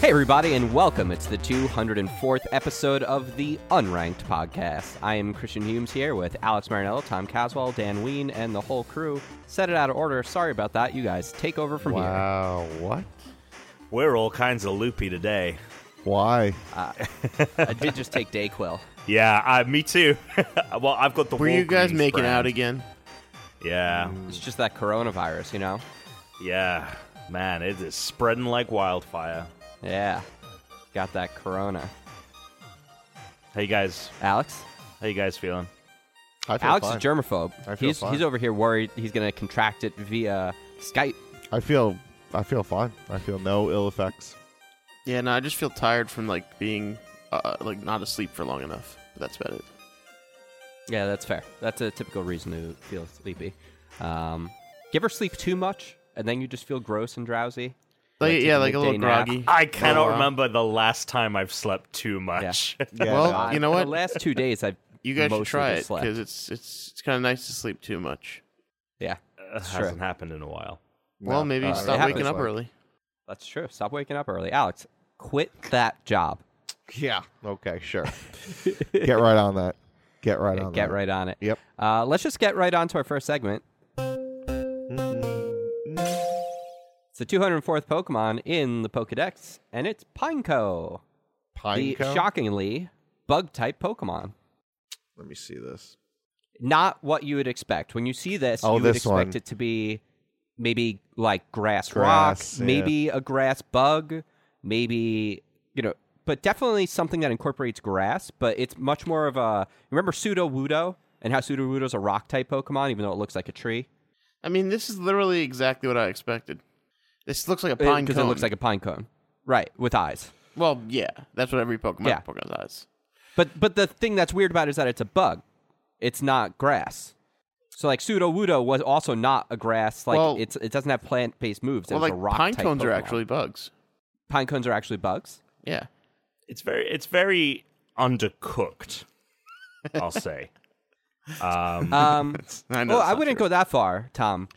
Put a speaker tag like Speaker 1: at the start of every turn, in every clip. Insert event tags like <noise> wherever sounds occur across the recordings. Speaker 1: Hey, everybody, and welcome. It's the 204th episode of the Unranked Podcast. I am Christian Humes here with Alex Marinello, Tom Caswell, Dan Ween, and the whole crew. Set it out of order. Sorry about that. You guys take over from here.
Speaker 2: Wow, what?
Speaker 3: We're all kinds of loopy today.
Speaker 2: Why?
Speaker 1: I did just take Dayquil.
Speaker 3: Yeah, I, me too. <laughs> well, I've got the.
Speaker 4: Were you guys
Speaker 3: Walgreens
Speaker 4: making
Speaker 3: brand.
Speaker 4: out again?
Speaker 3: Yeah,
Speaker 1: It's just that coronavirus, you know?
Speaker 3: yeah, man, it is spreading like wildfire.
Speaker 1: Yeah. Got that corona.
Speaker 3: How you guys?
Speaker 1: Alex?
Speaker 3: How you guys feeling?
Speaker 2: I feel
Speaker 1: Alex
Speaker 2: fine.
Speaker 1: is germaphobe.
Speaker 2: I feel
Speaker 1: he's,
Speaker 2: fine.
Speaker 1: he's over here worried he's going to contract it via Skype.
Speaker 2: I feel I feel fine. I feel no ill effects.
Speaker 4: Yeah, no, I just feel tired from like being uh, like not asleep for long enough. But that's about it.
Speaker 1: Yeah, that's fair. That's a typical reason to feel sleepy. Um, you ever sleep too much and then you just feel gross and drowsy?
Speaker 4: Like,
Speaker 1: take
Speaker 4: yeah, like a little
Speaker 1: midday nap.
Speaker 4: groggy.
Speaker 3: I cannot
Speaker 4: wow.
Speaker 3: remember the last time I've slept too much. <laughs>
Speaker 2: Yeah,
Speaker 4: Well,
Speaker 2: no,
Speaker 1: Uh,
Speaker 4: you know
Speaker 1: for
Speaker 4: what?
Speaker 1: The last two days, I've
Speaker 4: <laughs> You guys should
Speaker 1: mostly
Speaker 4: try
Speaker 1: just
Speaker 4: it
Speaker 1: slept.
Speaker 4: because it's it's it's kind of nice to sleep too much.
Speaker 1: yeah,
Speaker 3: it
Speaker 1: true.
Speaker 3: hasn't happened in a while.
Speaker 4: well, maybe
Speaker 2: uh, it
Speaker 4: stop waking
Speaker 1: happens,
Speaker 4: up
Speaker 2: like-
Speaker 4: early.
Speaker 1: that's true. Stop waking up early, Alex. Quit that job.
Speaker 2: yeah. Okay, <laughs> sure. get right on that. Get right on
Speaker 1: Get
Speaker 2: that.
Speaker 1: right on it.
Speaker 2: Yep.
Speaker 1: Uh, let's just get right on to our first segment.
Speaker 4: Mm-hmm.
Speaker 1: It's the 204th Pokemon in the Pokedex, and it's Pineco, the
Speaker 2: Pineco.
Speaker 1: shockingly bug type Pokemon.
Speaker 2: Let me see this.
Speaker 1: not what you would expect. When you see this,
Speaker 2: Oh,
Speaker 1: you would
Speaker 2: this
Speaker 1: expect
Speaker 2: one.
Speaker 1: it to be maybe like grass,
Speaker 2: Grass,
Speaker 1: rock,
Speaker 2: yeah.
Speaker 1: maybe a grass bug, maybe you know, but definitely something that incorporates grass. But it's much more of a remember pseudo wudo and how pseudo wudo is a rock type Pokemon, even though it looks like a tree
Speaker 4: I mean, this is literally exactly what I expected. This looks like a pine
Speaker 1: because it,
Speaker 4: cone.
Speaker 1: looks like a pine cone, right, with eyes.
Speaker 4: well, yeah, that's what every Pokemon
Speaker 1: Yeah.
Speaker 4: Pokemon does.
Speaker 1: But but the thing that's weird about it is that it's a bug. It's not grass. So like pseudo wudo was also not a grass. Like
Speaker 4: Well-
Speaker 1: it's it doesn't have plant based moves.
Speaker 4: Well,
Speaker 1: it's
Speaker 4: like
Speaker 1: a rock
Speaker 4: pine
Speaker 1: type
Speaker 4: cones are
Speaker 1: Pokemon.
Speaker 4: actually bugs.
Speaker 1: pine cones are actually bugs.
Speaker 4: Yeah,
Speaker 3: It's very, it's very undercooked.
Speaker 4: <laughs>
Speaker 3: I'll say.
Speaker 1: Um,
Speaker 3: Um,
Speaker 4: I know.
Speaker 1: well,
Speaker 4: that's
Speaker 1: I
Speaker 4: not
Speaker 1: wouldn't
Speaker 4: true.
Speaker 1: go that far, Tom,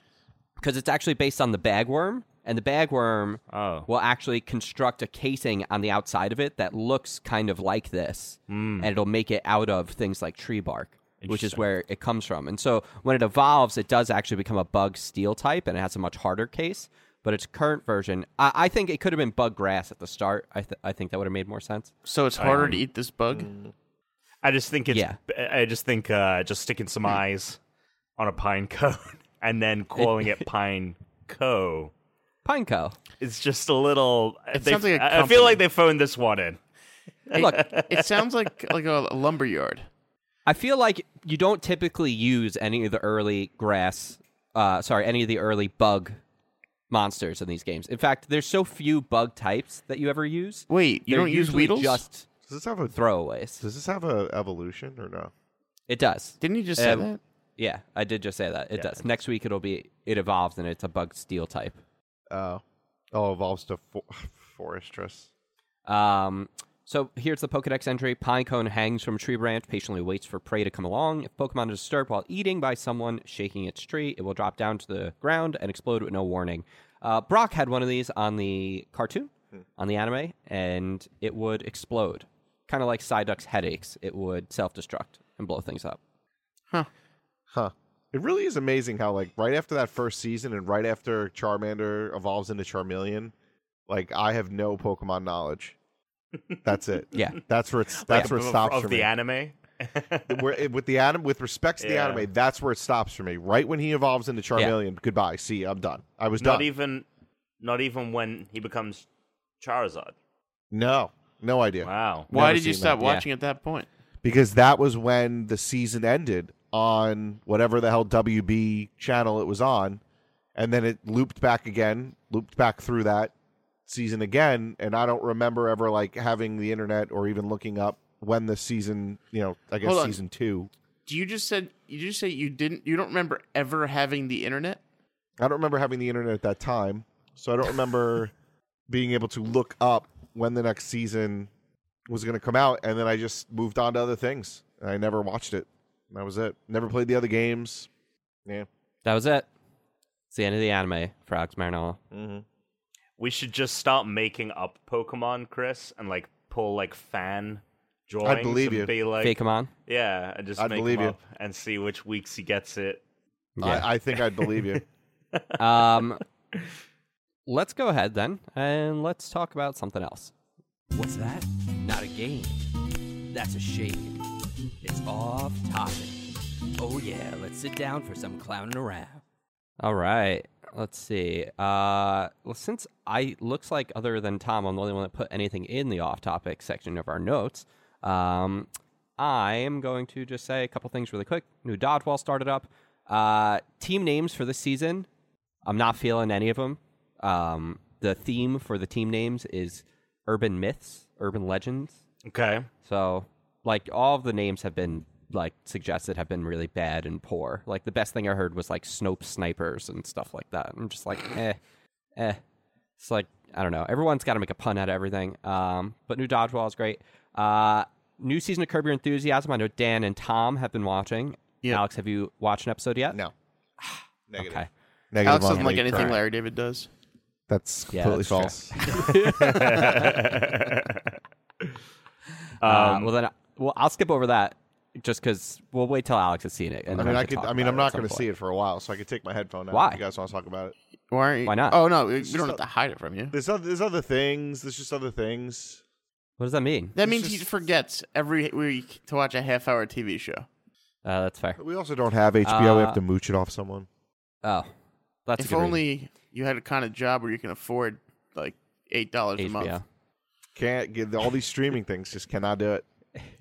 Speaker 1: because it's actually based on the bagworm, and the bagworm
Speaker 3: Oh.
Speaker 1: will actually construct a casing on the outside of it that looks kind of like this,
Speaker 4: Hmm.
Speaker 1: and it'll make it out of things like tree bark, which is
Speaker 3: Interesting.
Speaker 1: where it comes from. And so when it evolves, it does actually become a bug steel type, and it has a much harder case. But its current version, I, I think it could have been bug grass at the start. I, th- I think that would have made more sense.
Speaker 4: So it's harder to eat this bug.
Speaker 1: Mm.
Speaker 3: I just think it's.
Speaker 1: Yeah.
Speaker 3: I just think uh, just sticking some
Speaker 4: Hmm.
Speaker 3: eyes on a pine cone <laughs> and
Speaker 4: <laughs>
Speaker 3: then calling it pine co
Speaker 4: <laughs>
Speaker 1: Pineco.
Speaker 3: is just a little. It
Speaker 4: sounds like a
Speaker 3: I I feel
Speaker 4: company.
Speaker 3: like they phoned this one in.
Speaker 4: It-
Speaker 1: Look,
Speaker 4: it sounds like like a
Speaker 1: <laughs>
Speaker 4: lumber yard.
Speaker 1: I feel like you don't typically use any of the early grass, uh, sorry, any of the early bug monsters in these games. In fact, there's so few bug types that you ever use.
Speaker 4: Wait, you
Speaker 1: They're
Speaker 4: don't use
Speaker 1: usually
Speaker 4: Weedles?
Speaker 1: Just
Speaker 2: Does this have a
Speaker 1: throwaways.
Speaker 2: Does this have a evolution or no?
Speaker 1: It does.
Speaker 4: Didn't you just say
Speaker 1: Uh,
Speaker 4: that?
Speaker 1: Yeah, I did just say that. It
Speaker 3: Yeah.
Speaker 1: does. Next week it'll be it evolves and it's a bug steel type.
Speaker 2: Oh. Oh, evolves to for- <sighs> forestress.
Speaker 1: Um, so here's the Pokedex entry. Pinecone hangs from a tree branch, patiently waits for prey to come along. If Pokemon is disturbed while eating by someone shaking its tree, it will drop down to the ground and explode with no warning. Uh, Brock had one of these on the cartoon, on the anime, and it would explode. Kind of like Psyduck's headaches, it would self destruct and blow things up.
Speaker 2: Huh. It really is amazing how like right after that first season and right after Charmander evolves into Charmeleon, like I have no Pokemon knowledge. That's it.
Speaker 3: <laughs>
Speaker 1: Yeah.
Speaker 2: That's where it's that's where it
Speaker 3: Of-
Speaker 2: stops
Speaker 3: of
Speaker 2: for
Speaker 3: the
Speaker 2: me.
Speaker 3: anime.
Speaker 2: Where it- with the anime with respect to
Speaker 3: Yeah.
Speaker 2: the anime, that's where it stops for me. Right when he evolves into Charmeleon, goodbye. See, I'm done. I was
Speaker 3: Not
Speaker 2: done.
Speaker 3: even, not even when he becomes Charizard.
Speaker 2: no. No idea.
Speaker 3: Wow.
Speaker 4: Why
Speaker 2: never
Speaker 4: did you
Speaker 2: seen
Speaker 4: stop
Speaker 1: that. Yeah.
Speaker 4: watching at that point?
Speaker 2: Because that was when the season ended on whatever the hell WB channel it was on. And then it looped back again, looped back through that season again. And I don't remember ever like having the internet or even looking up when the season, you know, I guess
Speaker 4: Hold on.
Speaker 2: season two.
Speaker 4: Do you just said you just say you didn't you don't remember ever having the internet?
Speaker 2: I don't remember having the internet at that time. So I don't remember <laughs> being able to look up when the next season was going to come out. And then I just moved on to other things. And I never watched it. And That was it. Never played the other games. That
Speaker 1: That was it. It's the end of the anime, Frogs Marinola.
Speaker 3: We should just start making up Pokemon, Chris, and like pull like fan drawings.
Speaker 2: I'd believe
Speaker 3: and
Speaker 2: you.
Speaker 3: Be like,
Speaker 1: Fake him on.
Speaker 3: yeah, and just
Speaker 2: I'd
Speaker 3: make 'em
Speaker 2: believe you.
Speaker 3: up and see which weeks he gets it.
Speaker 1: Yeah.
Speaker 2: I, I think I'd believe <laughs> you.
Speaker 1: Um, let's go ahead then, and let's talk about something else. What's that? Not a game. That's a shade. It's off topic. Oh yeah, let's sit down for some clowning around. All right. Let's see. Uh, well, since I looks like other than Tom, I'm the only one that put anything in the off-topic section of our notes. Um, I am going to just say a couple things really quick. New dodgeball started up. Uh, team names for this season. I'm not feeling any of them. Um, the theme for the team names is urban myths, urban legends.
Speaker 3: <laughs> Okay.
Speaker 1: So, like, all of the names have been like suggested have been really bad and poor. Like, the best thing I heard was like Snope Snipers and stuff like that. I'm just like, eh, eh. It's like I don't know. Everyone's got to make a pun out of everything. Um, but new dodgeball is great. Uh, new season of Curb Your Enthusiasm. I know Dan and Tom have been watching.
Speaker 4: Yeah.
Speaker 1: Alex, have you watched an episode yet?
Speaker 2: No. <sighs> Negative.
Speaker 1: Okay.
Speaker 2: Negative
Speaker 4: Alex doesn't
Speaker 2: on
Speaker 4: like
Speaker 2: me.
Speaker 4: anything
Speaker 1: Right.
Speaker 4: Larry David does.
Speaker 2: That's
Speaker 1: Yeah,
Speaker 2: completely
Speaker 1: that's
Speaker 2: false.
Speaker 1: <laughs>
Speaker 2: Um,
Speaker 1: Uh, well then, I- well I'll skip over that just because we'll wait till Alex has seen it. And
Speaker 2: I
Speaker 1: then
Speaker 2: mean,
Speaker 1: we
Speaker 2: I
Speaker 1: can
Speaker 2: could.
Speaker 1: talk
Speaker 2: I mean,
Speaker 1: about
Speaker 2: I'm not
Speaker 1: at some
Speaker 2: going to
Speaker 1: point.
Speaker 2: see it for a while, so I could take my headphone out.
Speaker 1: Why?
Speaker 2: If you guys want to talk about it?
Speaker 4: Why aren't you?
Speaker 1: Why not?
Speaker 4: Oh no, we, we
Speaker 2: just
Speaker 4: don't have
Speaker 2: a-
Speaker 4: to hide it from you.
Speaker 2: There's other, there's other things. There's just other things.
Speaker 1: What does that mean?
Speaker 4: That
Speaker 2: It's
Speaker 4: means he
Speaker 2: just-
Speaker 4: forgets every week to watch a half-hour TV show.
Speaker 1: Uh, that's fair.
Speaker 2: We also don't have HBO. we
Speaker 1: Uh,
Speaker 2: have to mooch it off someone.
Speaker 1: Oh, that's a
Speaker 4: if
Speaker 1: good reason.
Speaker 4: only you had a kind of job where you can afford like eight dollars a month.
Speaker 1: HBO.
Speaker 2: Can't get all these streaming things. Just cannot do it.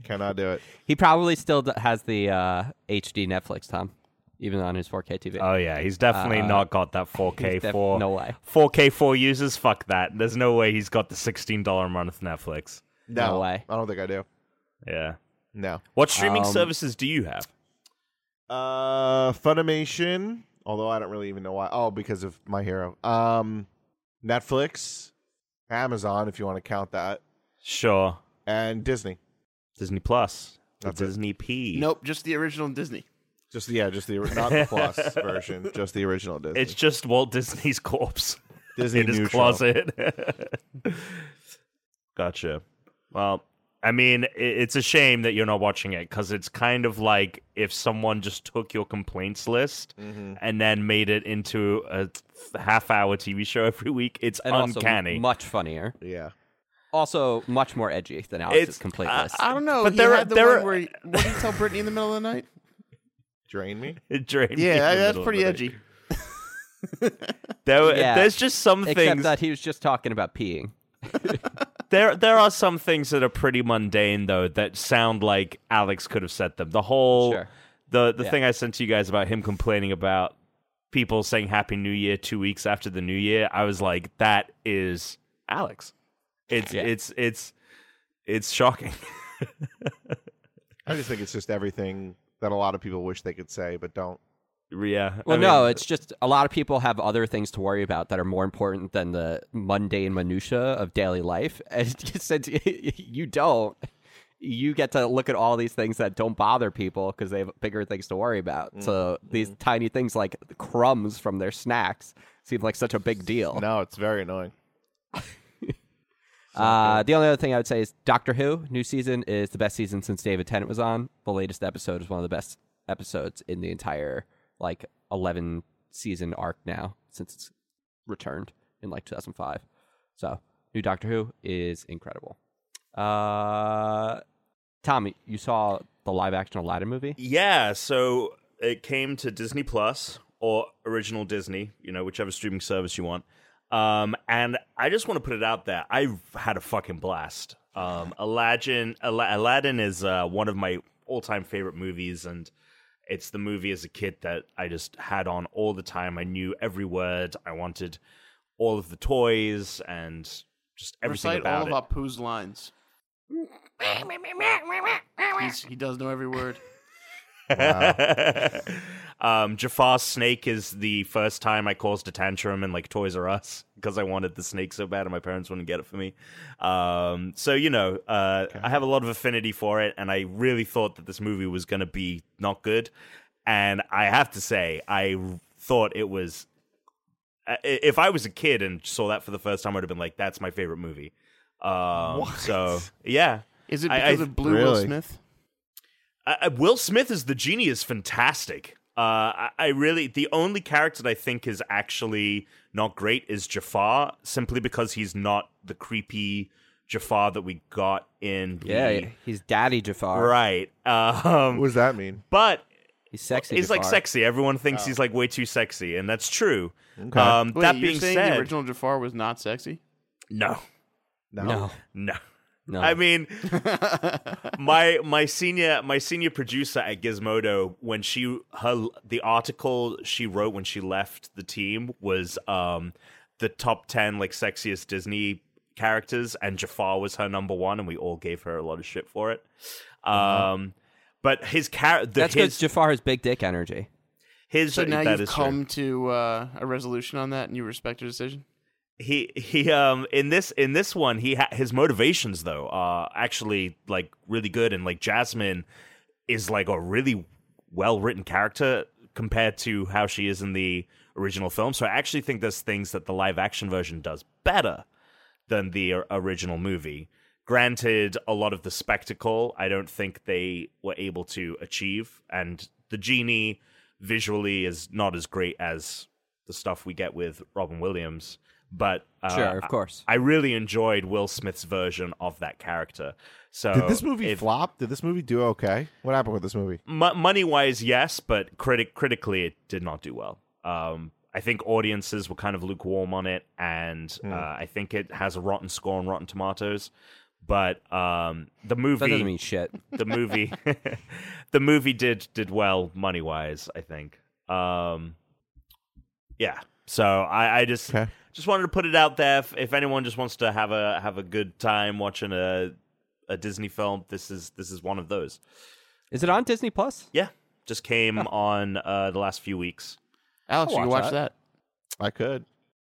Speaker 2: Cannot do it.
Speaker 1: He probably still d- has the uh, HD Netflix, Tom, even on his 4K TV.
Speaker 3: Oh yeah, he's definitely not got that 4K
Speaker 1: Uh, he's def-
Speaker 3: for
Speaker 1: no way.
Speaker 3: 4K four users. Fuck that. There's no way he's got the sixteen dollar a month Netflix.
Speaker 1: <laughs>
Speaker 2: No,
Speaker 1: No way.
Speaker 2: I don't think I do.
Speaker 3: Yeah.
Speaker 2: No.
Speaker 3: What streaming
Speaker 1: Um,
Speaker 3: services do you have?
Speaker 2: Uh, Funimation. Although I don't really even know why. Oh, because of My Hero. Um, Netflix, Amazon, if you want to count that,
Speaker 3: Sure,
Speaker 2: and Disney.
Speaker 3: Disney Plus, the
Speaker 2: That's it.
Speaker 3: Disney P.
Speaker 4: Nope, just the original Disney.
Speaker 2: Just the, yeah, just the ori- not the
Speaker 3: <laughs>
Speaker 2: plus version, just the original Disney.
Speaker 3: it's just Walt Disney's <laughs> corpse
Speaker 2: Disney
Speaker 3: in his
Speaker 2: neutral.
Speaker 3: closet. <laughs> gotcha. Well, I mean, i- it's a shame that you're not watching it because it's kind of like if someone just took your complaints list and then made it into a half-hour TV show every week. It's
Speaker 1: and
Speaker 3: uncanny.
Speaker 1: also much funnier.
Speaker 2: Yeah.
Speaker 1: Also much more edgy than Alex's
Speaker 3: It's- uh,
Speaker 1: complete
Speaker 3: I-
Speaker 1: list.
Speaker 4: I don't know.
Speaker 3: But
Speaker 4: But
Speaker 3: there
Speaker 4: there
Speaker 3: are-
Speaker 4: had the
Speaker 3: there
Speaker 4: one
Speaker 3: are-
Speaker 4: where he, what did he tell Brittany in the middle of the night?
Speaker 2: Drain me.
Speaker 3: <laughs> It drained me
Speaker 4: Yeah,
Speaker 3: in the
Speaker 4: that- that's
Speaker 3: middle of
Speaker 4: pretty
Speaker 3: the day.
Speaker 4: edgy.
Speaker 3: There, were-
Speaker 1: Yeah.
Speaker 3: there's just some
Speaker 1: Except
Speaker 3: things.
Speaker 1: that he was just talking about peeing.
Speaker 3: There, there are some things that are pretty mundane though that sound like Alex could have said them. The whole,
Speaker 1: Sure.
Speaker 3: the the
Speaker 1: Yeah.
Speaker 3: thing I sent to you guys about him complaining about people saying Happy New Year two weeks after the New Year. I was like, that is Alex. It's
Speaker 1: Yeah.
Speaker 3: it's it's it's shocking. <laughs>
Speaker 2: I just think it's just everything that a lot of people wish they could say but don't.
Speaker 3: yeah.
Speaker 1: Well,
Speaker 3: I
Speaker 1: no,
Speaker 3: mean,
Speaker 1: it's just a lot of people have other things to worry about that are more important than the mundane minutia of daily life. <laughs> And since you don't, you get to look at all these things that don't bother people because they have bigger things to worry about. So these
Speaker 3: Mm-hmm.
Speaker 1: tiny things like crumbs from their snacks seem like such a big deal.
Speaker 2: No, it's very annoying.
Speaker 1: Uh, the only other thing I would say is Doctor Who new season is the best season since David Tennant was on. The latest episode is one of the best episodes in the entire like eleven season arc now since it's returned in like 2005. So new Doctor Who is incredible. Uh, Tommy, you saw the live action Aladdin movie?
Speaker 3: Yeah, so it came to Disney Plus or original Disney, you know, whichever streaming service you want. Um, and I just want to put it out there. I had a fucking blast. Um, Aladdin, Ala- Aladdin is uh, one of my all-time favorite movies, and it's the movie as a kid that I just had on all the time. I knew every word. I wanted all of the toys and just everything
Speaker 4: Recite all
Speaker 3: about
Speaker 4: of
Speaker 3: it.
Speaker 4: Apu's lines. He's, he does know every word.
Speaker 3: <laughs> um, Jafar's snake is the first time I caused a tantrum in like Toys R Us because I wanted the snake so bad and my parents wouldn't get it for me. Um, so you know, uh, I have a lot of affinity for it, and I really thought that this movie was going to be not good. And I have to say, I thought it was uh, I- if I was a kid and saw that for the first time, I'd have been like, "That's my favorite movie." Um, So yeah,
Speaker 4: Is it
Speaker 3: I-
Speaker 4: because
Speaker 3: I-
Speaker 4: of Blue Will
Speaker 2: Really?
Speaker 4: Smith?
Speaker 3: I, I- Will Smith as the genie is fantastic. Uh, I, I really the only character that I think is actually not great is Jafar, simply because he's not the creepy Jafar that we got in. Bleed.
Speaker 1: Yeah, yeah, he's Daddy Jafar.
Speaker 3: right. Um,
Speaker 2: What does that mean?
Speaker 3: but
Speaker 1: He's sexy.
Speaker 3: he's like
Speaker 1: Jafar.
Speaker 3: sexy. Everyone thinks he's like way too sexy, and that's true.
Speaker 2: Okay.
Speaker 3: Um,
Speaker 4: Oh. Wait,
Speaker 3: that
Speaker 4: you're
Speaker 3: being
Speaker 4: saying
Speaker 3: said,
Speaker 4: the original Jafar was not sexy?
Speaker 3: no,
Speaker 1: No,
Speaker 3: no.
Speaker 1: no.
Speaker 3: I mean, my my senior my senior producer at Gizmodo when she her the article she wrote when she left the team was um the top ten like sexiest Disney characters and Jafar was her number one and we all gave her a lot of shit for it. Um, but his character
Speaker 1: that's because
Speaker 3: his
Speaker 1: Jafar has big dick energy.
Speaker 3: his
Speaker 4: So now
Speaker 3: that
Speaker 4: you've
Speaker 3: is true.
Speaker 4: come to uh, a resolution on that, and you respect your decision.
Speaker 3: he he um in this in this one he ha- his motivations though are actually like really good and like Jasmine is like a really well written character compared to how she is in the original film so I actually think there's things that the live action version does better than the or- original movie granted a lot of the spectacle I don't think they were able to achieve and the genie visually is not as great as the stuff we get with Robin Williams but uh,
Speaker 1: Sure, of course.
Speaker 3: I really enjoyed Will Smith's version of that character. So
Speaker 2: Did this movie
Speaker 3: if-
Speaker 2: flop? Did this movie do okay? What happened with this movie?
Speaker 3: mo- money-wise, yes, but critic critically, it did not do well. Um, I think audiences were kind of lukewarm on it, and uh, I think it has a rotten score on Rotten Tomatoes. But um, the movie,
Speaker 1: That doesn't mean shit. <laughs>
Speaker 3: the movie, <laughs> the movie did did well money-wise. I think. Um, yeah. So I, I just
Speaker 2: Okay.
Speaker 3: just wanted to put it out there. If, if anyone just wants to have a have a good time watching a a Disney film, this is this is one of those.
Speaker 1: Is it on Disney Plus?
Speaker 3: Yeah, just came on uh, the last few weeks.
Speaker 4: Alex,
Speaker 1: I'll
Speaker 4: you can
Speaker 1: watch
Speaker 4: watch that.
Speaker 2: I could.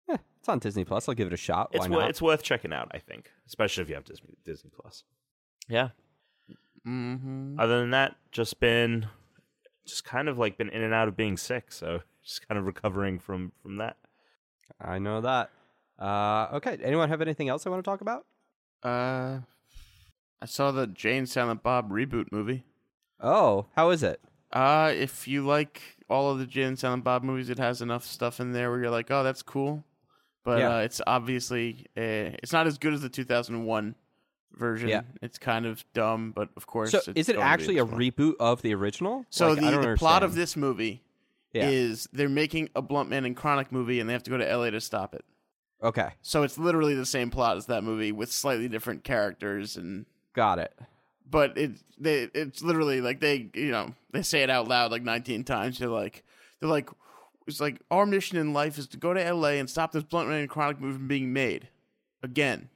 Speaker 1: Yeah, Eh, it's on Disney Plus. I'll give it a shot.
Speaker 3: It's
Speaker 1: Why
Speaker 3: wor-
Speaker 1: not?
Speaker 3: it's worth checking out, I think, especially if you have Disney Disney Plus. Yeah.
Speaker 4: Mm-hmm.
Speaker 3: Other than that, just been just kind of like been in and out of being sick, so <laughs> just kind of recovering from from that.
Speaker 1: I know that. Uh, okay. Anyone have anything else I want to talk about?
Speaker 4: Uh, I saw the Jane Silent Bob reboot movie.
Speaker 1: Oh, how is it?
Speaker 4: Uh, if you like all of the Jane and Silent Bob movies, it has enough stuff in there where you're like, oh, that's cool. But
Speaker 1: Yeah.
Speaker 4: uh, it's obviously uh, it's not as good as the 2001 version.
Speaker 1: Yeah.
Speaker 4: It's kind of dumb, but of course,
Speaker 1: So,
Speaker 4: it's
Speaker 1: is it
Speaker 4: going to be
Speaker 1: actually a
Speaker 4: fun.
Speaker 1: reboot of the original?
Speaker 4: So
Speaker 1: Like, I
Speaker 4: the,
Speaker 1: don't
Speaker 4: the plot of
Speaker 1: understand.
Speaker 4: this movie
Speaker 1: Yeah.
Speaker 4: is they're making a Bluntman and Chronic movie, and they have to go to LA to stop it.
Speaker 1: Okay,
Speaker 4: So it's literally the same plot as that movie with slightly different characters and
Speaker 1: got it.
Speaker 4: but it they it's literally like they you know they say it out loud like 19 times they're like they're like it's like our mission in life is to go to LA and stop this blunt man and chronic movie from being made again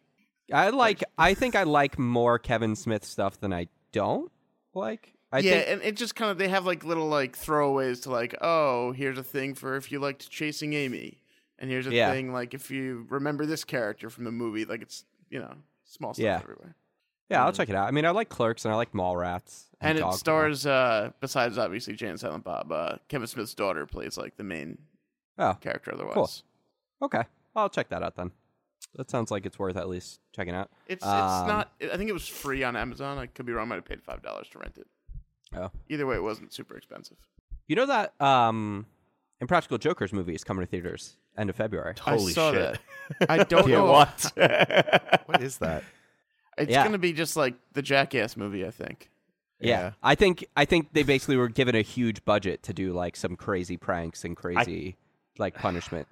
Speaker 1: I like. I think I like more Kevin Smith stuff than I don't like. I
Speaker 4: yeah
Speaker 1: think
Speaker 4: and it just kind of they have like little like throwaways to like oh here's a thing for if you liked chasing Amy and here's a
Speaker 1: Yeah.
Speaker 4: thing like if you remember this character from the movie like it's you know small stuff
Speaker 1: Yeah.
Speaker 4: everywhere
Speaker 1: yeah, I'll check it out. I mean, I like Clerks and I like Mallrats.
Speaker 4: Mm. and it
Speaker 1: Dogma.
Speaker 4: stars uh besides obviously Jane and Silent Bob uh Kevin Smith's daughter plays like the main
Speaker 1: Oh,
Speaker 4: character otherwise
Speaker 1: okay. I'll check that out then. That sounds like it's worth at least checking out.
Speaker 4: It's
Speaker 1: Um,
Speaker 4: it's not. I think it was free on Amazon. I could be wrong. I might have paid five dollars to rent it.
Speaker 1: Oh.
Speaker 4: Either way, it wasn't super expensive.
Speaker 1: You know that um, Impractical Jokers movie is coming to theaters end of February.
Speaker 3: Holy
Speaker 4: I saw
Speaker 3: shit.
Speaker 4: that. I don't
Speaker 3: <laughs>
Speaker 4: know
Speaker 3: What?
Speaker 2: What is that?
Speaker 4: It's
Speaker 1: Yeah.
Speaker 4: gonna be just like the Jackass movie. I think.
Speaker 1: Yeah.
Speaker 2: Yeah.
Speaker 1: I think I think they basically were given a huge budget to do like some crazy pranks and crazy like punishment.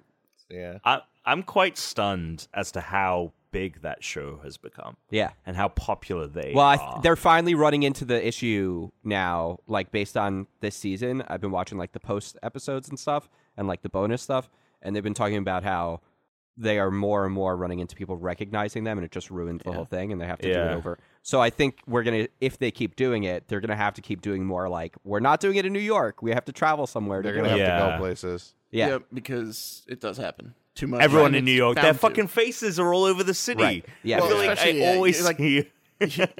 Speaker 2: Yeah.
Speaker 3: I, I'm quite stunned as to how big that show has become
Speaker 1: Yeah.
Speaker 3: and how popular they
Speaker 1: Well, I
Speaker 3: are.
Speaker 1: th- they're finally running into the issue now, like based on this season. I've been watching like the post episodes and stuff and like the bonus stuff, and they've been talking about how they are more and more running into people recognizing them and it just ruins the whole thing and they have to do
Speaker 3: Yeah.
Speaker 1: it over. So I think we're going to if they keep doing it, they're going to have to keep doing more like we're not doing it in New York. We have to travel somewhere
Speaker 2: They're
Speaker 1: to do
Speaker 2: gonna
Speaker 1: it.
Speaker 2: have to
Speaker 3: Yeah.
Speaker 2: go places.
Speaker 1: yeah.
Speaker 4: Yep, because it does happen too much.
Speaker 3: Everyone
Speaker 4: And
Speaker 3: in New
Speaker 4: it's
Speaker 3: York,
Speaker 4: found
Speaker 3: their
Speaker 4: to. <laughs>
Speaker 3: fucking faces are all over the city.
Speaker 1: Right. Yeah.
Speaker 3: I
Speaker 1: Well,
Speaker 3: feel like
Speaker 4: especially,
Speaker 3: I
Speaker 4: yeah,
Speaker 3: always
Speaker 4: you're like-
Speaker 3: see-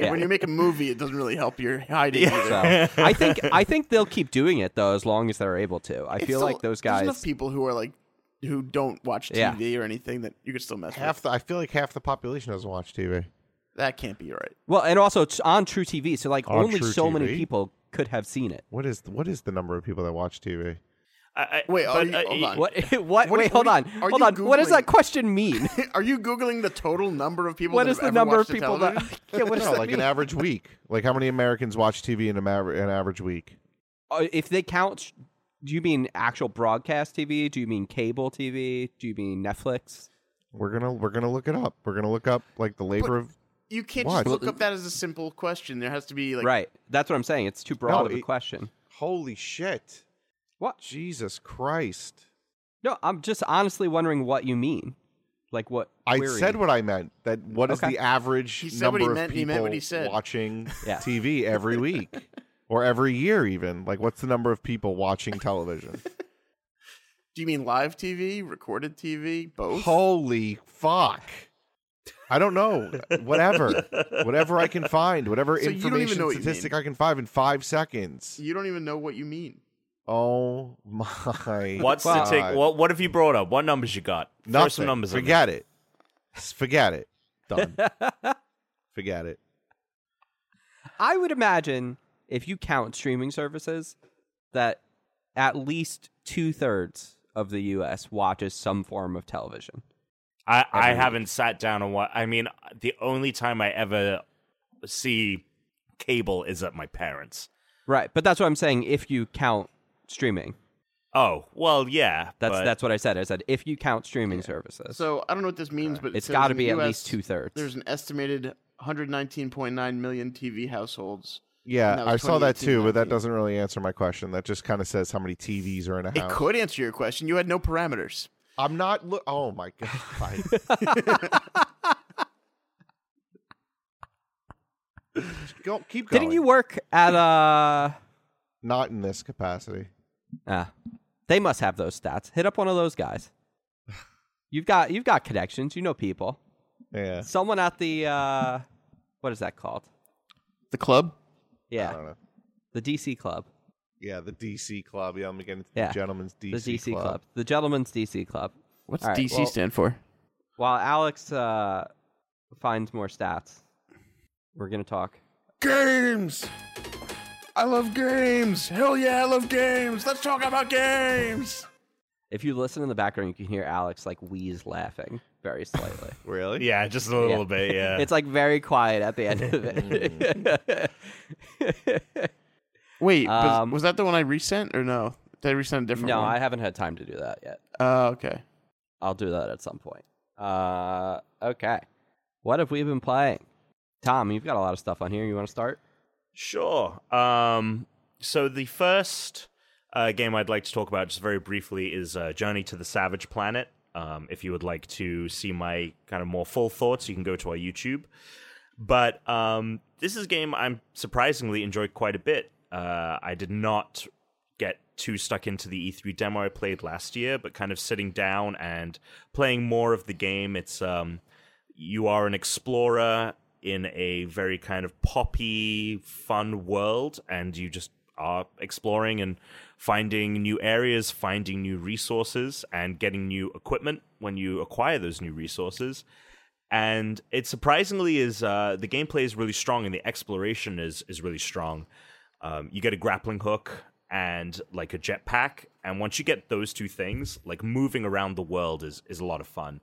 Speaker 4: when you make a movie, it doesn't really help your hiding. either.
Speaker 1: So I think I think they'll keep doing it though, as long as they're able to. I
Speaker 4: It's
Speaker 1: feel
Speaker 4: still-
Speaker 1: like those
Speaker 4: there's
Speaker 1: guys.
Speaker 4: enough people who are like who don't watch
Speaker 1: Yeah.
Speaker 4: TV or anything that you could still mess
Speaker 2: Half
Speaker 4: with.
Speaker 2: the I feel like half the population doesn't watch TV.
Speaker 4: That can't be right.
Speaker 1: Well, and also it's on True TV, so like
Speaker 2: On
Speaker 1: only
Speaker 2: True
Speaker 1: so many
Speaker 2: TV?
Speaker 1: people could have seen it.
Speaker 2: What is what is the number of people that watch TV?
Speaker 3: <laughs> I, I,
Speaker 4: Wait, are
Speaker 3: but,
Speaker 4: you-
Speaker 3: uh,
Speaker 4: hold on.
Speaker 1: What? what?
Speaker 4: <laughs> What-
Speaker 1: wait,
Speaker 4: what
Speaker 1: hold on.
Speaker 4: do you- are
Speaker 1: hold
Speaker 4: you
Speaker 1: on. What does
Speaker 4: Googling-
Speaker 1: that question
Speaker 4: <laughs>
Speaker 1: mean?
Speaker 4: <laughs> Are you googling the total number of people?
Speaker 1: what
Speaker 4: that
Speaker 1: is
Speaker 4: have
Speaker 1: the
Speaker 4: ever
Speaker 1: number of
Speaker 4: watched a
Speaker 1: people that?
Speaker 4: television?
Speaker 1: <laughs> Yeah,
Speaker 2: <laughs>
Speaker 1: what does
Speaker 2: No,
Speaker 1: that
Speaker 2: like
Speaker 1: mean?
Speaker 2: an average week. Like how many Americans watch TV in an, aver- an average week?
Speaker 1: Uh, if they count, do you mean actual broadcast TV? Do you mean cable TV? Do you mean Netflix?
Speaker 2: We're gonna we're gonna look it up. We're gonna look up like the labor of
Speaker 4: You can't
Speaker 2: Watch.
Speaker 4: just look up that as a simple question. There has to be like
Speaker 1: right. That's what I'm saying. It's too broad
Speaker 2: No,
Speaker 1: of a
Speaker 2: it-
Speaker 1: question.
Speaker 2: Holy shit.
Speaker 1: What?
Speaker 2: Jesus Christ.
Speaker 1: No, I'm just honestly wondering what you mean. Like what?
Speaker 2: I
Speaker 1: query.
Speaker 2: said what I meant. That what is
Speaker 1: Okay.
Speaker 2: the average
Speaker 4: He said what
Speaker 2: number
Speaker 4: he
Speaker 2: of
Speaker 4: meant, and
Speaker 2: people
Speaker 4: he meant what he said. <laughs>
Speaker 2: watching
Speaker 1: Yeah.
Speaker 2: TV every week or every year even? Like what's the number of people watching television?
Speaker 4: Do you mean live TV, recorded TV, both?
Speaker 2: Holy fuck. I don't know.
Speaker 4: <laughs>
Speaker 2: Whatever. whatever I can find, whatever
Speaker 4: So you don't even
Speaker 2: information
Speaker 4: know what you
Speaker 2: statistic
Speaker 4: mean.
Speaker 2: I can find in 5 seconds.
Speaker 4: you don't even know what you mean.
Speaker 2: Oh
Speaker 4: <laughs>
Speaker 2: my.
Speaker 3: What's
Speaker 1: Well-
Speaker 3: the take? What What have you brought up? What numbers you got? Throw
Speaker 2: Nothing.
Speaker 3: some numbers. in
Speaker 2: Forget it. S- Forget it.
Speaker 4: <laughs>
Speaker 2: Done. Forget it.
Speaker 1: I would imagine if you count streaming services, that at least two thirds of the U.S. watches some form of television.
Speaker 3: I, I
Speaker 1: every week.
Speaker 3: haven't sat down and watched. I mean, the only time I ever see cable is at my parents.
Speaker 1: Right, but that's what I'm saying. If you count streaming,
Speaker 3: Oh well, yeah.
Speaker 1: that's
Speaker 3: but
Speaker 1: that's what I said. I said if you count streaming services,
Speaker 4: So I don't know what this means, but it
Speaker 1: it's
Speaker 4: says
Speaker 1: got to
Speaker 4: in the
Speaker 1: be at
Speaker 4: US,
Speaker 1: least two
Speaker 4: There's
Speaker 1: thirds.
Speaker 4: an estimated 119.9 million TV households. And
Speaker 2: Yeah,
Speaker 4: that was
Speaker 2: I saw that
Speaker 4: 2018,
Speaker 2: too, but that
Speaker 4: 19.
Speaker 2: doesn't really answer my question. That just kind of says how many TVs are in a
Speaker 4: It
Speaker 2: house.
Speaker 4: could answer your question. You had no parameters.
Speaker 2: I'm not. Lo- oh
Speaker 4: <laughs>
Speaker 2: my god! Go, keep going.
Speaker 1: Didn't you work at uh
Speaker 2: Not in this capacity.
Speaker 1: Ah, they must have those stats. Hit up one of those guys. You've got you've got connections. You know people.
Speaker 2: Yeah.
Speaker 1: Someone at the uh, what is that called?
Speaker 4: The club?
Speaker 2: I don't
Speaker 1: Yeah,
Speaker 2: know.
Speaker 1: the DC Club,
Speaker 2: Yeah, the DC club. Yeah, I'm getting into
Speaker 1: Yeah.
Speaker 2: the gentleman's DC,
Speaker 1: the DC club. the gentleman's DC Club.
Speaker 4: What's
Speaker 1: All right,
Speaker 4: DC
Speaker 1: well-
Speaker 4: stand for?
Speaker 1: While Alex uh, finds more stats, we're gonna talk.
Speaker 4: Games! I love games! Hell yeah, I love games! Let's talk about games!
Speaker 1: If you listen in the background, you can hear Alex like wheeze laughing very slightly.
Speaker 2: Really?
Speaker 3: yeah, just a little
Speaker 1: Yeah.
Speaker 3: bit. Yeah.
Speaker 1: it's like very quiet at the end of it.
Speaker 4: Wait, was-
Speaker 1: Um,
Speaker 4: was, that the one I resent or no? Did I resent a
Speaker 1: <laughs>
Speaker 4: different
Speaker 1: no, I
Speaker 4: one?
Speaker 1: haven't had time to do that yet.
Speaker 4: I. Uh, okay.
Speaker 1: I'll do that at some point. Uh, okay. What have we been playing? Tom, you've got a lot of stuff on here. You want to start?
Speaker 3: Sure. Um, so the first uh, game I'd like to talk about, just very briefly, is uh, Journey to the Savage Planet. Um, if you would like to see my kind of more full thoughts, you can go to our YouTube. But um, this is a game I'm surprisingly enjoyed quite a bit. Uh, I did not get too stuck into the E3 demo I played last year, but kind of sitting down and playing more of the game. It's um, you are an explorer in a very kind of poppy, fun world, and you just are exploring and finding new areas, finding new resources, and getting new equipment when you acquire those new resources. And it surprisingly is uh, the gameplay is really strong and the exploration is is really strong. Um, you get a grappling hook and like a jetpack, and once you get those two things, like moving around the world is is a lot of fun.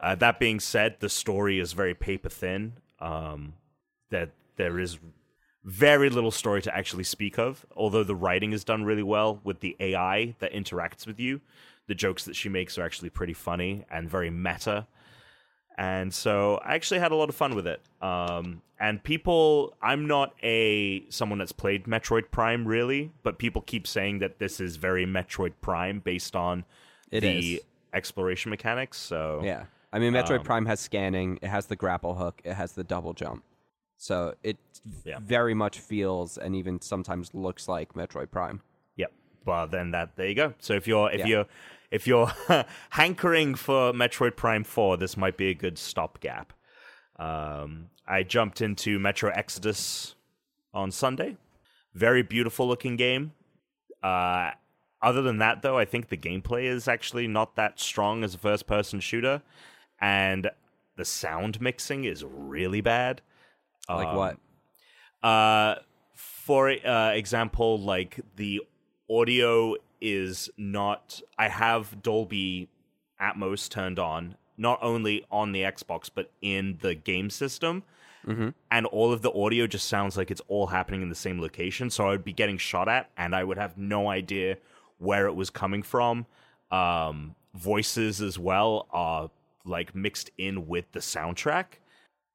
Speaker 3: Uh, that being said, the story is very paper thin. Um, that there is very little story to actually speak of, although the writing is done really well with the AI that interacts with you. The jokes that she makes are actually pretty funny and very meta. And so I actually had a lot of fun with it. Um, and people, I'm not a someone that's played Metroid Prime really, but people keep saying that this is very Metroid Prime based on
Speaker 1: It
Speaker 3: the
Speaker 1: is.
Speaker 3: exploration mechanics. So
Speaker 1: Yeah. I mean, Metroid
Speaker 3: Um,
Speaker 1: Prime has scanning, it has the grapple hook, it has the double jump. So it
Speaker 3: Yeah.
Speaker 1: very much feels and even sometimes looks like Metroid Prime.
Speaker 3: Yep. Well, then that there you go. So if you're if
Speaker 1: Yeah.
Speaker 3: you're if you're <laughs> hankering for Metroid Prime Four, this might be a good stopgap. Um, I jumped into Metro Exodus on Sunday. Very beautiful looking game. Uh, other than that, though, I think the gameplay is actually not that strong as a first person shooter, and the sound mixing is really bad.
Speaker 1: Like
Speaker 3: Um,
Speaker 1: what?
Speaker 3: Uh, for uh, example, like the audio is not. I have Dolby Atmos turned on, not only on the Xbox but in the game system, and all of the audio just sounds like it's all happening in the same location. So I would be getting shot at, and I would have no idea where it was coming from. Um, voices as well are like mixed in with the soundtrack.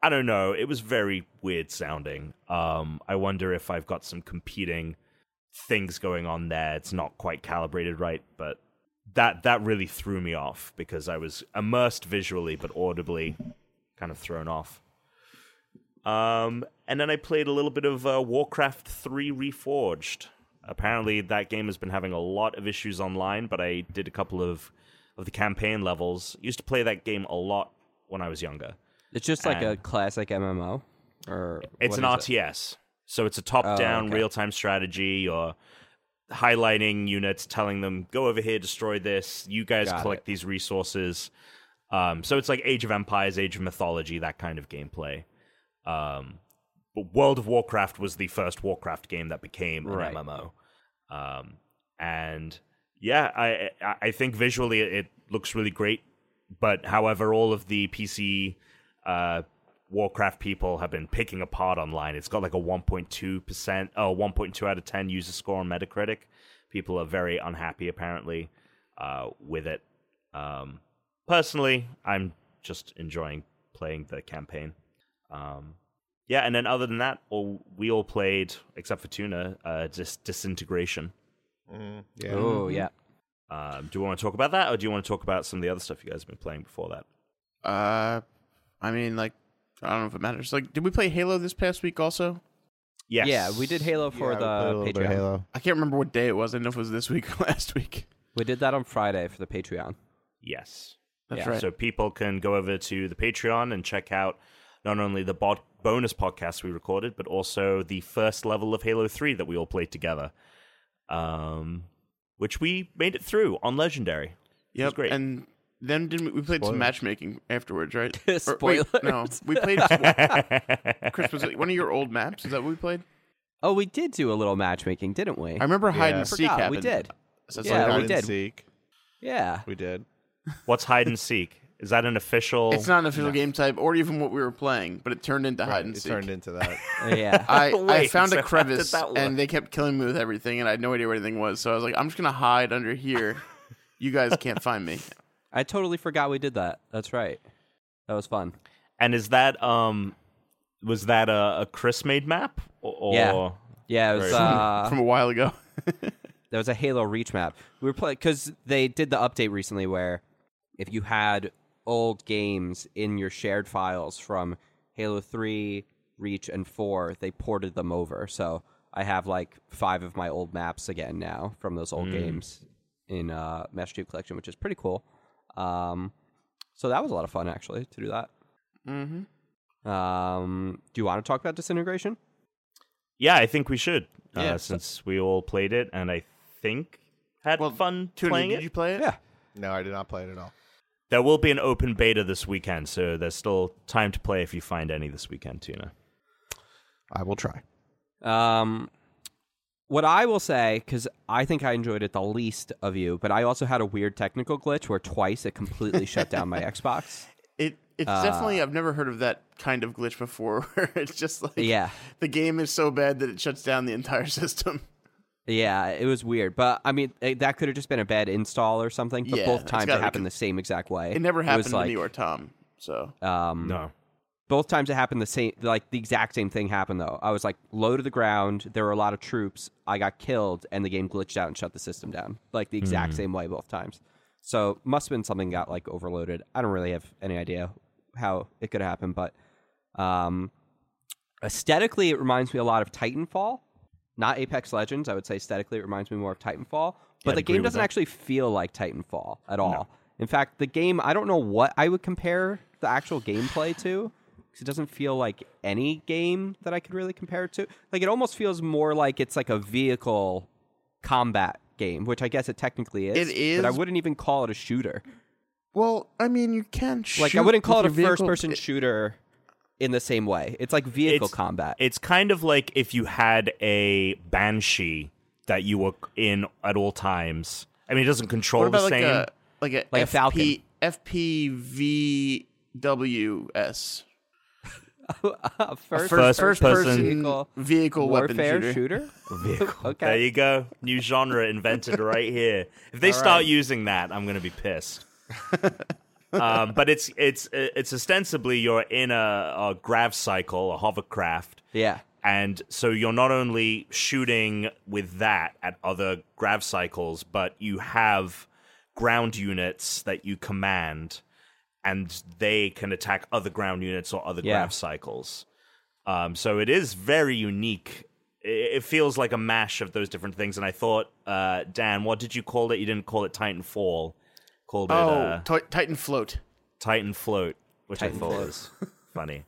Speaker 3: I don't know. It was very weird sounding. Um, I wonder if I've got some competing things going on there. It's not quite calibrated right, but that that really threw me off because I was immersed visually but audibly kind of thrown off. Um, and then I played a little bit of uh, Warcraft 3 Reforged. Apparently, that game has been having a lot of issues online, but I did a couple of of the campaign levels. Used to play that game a lot when I was younger.
Speaker 1: It's just like a
Speaker 3: and-
Speaker 1: classic MMO, or
Speaker 3: It's
Speaker 1: what
Speaker 3: an
Speaker 1: is it? Oh,
Speaker 3: RTS. So it's a top down
Speaker 1: okay.
Speaker 3: real time strategy or highlighting units, telling them, go over here, destroy this. You guys
Speaker 1: Got
Speaker 3: collect
Speaker 1: it.
Speaker 3: these resources. Um, so it's like Age of Empires, Age of Mythology, that kind of gameplay. Um, but World of Warcraft was the first Warcraft game that became an
Speaker 1: Right.
Speaker 3: MMO. Um, and yeah, I, I I think visually it, it looks really great. But however, all of the PC uh, Warcraft people have been picking apart online. It's got like a 1.2 percent, oh, 1.2 out of 10 user score on Metacritic. People are very unhappy apparently uh, with it. Um, personally, I'm just enjoying playing the campaign. Um, yeah, and then other than that, all we all played except for Tuna, uh, just disintegration.
Speaker 2: Mm, Yeah.
Speaker 1: Oh yeah,
Speaker 3: Um, do you want to talk about that, or do you want to talk about some of the other stuff you guys have been playing before that?
Speaker 4: Uh, I mean, like, I don't know if it matters. Like, did we play Halo this past week also?
Speaker 3: Yes.
Speaker 1: yeah. We did Halo for the Patreon.
Speaker 2: Halo.
Speaker 4: I can't remember what day it was. I don't know if it was this week or <laughs> last week.
Speaker 1: We did that on Friday for the Patreon.
Speaker 3: Yes.
Speaker 4: That's
Speaker 1: Yeah,
Speaker 4: right.
Speaker 3: So people can go over to the Patreon and check out not only the bod- bonus podcast we recorded, but also the first level of Halo 3 that we all played together, um, which we made it through on
Speaker 1: <laughs>
Speaker 3: Legendary.
Speaker 4: yep.
Speaker 3: great.
Speaker 4: And then didn't we, we played some matchmaking
Speaker 3: <laughs>
Speaker 4: afterwards, right? Or- wait,
Speaker 1: Spoilers.
Speaker 4: no, we played. Chris was it one of your old maps. Is that what we played?
Speaker 1: Oh, we did do a little matchmaking, didn't we?
Speaker 4: I remember hide
Speaker 2: Yeah.
Speaker 4: and seek
Speaker 1: Forgot,
Speaker 4: happened.
Speaker 1: we did.
Speaker 4: So it's
Speaker 1: Yeah,
Speaker 4: like-
Speaker 1: we
Speaker 2: Hide and
Speaker 1: did.
Speaker 2: Seek.
Speaker 1: Yeah.
Speaker 2: We did.
Speaker 3: What's hide and seek? Is that an official?
Speaker 4: it's not an official game type, or even what we were playing, but it turned into hide and
Speaker 2: It
Speaker 4: seek.
Speaker 2: turned into that.
Speaker 1: <laughs> Oh, Yeah.
Speaker 3: <laughs>
Speaker 4: I, I
Speaker 3: Wait,
Speaker 4: found
Speaker 3: so how
Speaker 4: a
Speaker 3: did
Speaker 4: crevice
Speaker 3: that work?
Speaker 4: and they kept killing me with everything, and I had no idea where anything was. So I was like, I'm just gonna hide under here. you guys can't
Speaker 3: <laughs>
Speaker 4: find me.
Speaker 1: I totally forgot we did that. That's right. That was fun.
Speaker 3: And is that um, was that a, a Chris made map? Or, or-
Speaker 1: Yeah. Yeah, it was, uh,
Speaker 4: <laughs> From a while ago.
Speaker 1: there was a Halo Reach map. We were playing because they did the update recently where if you had old games in your shared files from Halo 3, Reach, and 4, they ported them over. So I have like five of my old maps again now from those old games in uh, Master Chief Collection, which is pretty cool. Um, so that was a lot of fun actually to do that.
Speaker 4: mm-hmm.
Speaker 1: Um, do you want to talk about disintegration?
Speaker 3: Yeah, I think we should.
Speaker 1: Yeah.
Speaker 3: uh, since we all played it, and I think had
Speaker 4: Well,
Speaker 3: fun
Speaker 4: Tuna,
Speaker 3: playing
Speaker 4: did
Speaker 3: it.
Speaker 4: you play it?
Speaker 1: Yeah.
Speaker 2: no, I did not play it at all.
Speaker 3: There will be an open beta this weekend, so there's still time to play if you find any this weekend, Tuna.
Speaker 2: I will try.
Speaker 1: Um, what I will say, because I think I enjoyed it the least of you, but I also had a weird technical glitch where twice it completely shut down
Speaker 4: <laughs>
Speaker 1: my Xbox.
Speaker 4: It it's
Speaker 1: Uh.
Speaker 4: definitely I've never heard of that kind of glitch before <laughs> where it's just like
Speaker 1: Yeah.
Speaker 4: the game is so bad that it shuts down the entire <laughs> system.
Speaker 1: Yeah, it was weird. But I mean, it, that could have just been a bad install or something. But
Speaker 4: Yeah,
Speaker 1: both
Speaker 4: it's
Speaker 1: times it
Speaker 4: gotta be
Speaker 1: happened
Speaker 4: con-
Speaker 1: the same exact way.
Speaker 4: It never happened
Speaker 1: was
Speaker 4: to
Speaker 1: like,
Speaker 4: me or Tom. So
Speaker 1: Um,
Speaker 3: No.
Speaker 1: both times it happened the same like the exact same thing happened though i was like low to the ground there were a lot of troops i got killed and the game glitched out and shut the system down like the exact same way both times so must have been something got like overloaded i don't really have any idea how it could happen but um aesthetically it reminds me a lot of titanfall not apex legends i would say aesthetically it reminds me more of titanfall but
Speaker 3: I'd
Speaker 1: the
Speaker 3: agree
Speaker 1: game
Speaker 3: with
Speaker 1: doesn't
Speaker 3: that.
Speaker 1: actually feel like titanfall at all in fact the game i don't know what i would compare the actual gameplay to because it doesn't feel like any game that i could really compare it to like it almost feels more like it's like a vehicle combat game, which I guess it technically is.
Speaker 4: It is.
Speaker 1: But I wouldn't even call it a shooter.
Speaker 4: Well, I mean, you can shoot.
Speaker 1: Like I wouldn't call it a
Speaker 4: with your vehicle.
Speaker 1: first person shooter in the same way. It's like vehicle
Speaker 3: It's-
Speaker 1: combat.
Speaker 3: It's kind of like if you had a banshee that you were in at all times. I mean, it doesn't control
Speaker 4: What about
Speaker 3: the
Speaker 4: like
Speaker 3: same.
Speaker 4: a like a
Speaker 1: Like a
Speaker 4: FP, FPVWS
Speaker 1: <laughs> a first,
Speaker 3: first
Speaker 1: person
Speaker 3: person
Speaker 1: vehicle
Speaker 4: vehicle weapon
Speaker 1: warfare
Speaker 4: shooter.
Speaker 1: <laughs> okay.
Speaker 3: There you go. New genre invented right here. If they start using that, I'm going to be pissed. um, but it's it's it's ostensibly you're in a, a grav cycle, a hovercraft,
Speaker 1: yeah.
Speaker 3: and so you're not only shooting with that at other grav cycles, but you have ground units that you command, and they can attack other ground units or other
Speaker 1: Yeah.
Speaker 3: grav cycles. Um, so it is very unique. I- It feels like a mash of those different things. And I thought, uh, Dan, what did you call it? You didn't call it Titanfall. Called it
Speaker 4: Oh,
Speaker 3: uh,
Speaker 4: Ti- Titan Float.
Speaker 3: Titan Float, which I
Speaker 1: Titan
Speaker 3: thought
Speaker 1: Float.
Speaker 3: was funny.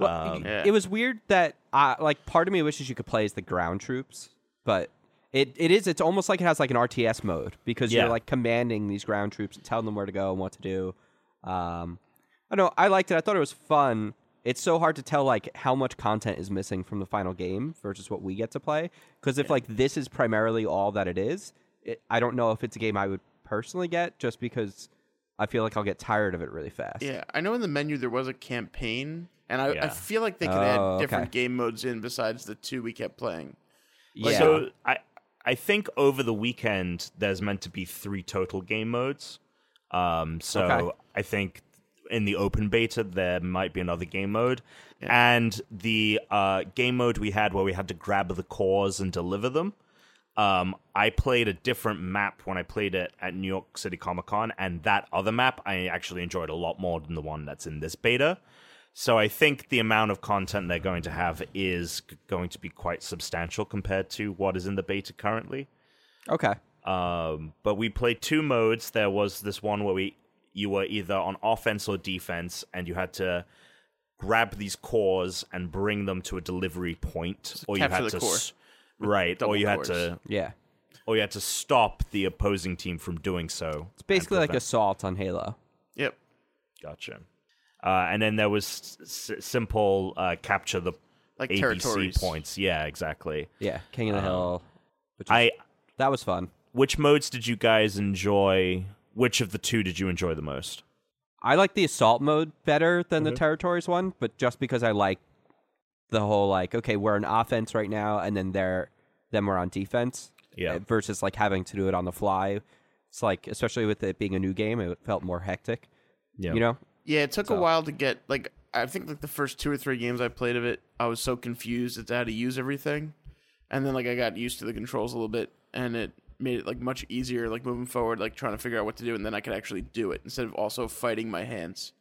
Speaker 1: Well,
Speaker 3: Um,
Speaker 1: it-
Speaker 4: yeah.
Speaker 1: It was weird that I like part of me wishes you could play as the ground troops, but it, it is it's almost like it has like an RTS mode because
Speaker 3: Yeah.
Speaker 1: you're like commanding these ground troops and telling them where to go and what to do. Um, I don't know I liked it. I thought it was fun. It's so hard to tell like how much content is missing from the final game versus what we get to play because if like this is primarily all that it is, it, I don't know if it's a game I would personally get just because I feel like I'll get tired of it really fast.
Speaker 4: Yeah, I know in the menu there was a campaign, and I, I
Speaker 3: Yeah.
Speaker 4: feel like they could
Speaker 1: Oh,
Speaker 4: add
Speaker 1: okay.
Speaker 4: different game modes in besides the two we kept playing.
Speaker 1: yeah.
Speaker 3: So I I think over the weekend there's meant to be three total game modes. Um so
Speaker 1: Okay.
Speaker 3: I think in the open beta there might be another game mode. And the uh game mode we had where we had to grab the cores and deliver them. Um, I played a different map when I played it at New York City Comic Con, and that other map I actually enjoyed a lot more than the one that's in this beta. So I think the amount of content they're going to have is g- going to be quite substantial compared to what is in the beta currently.
Speaker 1: okay.
Speaker 3: Um, but we played two modes. There was this one where we you were either on offense or defense, and you had to grab these cores and bring them to a delivery point, or you
Speaker 4: capture
Speaker 3: had
Speaker 4: the
Speaker 3: to
Speaker 4: core
Speaker 3: s- right,
Speaker 4: double
Speaker 3: or you
Speaker 4: cores.
Speaker 3: had to
Speaker 1: Yeah.
Speaker 3: or you had to stop the opposing team from doing so. It's
Speaker 1: basically like assault on Halo.
Speaker 4: Yep.
Speaker 3: gotcha. Uh, and then there was s- s- simple uh, capture the
Speaker 4: Like
Speaker 3: ABC
Speaker 4: territories.
Speaker 3: points. Yeah, exactly.
Speaker 1: Yeah, King of the
Speaker 3: Uh-huh.
Speaker 1: Hill. Which was,
Speaker 3: I
Speaker 1: that was fun.
Speaker 3: which modes did you guys enjoy? Which of the two did you enjoy the most?
Speaker 1: I like the assault mode better than
Speaker 3: Mm-hmm.
Speaker 1: the territories one, but just because I like the whole like okay, we're on offense right now, and then they're then we're on defense.
Speaker 3: Yeah.
Speaker 1: uh, Versus like having to do it on the fly. It's like especially with it being a new game, it felt more hectic.
Speaker 3: Yeah.
Speaker 1: You know.
Speaker 4: Yeah, it took a while to get like I think like the first two or three games I played of it, I was so confused as to how to use everything, and then like I got used to the controls a little bit, and it made it like much easier like moving forward, like trying to figure out what to do, and then I could actually do it instead of also fighting my hands.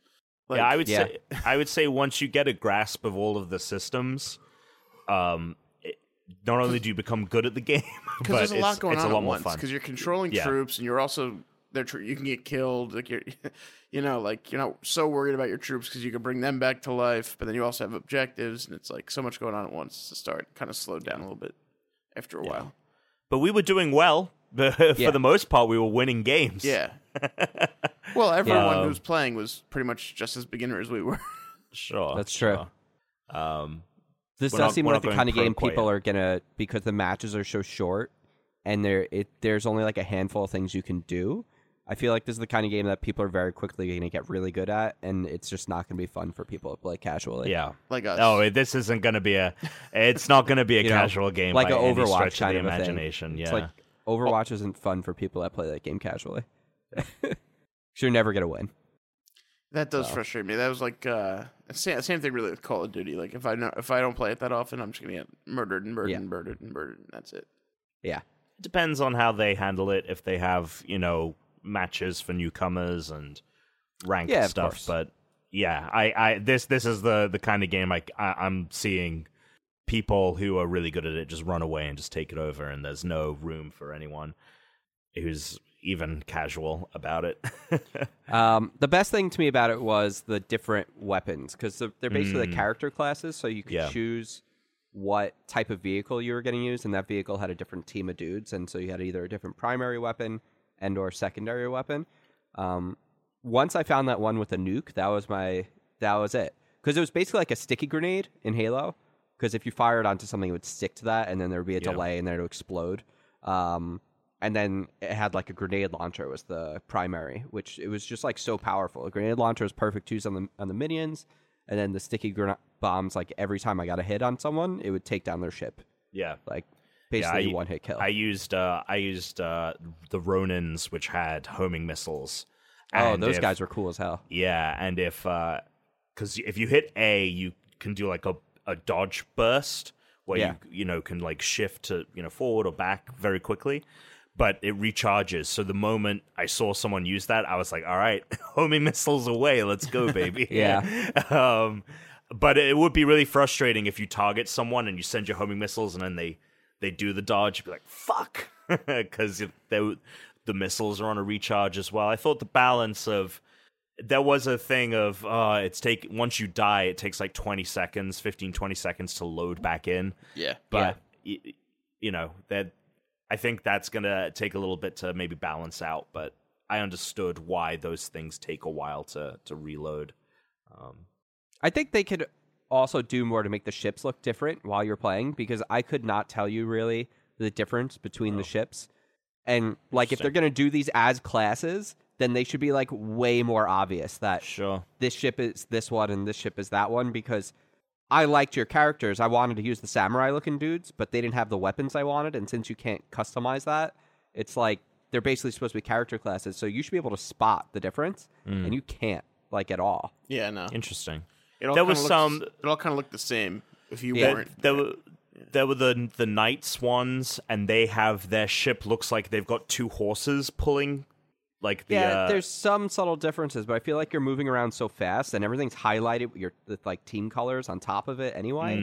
Speaker 4: Like,
Speaker 3: yeah, I would
Speaker 1: Yeah.
Speaker 3: say I would say once you get a grasp of all of the systems, um, it, not only do you become good at the <laughs> game, but
Speaker 4: because there's a
Speaker 3: it's,
Speaker 4: lot going
Speaker 3: it's
Speaker 4: on
Speaker 3: a lot
Speaker 4: at
Speaker 3: more
Speaker 4: once.
Speaker 3: fun.
Speaker 4: Because you're controlling
Speaker 3: Yeah.
Speaker 4: troops, and you're also they're tr- you can get killed. Like you're, <laughs> you know, like you're not so worried about your troops because you can bring them back to life. But then you also have objectives, and it's like so much going on at once to start. Kind of slowed down a little bit after a
Speaker 3: <laughs>
Speaker 4: while.
Speaker 3: But we were doing well. <laughs> For
Speaker 1: Yeah.
Speaker 3: the most part, we were winning games.
Speaker 4: Yeah. well, everyone
Speaker 3: Yeah. Um,
Speaker 4: who was playing was pretty much just as beginner as we were. <laughs>
Speaker 3: Sure.
Speaker 1: That's true.
Speaker 3: sure. Um,
Speaker 1: This
Speaker 3: We're
Speaker 1: does
Speaker 3: not-
Speaker 1: seem
Speaker 3: we're
Speaker 1: like
Speaker 3: not
Speaker 1: the
Speaker 3: going
Speaker 1: kind of
Speaker 3: pro
Speaker 1: game
Speaker 3: quite
Speaker 1: people
Speaker 3: yet.
Speaker 1: are gonna because the matches are so short and there it there's only like a handful of things you can do. I feel like this is the kind of game that people are very quickly gonna get really good at, and it's just not gonna be fun for people to play casually.
Speaker 3: yeah.
Speaker 4: Like us.
Speaker 3: Oh, it- this isn't going to be a. It's not going to be a
Speaker 1: <laughs> You know,
Speaker 3: casual game
Speaker 1: like
Speaker 3: by
Speaker 1: an
Speaker 3: any
Speaker 1: Overwatch
Speaker 3: stretch of
Speaker 1: kind
Speaker 3: the
Speaker 1: of a thing.
Speaker 3: imagination. Yeah.
Speaker 1: It's like Overwatch isn't fun for people that play that game casually. <laughs> 'Cause you're never gonna win.
Speaker 4: That does frustrate me. That was like uh, same, same thing really with Call of Duty. Like if I know, if I don't play it that often, I'm just gonna get murdered and murdered
Speaker 1: Yeah.
Speaker 4: and murdered and murdered, and that's it.
Speaker 1: Yeah.
Speaker 3: It depends on how they handle it. If they have you know matches for newcomers and ranked
Speaker 1: Yeah, of
Speaker 3: stuff,
Speaker 1: course.
Speaker 3: but yeah, I, I this this is the the kind of game I, I I'm seeing people who are really good at it just run away and just take it over, and there's no room for anyone who's even casual about it. <laughs>
Speaker 1: Um, the best thing to me about it was the different weapons because they're, they're basically like character classes, so you could
Speaker 3: Yeah.
Speaker 1: choose what type of vehicle you were going to use, and that vehicle had a different team of dudes, and so you had either a different primary weapon and or secondary weapon. Um, once I found that one with a nuke, that was my that was it because it was basically like a sticky grenade in Halo. Because if you fired onto something, it would stick to that, and then there would be a delay, and then it would explode. Um, and then it had like a grenade launcher was the primary, which it was just like so powerful. A grenade launcher was perfect to use on the on the minions, and then the sticky grenade bombs. Like every time I got a hit on someone, it would take down their ship.
Speaker 3: Yeah.
Speaker 1: Like
Speaker 3: Yeah,
Speaker 1: basically
Speaker 3: I-
Speaker 1: one hit kill.
Speaker 3: I used uh, I used uh, the Ronins, which had homing missiles.
Speaker 1: oh,
Speaker 3: And
Speaker 1: those
Speaker 3: if-
Speaker 1: guys were cool as hell.
Speaker 3: Yeah, and if because if you hit A, you can do like a a dodge burst where
Speaker 1: Yeah.
Speaker 3: you you know can like shift to you know forward or back very quickly. But it recharges. So the moment I saw someone use that, I was like, "All right, <laughs> homing missiles away,
Speaker 1: <laughs>
Speaker 3: let's go, baby!"
Speaker 1: Yeah.
Speaker 3: Um, but it would be really frustrating if you target someone and you send your homing missiles and then they they do the dodge. You'd be like, "Fuck," <laughs> because the missiles are on a recharge as well. I thought the balance of there was a thing of uh it's take once you die it takes like 20 seconds 15 20 seconds to load back in
Speaker 4: Yeah.
Speaker 3: but y- you know that i think that's gonna take a little bit to maybe balance out but i understood why those things take a while to to reload
Speaker 1: I think they could also do more to make the ships look different while you're playing because I could not tell you really the difference between the ships. And like if they're going to do these as classes, then they should be like way more obvious that
Speaker 3: sure
Speaker 1: this ship is this one and this ship is that one because I liked your characters. I wanted to use the samurai looking dudes, but they didn't have the weapons I wanted. And since you can't customize that, it's like they're basically supposed to be character classes. So you should be able to spot the difference, and you can't like at all.
Speaker 4: Yeah, no.
Speaker 3: interesting
Speaker 4: It all
Speaker 3: There
Speaker 4: kinda
Speaker 3: was
Speaker 4: looked-
Speaker 3: some-
Speaker 4: It all kind of looked the same if you
Speaker 1: Yeah.
Speaker 4: weren't.
Speaker 3: there were there were the the night swans and they have their ship looks like they've got two horses pulling like the
Speaker 1: yeah,
Speaker 3: uh,
Speaker 1: there's some subtle differences, but I feel like you're moving around so fast and everything's highlighted with your with like team colors on top of it anyway.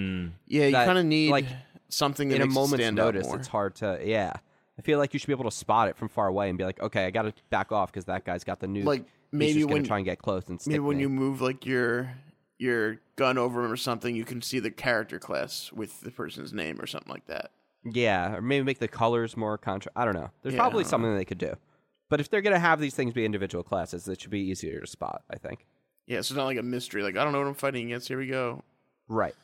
Speaker 4: yeah, you
Speaker 1: that,
Speaker 4: kind of need
Speaker 1: like,
Speaker 4: something that
Speaker 1: In a
Speaker 4: makes Mm. it
Speaker 1: moment's
Speaker 4: stand out
Speaker 1: notice,
Speaker 4: more.
Speaker 1: it's hard to yeah. I feel like you should be able to spot it from far away and be like, okay, I got to back off because that guy's got the new.
Speaker 4: Like, maybe
Speaker 1: He's just gonna
Speaker 4: when-
Speaker 1: try and get close and stick
Speaker 4: Maybe when
Speaker 1: me.
Speaker 4: you move like your your gun over him or something, you can see the character class with the person's name or something like that.
Speaker 1: yeah, or maybe make the colors more contra. I don't know. There's
Speaker 4: Yeah, I
Speaker 1: probably
Speaker 4: don't know.
Speaker 1: something they could do, but if they're gonna have these things be individual classes, it should be easier to spot. I think.
Speaker 4: Yeah, so it's not like a mystery. Like I don't know what I'm fighting against. Here we go.
Speaker 1: Right.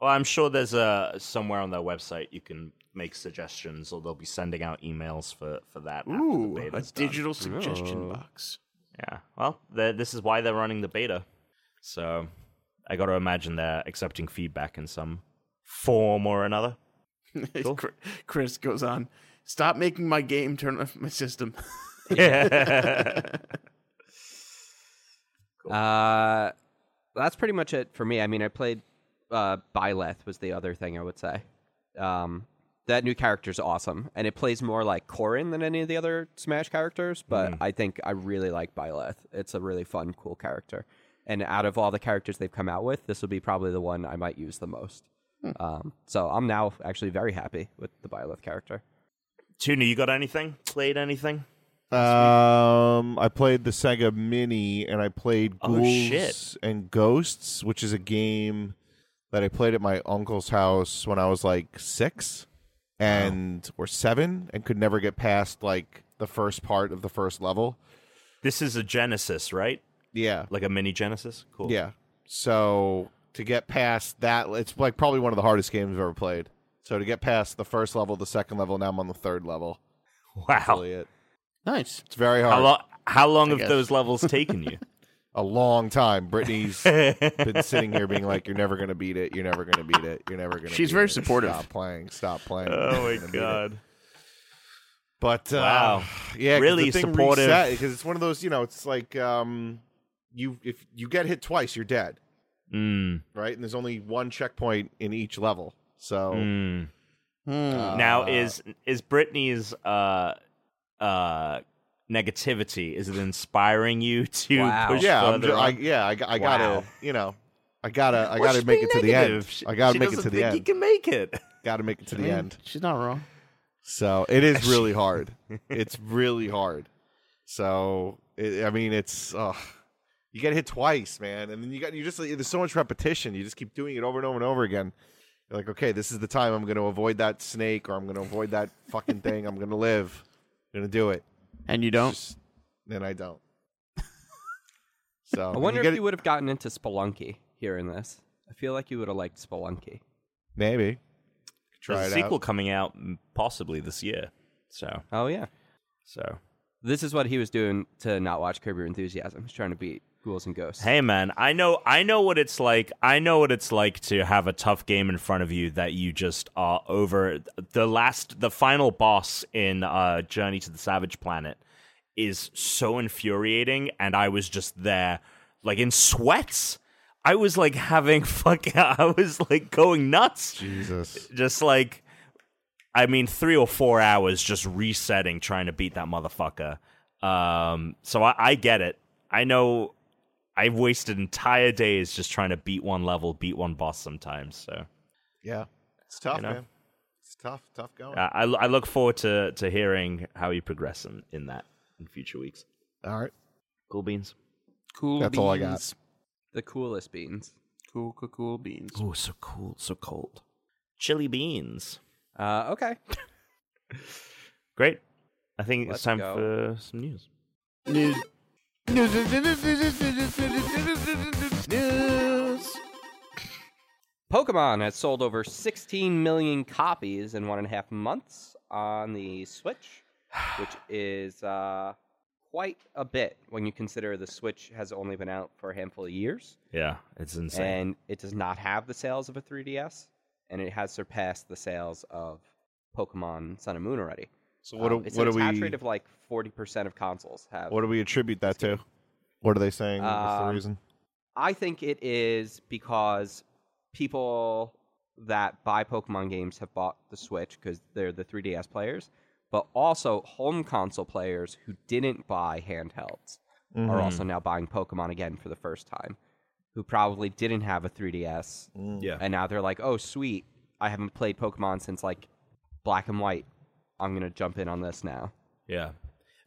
Speaker 3: Well, I'm sure there's a somewhere on their website you can make suggestions, or they'll be sending out emails for for that. after the
Speaker 4: Ooh, a
Speaker 3: beta's done.
Speaker 4: digital suggestion box. <laughs>
Speaker 3: Yeah. Well, they're- this is why they're running the beta. So I got to imagine they're accepting feedback in some form or another. <laughs>
Speaker 4: Chr- Chris goes on. Stop making my game turn off
Speaker 1: <laughs>
Speaker 4: my system.
Speaker 3: Yeah.
Speaker 1: Uh, that's pretty much it for me. I mean, I played uh, Byleth was the other thing I would say. Um, that new character's awesome, and it plays more like Corin than any of the other Smash characters. But I think I really like Byleth. It's a really fun, cool character. And out of all the characters they've come out with, this will be probably the one I might use the most. Um, so I'm now actually very happy with the Byleth character.
Speaker 3: Tuna, you got anything? Played anything?
Speaker 2: Um, I played the Sega Mini, and I played
Speaker 3: Oh,
Speaker 2: Ghouls
Speaker 3: shit.
Speaker 2: and Ghosts, which is a game that I played at my uncle's house when I was like six and or seven, and could never get past like the first part of the first level.
Speaker 3: This is a Genesis, right?
Speaker 2: Yeah,
Speaker 3: Like a mini Genesis. Cool.
Speaker 2: yeah. So to get past that, it's like probably one of the hardest games I've ever played. So to get past the first level, the second level, now I'm on the third level.
Speaker 3: Wow.
Speaker 2: Really, it
Speaker 4: nice.
Speaker 2: it's very hard.
Speaker 3: How long? How long have
Speaker 4: guess.
Speaker 3: those levels taken
Speaker 4: <laughs>
Speaker 3: you?
Speaker 2: a
Speaker 3: Oh
Speaker 2: long time.
Speaker 3: <laughs>
Speaker 2: Brittany's been sitting here being like, "You're never gonna beat it. You're never gonna beat it. You're never gonna."
Speaker 4: She's
Speaker 2: beat
Speaker 4: very
Speaker 2: it.
Speaker 4: supportive.
Speaker 2: Stop playing. Stop playing.
Speaker 3: oh my god.
Speaker 2: But uh,
Speaker 3: Wow.
Speaker 2: yeah, 'cause
Speaker 3: Really
Speaker 2: the thing
Speaker 3: supportive.
Speaker 2: because it's one of those. You know, it's like um, you if you get hit twice, you're dead,
Speaker 3: Mm,
Speaker 2: right? And there's only one checkpoint in each level. So
Speaker 3: mm.
Speaker 4: Hmm.
Speaker 2: Uh.
Speaker 3: now is is Britney's uh uh negativity is it inspiring you to
Speaker 1: Wow.
Speaker 3: push
Speaker 2: yeah, I'm
Speaker 3: further
Speaker 2: ju- I,
Speaker 3: on?
Speaker 2: yeah, I, I
Speaker 3: Wow.
Speaker 2: gotta you know. I gotta, I gotta make it to the end. I gotta make it to the
Speaker 3: You
Speaker 2: end.
Speaker 3: can make it.
Speaker 2: Gotta make it to the
Speaker 4: I mean,
Speaker 2: end.
Speaker 4: <laughs> She's not wrong.
Speaker 2: So it is really hard. It's really hard. So it, I mean, it's ugh. you get hit twice, man, and then you got you just like, there's so much repetition. You just keep doing it over and over and over again. You're like, okay, this is the time I'm going to avoid that snake or I'm going to avoid that fucking thing. I'm going to live. I'm going to do it.
Speaker 4: And you don't?
Speaker 2: Then I don't. So
Speaker 1: I wonder
Speaker 2: get
Speaker 1: if
Speaker 2: it-
Speaker 1: you would have gotten into Spelunky here in this. I feel like you would have liked Spelunky.
Speaker 2: maybe try
Speaker 3: There's
Speaker 2: it
Speaker 3: a sequel
Speaker 2: out.
Speaker 3: coming out m- possibly this year. So
Speaker 1: Oh yeah,
Speaker 3: so
Speaker 1: this is what he was doing to not watch Curb Your Enthusiasm. He's trying to beat Ghouls and Ghosts.
Speaker 3: hey man, I know I know what it's like. I know what it's like to have a tough game in front of you that you just are over. The last the final boss in uh, Journey to the Savage Planet is so infuriating, and I was just there like in sweats. I was like having <laughs> fucking. I was like going nuts.
Speaker 2: Jesus.
Speaker 3: just like I mean, three or four hours just resetting, trying to beat that motherfucker. Um, so I, I get it. I know I've wasted entire days just trying to beat one level, beat one boss sometimes. So
Speaker 2: Yeah, it's tough,
Speaker 3: You know?
Speaker 2: man. It's tough, tough going.
Speaker 3: I, I, I look forward to to hearing how you progress in, in that in future weeks.
Speaker 2: All right.
Speaker 3: Cool beans.
Speaker 4: Cool
Speaker 2: That's
Speaker 4: beans.
Speaker 2: all I got.
Speaker 1: The coolest beans.
Speaker 4: Cool, cool, cool beans.
Speaker 3: Oh, so cool, so cold. Chili beans.
Speaker 1: Uh, okay.
Speaker 3: Great. I think
Speaker 1: Let's
Speaker 3: it's time
Speaker 1: go.
Speaker 3: for some news.
Speaker 4: News. News. News.
Speaker 1: Pokemon has sold over 16 million copies in one and a half months on the
Speaker 2: <sighs>
Speaker 1: Switch, which is uh, quite a bit when you consider the Switch has only been out for a handful of years.
Speaker 3: Yeah, it's insane.
Speaker 1: And it does not have the sales of a 3DS, and it has surpassed the sales of Pokemon Sun and Moon already.
Speaker 2: So what
Speaker 1: Um,
Speaker 2: do
Speaker 1: it's
Speaker 2: what
Speaker 1: an
Speaker 2: do
Speaker 1: attach
Speaker 2: we
Speaker 1: rate of like 40% of consoles have.
Speaker 2: what do we attribute that to? What are they saying? What's the
Speaker 1: Um,
Speaker 2: reason?
Speaker 1: I think it is because people that buy Pokemon games have bought the Switch because they're the 3DS players, but also home console players who didn't buy handhelds are also now buying Pokemon again for the first time, who probably didn't have a 3DS.
Speaker 3: yeah.
Speaker 1: And now they're like, oh, sweet. I haven't played Pokemon since like Black and White. I'm going to jump in on this now.
Speaker 3: Yeah,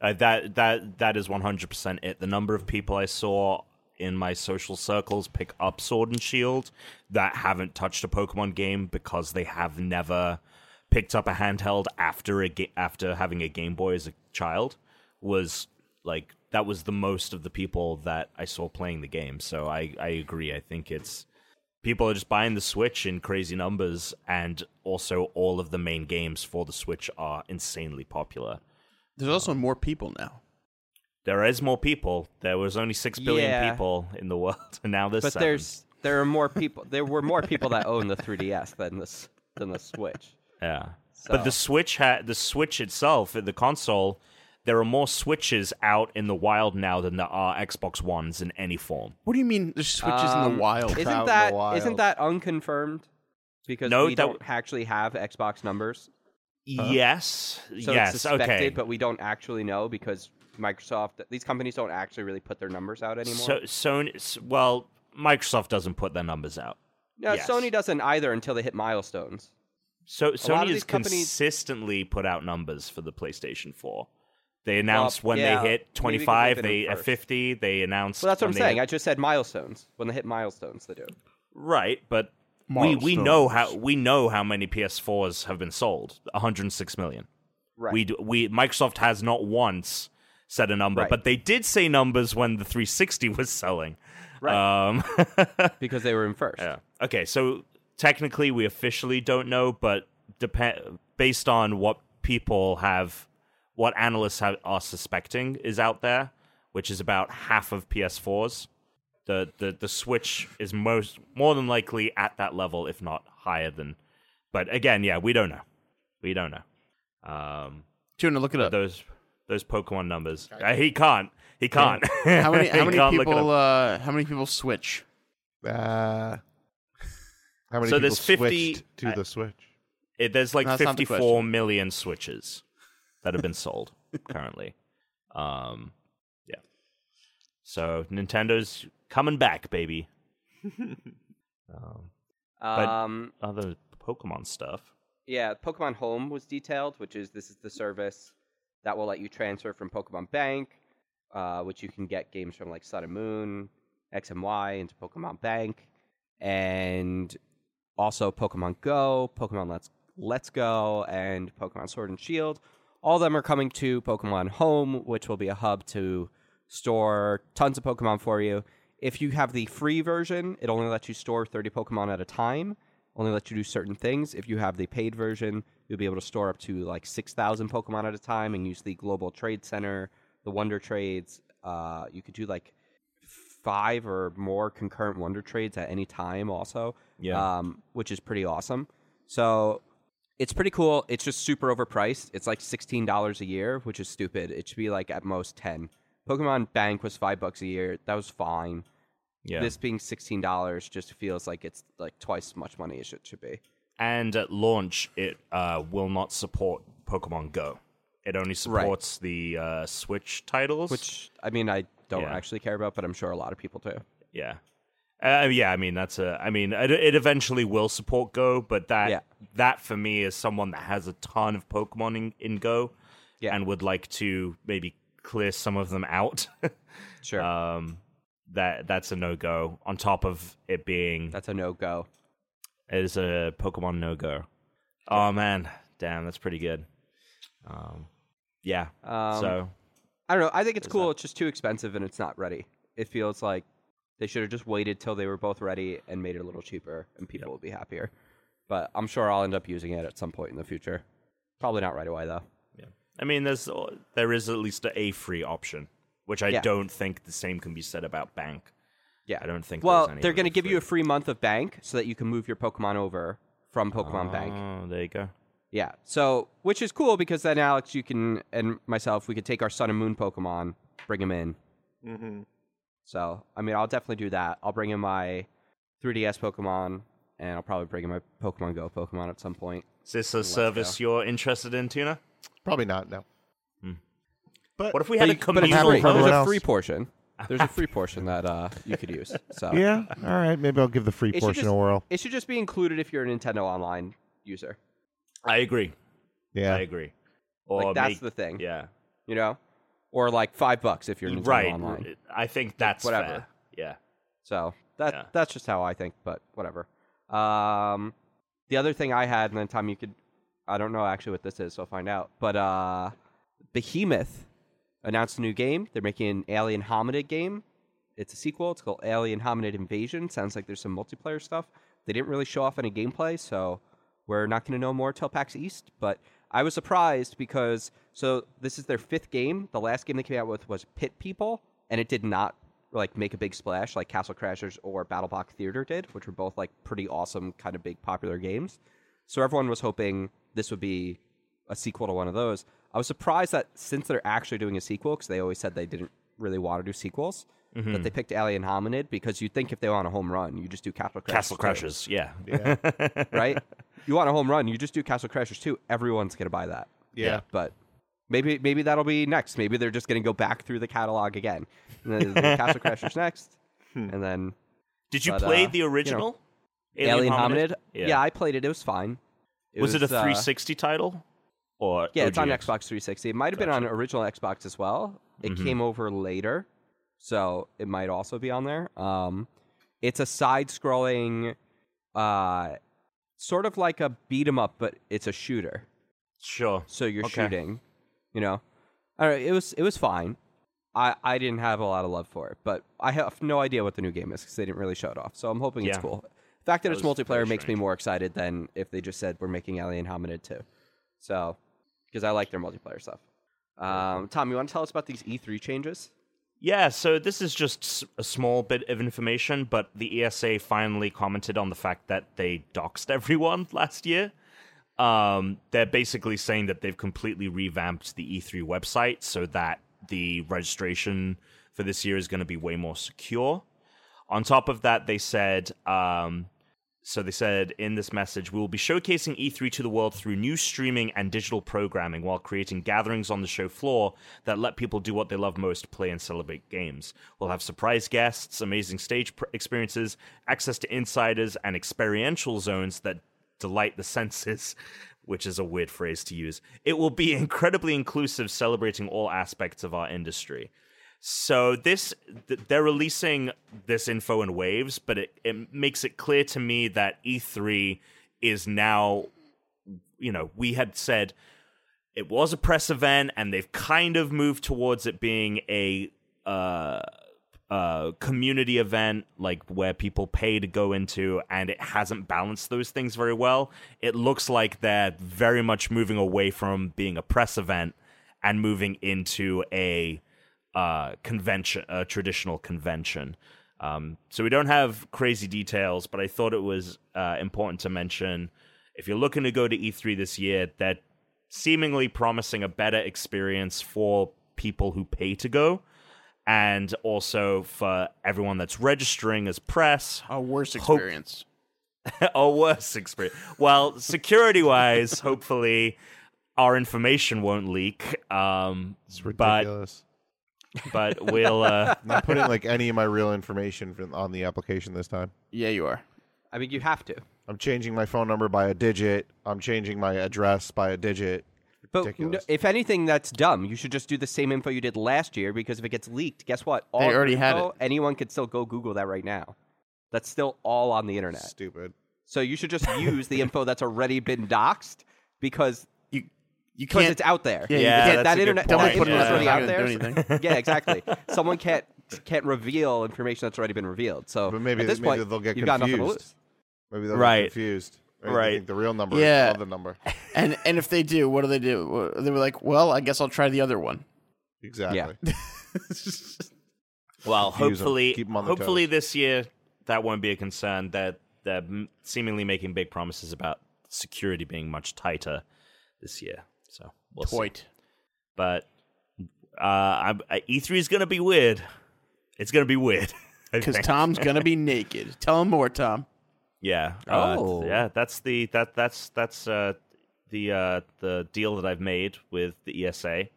Speaker 3: uh, that that that is one hundred percent it. The number of people I saw in my social circles pick up Sword and Shield that haven't touched a Pokemon game because they have never picked up a handheld after a ga- after having a Game Boy as a child was like that was the most of the people that I saw playing the game. So I I agree. I think it's people are just buying the Switch in crazy numbers, and also all of the main games for the Switch are insanely popular.
Speaker 4: There's also more people now.
Speaker 3: There is more people. There was only six billion
Speaker 1: Yeah.
Speaker 3: people in the world, <laughs> and now there's.
Speaker 1: But
Speaker 3: seven.
Speaker 1: there's there are more people. There were more people that own the 3DS than the s- than the Switch.
Speaker 3: yeah. But the
Speaker 1: So-
Speaker 3: Switch had the Switch itself, the console. There are more Switches out in the wild now than there are Xbox Ones in any form.
Speaker 4: What do you mean there's switches in
Speaker 1: Um,
Speaker 4: the wild?
Speaker 2: it-
Speaker 1: Isn't
Speaker 2: out in the
Speaker 1: that
Speaker 2: wild.
Speaker 1: not that unconfirmed? Because
Speaker 3: No,
Speaker 1: we
Speaker 3: that-
Speaker 1: don't actually have Xbox numbers,
Speaker 3: Yes,
Speaker 1: Uh-huh. so
Speaker 3: yes,
Speaker 1: it's suspected,
Speaker 3: okay.
Speaker 1: but we don't actually know because Microsoft. These companies don't actually really put their numbers out anymore.
Speaker 3: so Sony, s- well, Microsoft doesn't put their numbers out.
Speaker 1: no,
Speaker 3: yes.
Speaker 1: Sony doesn't either until they hit milestones.
Speaker 3: So
Speaker 1: lot of
Speaker 3: Sony
Speaker 1: these
Speaker 3: has
Speaker 1: companies-
Speaker 3: consistently put out numbers for the PlayStation 4. They announced when
Speaker 1: yeah,
Speaker 3: they
Speaker 1: maybe 'cause
Speaker 3: hit
Speaker 1: they've
Speaker 3: 25,
Speaker 1: been
Speaker 3: they
Speaker 1: first.
Speaker 3: at 50, they announced.
Speaker 1: Well, that's what I'm
Speaker 3: when they
Speaker 1: saying.
Speaker 3: hit-
Speaker 1: I just said milestones. When they hit milestones, they do.
Speaker 3: Right, but we, we know how
Speaker 4: Milestones.
Speaker 3: we know how many PS4s have been sold. 106 million.
Speaker 1: Right.
Speaker 3: We do, we Microsoft has not once said a number,
Speaker 1: Right.
Speaker 3: but they did say numbers when the 360 was selling.
Speaker 1: Right.
Speaker 3: Um, <laughs>
Speaker 1: because they were in first.
Speaker 3: yeah. Okay, so technically we officially don't know, but depend based on what people have what analysts have, are suspecting is out there, which is about half of PS4s. The the the Switch is most more than likely at that level if not higher than. But again, yeah, we don't know. We don't know. Um
Speaker 4: Tuna, look it up.
Speaker 3: those those Pokemon numbers. Uh, he can't. He can't. <laughs>
Speaker 4: How many?
Speaker 3: He
Speaker 4: How many
Speaker 3: can't look it up.
Speaker 4: people? Uh, how many people switch?
Speaker 2: Uh, how many
Speaker 3: So
Speaker 2: people
Speaker 3: there's 50
Speaker 2: switched to
Speaker 3: I-
Speaker 2: the Switch?
Speaker 3: It, there's like
Speaker 4: No, that's not the
Speaker 3: 54 million switches that have been sold currently. Um, yeah. So Nintendo's coming back, baby. um, But-
Speaker 1: Um,
Speaker 3: other Pokemon stuff.
Speaker 1: yeah, Pokemon Home was detailed, which is this is the service that will let you transfer from Pokemon Bank, uh, which you can get games from like Sun and Moon, X and Y into Pokemon Bank, and also Pokemon Go, Pokemon Let's Let's Go, and Pokemon Sword and Shield. All of them are coming to Pokemon Home, which will be a hub to store tons of Pokemon for you. If you have the free version, it only lets you store 30 Pokemon at a time, only lets you do certain things. If you have the paid version, you'll be able to store up to like 6,000 Pokemon at a time and use the Global Trade Center, the Wonder Trades. Uh, you could do like five or more concurrent wonder trades at any time also
Speaker 3: Yeah.
Speaker 1: um, which is pretty awesome so it's pretty cool it's just super overpriced it's like $16 a year which is stupid it should be like at most 10 pokemon bank was five bucks a year that was fine
Speaker 3: Yeah.
Speaker 1: this being $16 just feels like it's like twice as much money as it should be
Speaker 3: and at launch, it uh, will not support Pokemon Go. It only supports the uh, Switch titles.
Speaker 1: which i mean i don't
Speaker 3: Yeah.
Speaker 1: actually care about but i'm sure a lot of people do
Speaker 3: yeah, uh, yeah. I mean, that's a. I mean, it, it eventually will support Go, but that
Speaker 1: Yeah.
Speaker 3: that for me is someone that has a ton of Pokemon in, in Go,
Speaker 1: Yeah.
Speaker 3: and would like to maybe clear some of them out. <laughs>
Speaker 1: sure
Speaker 3: um, that that's a no go. On top of it being
Speaker 1: that's a no-go
Speaker 3: it is a Pokemon no go. Oh man, damn, that's pretty good. Um, yeah.
Speaker 1: um,
Speaker 3: so
Speaker 1: I don't know. I think it's cool. It's just too expensive and it's not ready. It feels like they should have just waited till they were both ready and made it a little cheaper, and people would be happier. But I'm sure I'll end up using it at some point in the future. Probably not right away though.
Speaker 3: I mean, there's there is at least a a free option, which I
Speaker 1: Yeah.
Speaker 3: don't think the same can be said about Bank.
Speaker 1: Yeah,
Speaker 3: I don't think.
Speaker 1: Well,
Speaker 3: there's any
Speaker 1: they're going to
Speaker 3: really
Speaker 1: give you a free month of Bank so that you can move your Pokemon over from Pokemon Bank.
Speaker 3: Oh, there you go.
Speaker 1: Yeah. So, which is cool because then Alex, you can, and myself, we could take our Sun and Moon Pokemon, bring them in.
Speaker 3: Mm-hmm.
Speaker 2: Mhm.
Speaker 1: So, I mean, I'll definitely do that. I'll bring in my 3DS Pokemon, and I'll probably bring in my Pokemon Go Pokemon at some point.
Speaker 3: Is this a service you're interested in, Tuna?
Speaker 2: Probably not. No. But
Speaker 3: What if we
Speaker 1: But
Speaker 3: had
Speaker 1: you-
Speaker 3: a
Speaker 1: but it's
Speaker 2: happy
Speaker 3: communal
Speaker 1: free.
Speaker 2: for
Speaker 1: There's
Speaker 2: everyone
Speaker 1: a
Speaker 2: else.
Speaker 1: free portion. There's a
Speaker 2: <laughs>
Speaker 1: free portion that uh, you could use. So
Speaker 2: yeah, all right. Maybe I'll give the free
Speaker 1: It should
Speaker 2: portion
Speaker 1: just-
Speaker 2: a whirl.
Speaker 1: it should just be included if you're a Nintendo Online user.
Speaker 3: I agree. I
Speaker 2: Yeah,
Speaker 3: agree. Or
Speaker 1: like that's
Speaker 3: make-
Speaker 1: the thing,
Speaker 3: Yeah.
Speaker 1: you know, or like five bucks if you're Nintendo
Speaker 3: Right.
Speaker 1: Online.
Speaker 3: I think that's
Speaker 1: Whatever.
Speaker 3: fair. Yeah.
Speaker 1: So that
Speaker 3: Yeah.
Speaker 1: that's just how I think, but whatever. Um, the other thing I had, and then Tom, you could, I don't know actually what this is, so I'll find out. But uh, Behemoth announced a new game. They're making an Alien Hominid game. It's a sequel. It's called Alien Hominid Invasion. Sounds like there's some multiplayer stuff. They didn't really show off any gameplay, so we're not going to know more till PAX East. But I was surprised because so this is their fifth game. The last game they came out with was Pit People, and it did not like make a big splash like Castle Crashers or Battle Box Theater did, which were both like pretty awesome, kind of big popular games. So everyone was hoping this would be a sequel to one of those. I was surprised that since they're actually doing a sequel, because they always said they didn't really want to do sequels,
Speaker 3: Mm-hmm.
Speaker 1: that they picked Alien Hominid because you think if they want a home run, you just do Castle Crashers.
Speaker 3: Castle
Speaker 1: 2,
Speaker 3: Crashers. Yeah.
Speaker 1: right? you want a home run, you just do Castle Crashers too. Everyone's gonna buy that.
Speaker 2: yeah.
Speaker 1: But maybe maybe that'll be next. Maybe they're just gonna go back through the catalog again. And then they'll do Castle
Speaker 3: <laughs>
Speaker 1: Crashers next,
Speaker 3: Hmm.
Speaker 1: and then
Speaker 3: <laughs> Did you
Speaker 1: But,
Speaker 3: play
Speaker 1: uh,
Speaker 3: the original?
Speaker 1: Alien Hominid. Yeah. I played it. It was fine.
Speaker 3: was, it a
Speaker 1: uh,
Speaker 3: 360 title? Or
Speaker 1: yeah, it's on
Speaker 3: OGX?
Speaker 1: Xbox 360. It might have been on original Xbox as well. It came over later, so it might also be on there. Um, it's a side-scrolling, uh, sort of like a beat 'em up, but it's a shooter.
Speaker 3: Sure.
Speaker 1: So you're
Speaker 3: Okay.
Speaker 1: shooting, you know. All right, it was it was fine. I I didn't have a lot of love for it, but I have no idea what the new game is because they didn't really show it off. So I'm hoping it's
Speaker 3: Yeah.
Speaker 1: cool. The fact that,
Speaker 3: That
Speaker 1: it's
Speaker 3: was very
Speaker 1: multiplayer makes me more excited than if they just said we're making Alien Hominid too. So because I like their multiplayer stuff. Um, Tom, you want to tell us about these E3 changes?
Speaker 3: Yeah, so this is just s- a small bit of information, but the ESA finally commented on the fact that they doxed <laughs> everyone last year. Um, they're basically saying that they've completely revamped the E3 website so that the registration for this year is going to be way more secure. On top of that, they said, um, so they said in this message, we will be showcasing E3 to the world through new streaming and digital programming while creating gatherings on the show floor that let people do what they love most play and celebrate games. We'll have surprise guests, amazing stage pr- experiences, access to insiders, and experiential zones that delight the <laughs> senses, which is a weird phrase to use. It will be incredibly inclusive, celebrating all aspects of our industry. So this th- they're releasing this info in waves, but it, it makes it clear to me that E3 is now you know, we had said it was a press event and they've kind of moved towards it being a uh uh, community event, like where people pay to go into, and it hasn't balanced those things very well. It looks like they're very much moving away from being a press event and moving into a uh, convention, a traditional convention. Um, so we don't have crazy details, but I thought it was uh, important to mention. If you're looking to go to E3 this year, that seemingly promising a better experience for people who pay to go and also for everyone that's registering as press
Speaker 2: Oh.
Speaker 4: A worse experience.
Speaker 3: <laughs> or worse experience. Well, security wise, hopefully our information won't leak. Um,
Speaker 2: It's
Speaker 3: but
Speaker 2: ridiculous.
Speaker 3: but
Speaker 2: <laughs>
Speaker 3: we'll uh,
Speaker 2: I'm not putting
Speaker 1: <laughs>
Speaker 2: like any of my real information from, on the application this time.
Speaker 4: Yeah, you are.
Speaker 1: I mean, you have to.
Speaker 2: I'm changing my phone number by a digit. I'm changing my address by a digit.
Speaker 1: But no,
Speaker 2: Ridiculous.
Speaker 1: if anything, that's dumb. You should just do the same info you did last year because if it gets leaked, guess what? All your
Speaker 4: already had
Speaker 1: info,
Speaker 4: it.
Speaker 1: Anyone could still go Google that right now. That's still all on the internet.
Speaker 2: Stupid.
Speaker 1: So you should just use the info that's already been doxed because
Speaker 4: You you
Speaker 1: because
Speaker 4: can't
Speaker 1: it's out there.
Speaker 4: Yeah, you
Speaker 3: Yeah, that's
Speaker 4: can't
Speaker 1: that
Speaker 3: a good
Speaker 1: internet
Speaker 3: point.
Speaker 1: that
Speaker 4: Don't put it
Speaker 1: internet's
Speaker 4: out
Speaker 1: already
Speaker 4: there.
Speaker 1: out there.
Speaker 4: It's not gonna do anything.
Speaker 1: <laughs> yeah,
Speaker 4: <laughs>
Speaker 1: exactly. Someone can't can't reveal information that's already been revealed. So
Speaker 2: But maybe-
Speaker 1: at this
Speaker 2: maybe
Speaker 1: point,
Speaker 2: they'll get
Speaker 1: you've got nothing to
Speaker 2: confused.
Speaker 1: lose.
Speaker 2: Maybe they're
Speaker 3: Right.
Speaker 2: confused. Maybe they
Speaker 3: Right.
Speaker 2: think the real number
Speaker 4: Yeah.
Speaker 2: is the other
Speaker 1: <laughs>
Speaker 2: number.
Speaker 4: and and if they do, what do they do? Wha- They were like, well, I guess I'll try the other one.
Speaker 2: Exactly. Confuse 'em.
Speaker 3: well hopefully
Speaker 2: Keep 'em on their
Speaker 3: hopefully this year that won't be a concern. That they're, m- seemingly making big promises about security being much tighter this year. So we'll see.
Speaker 4: <laughs> Point.
Speaker 3: But uh, I, E3 is gonna be weird. It's gonna be weird. <laughs> I
Speaker 4: Because
Speaker 3: think.
Speaker 4: Tom's gonna be naked. Tell him more, Tom.
Speaker 3: Yeah. uh,
Speaker 1: Oh.
Speaker 3: yeah. That's the that that's that's uh, the uh, the deal that I've made with the ESA.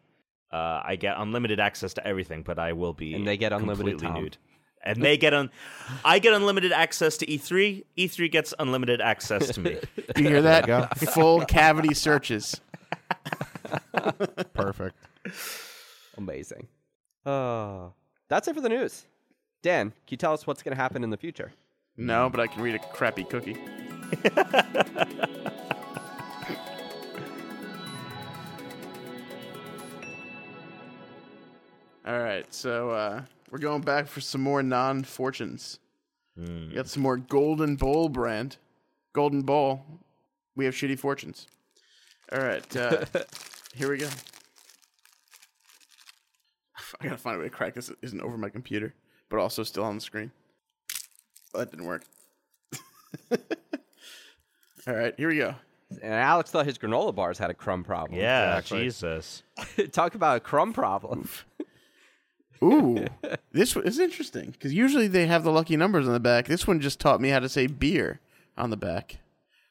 Speaker 3: Uh, I get unlimited access to everything, but I will be
Speaker 1: And they get unlimited
Speaker 3: completely
Speaker 1: Tom.
Speaker 3: nude. And they get un- <laughs> I get unlimited access to E E3. E3 gets unlimited access to
Speaker 1: <laughs>
Speaker 3: me.
Speaker 4: You hear that? Full cavity searches.
Speaker 2: <laughs> Perfect.
Speaker 1: Amazing. Uh, that's it for the news. Dan, can you tell us what's going to happen in the future?
Speaker 4: No, but I can read a crappy cookie. <laughs> All right, so uh, we're going back for some more non fortunes. We got some more Golden Bowl brand. Golden Bowl. We have shitty fortunes. All right, uh, here we go. <sighs> I gotta find a way to crack this. It isn't over my computer, but also still on the screen. Well, that didn't work. <laughs> All right, here we go.
Speaker 1: And Alex thought his granola bars had a crumb problem.
Speaker 3: yeah.
Speaker 2: Exactly.
Speaker 3: Jesus.
Speaker 1: <laughs> Talk about a crumb problem.
Speaker 4: Ooh, this one is interesting because usually they have the lucky numbers on the back. This one just taught me how to say beer on the back.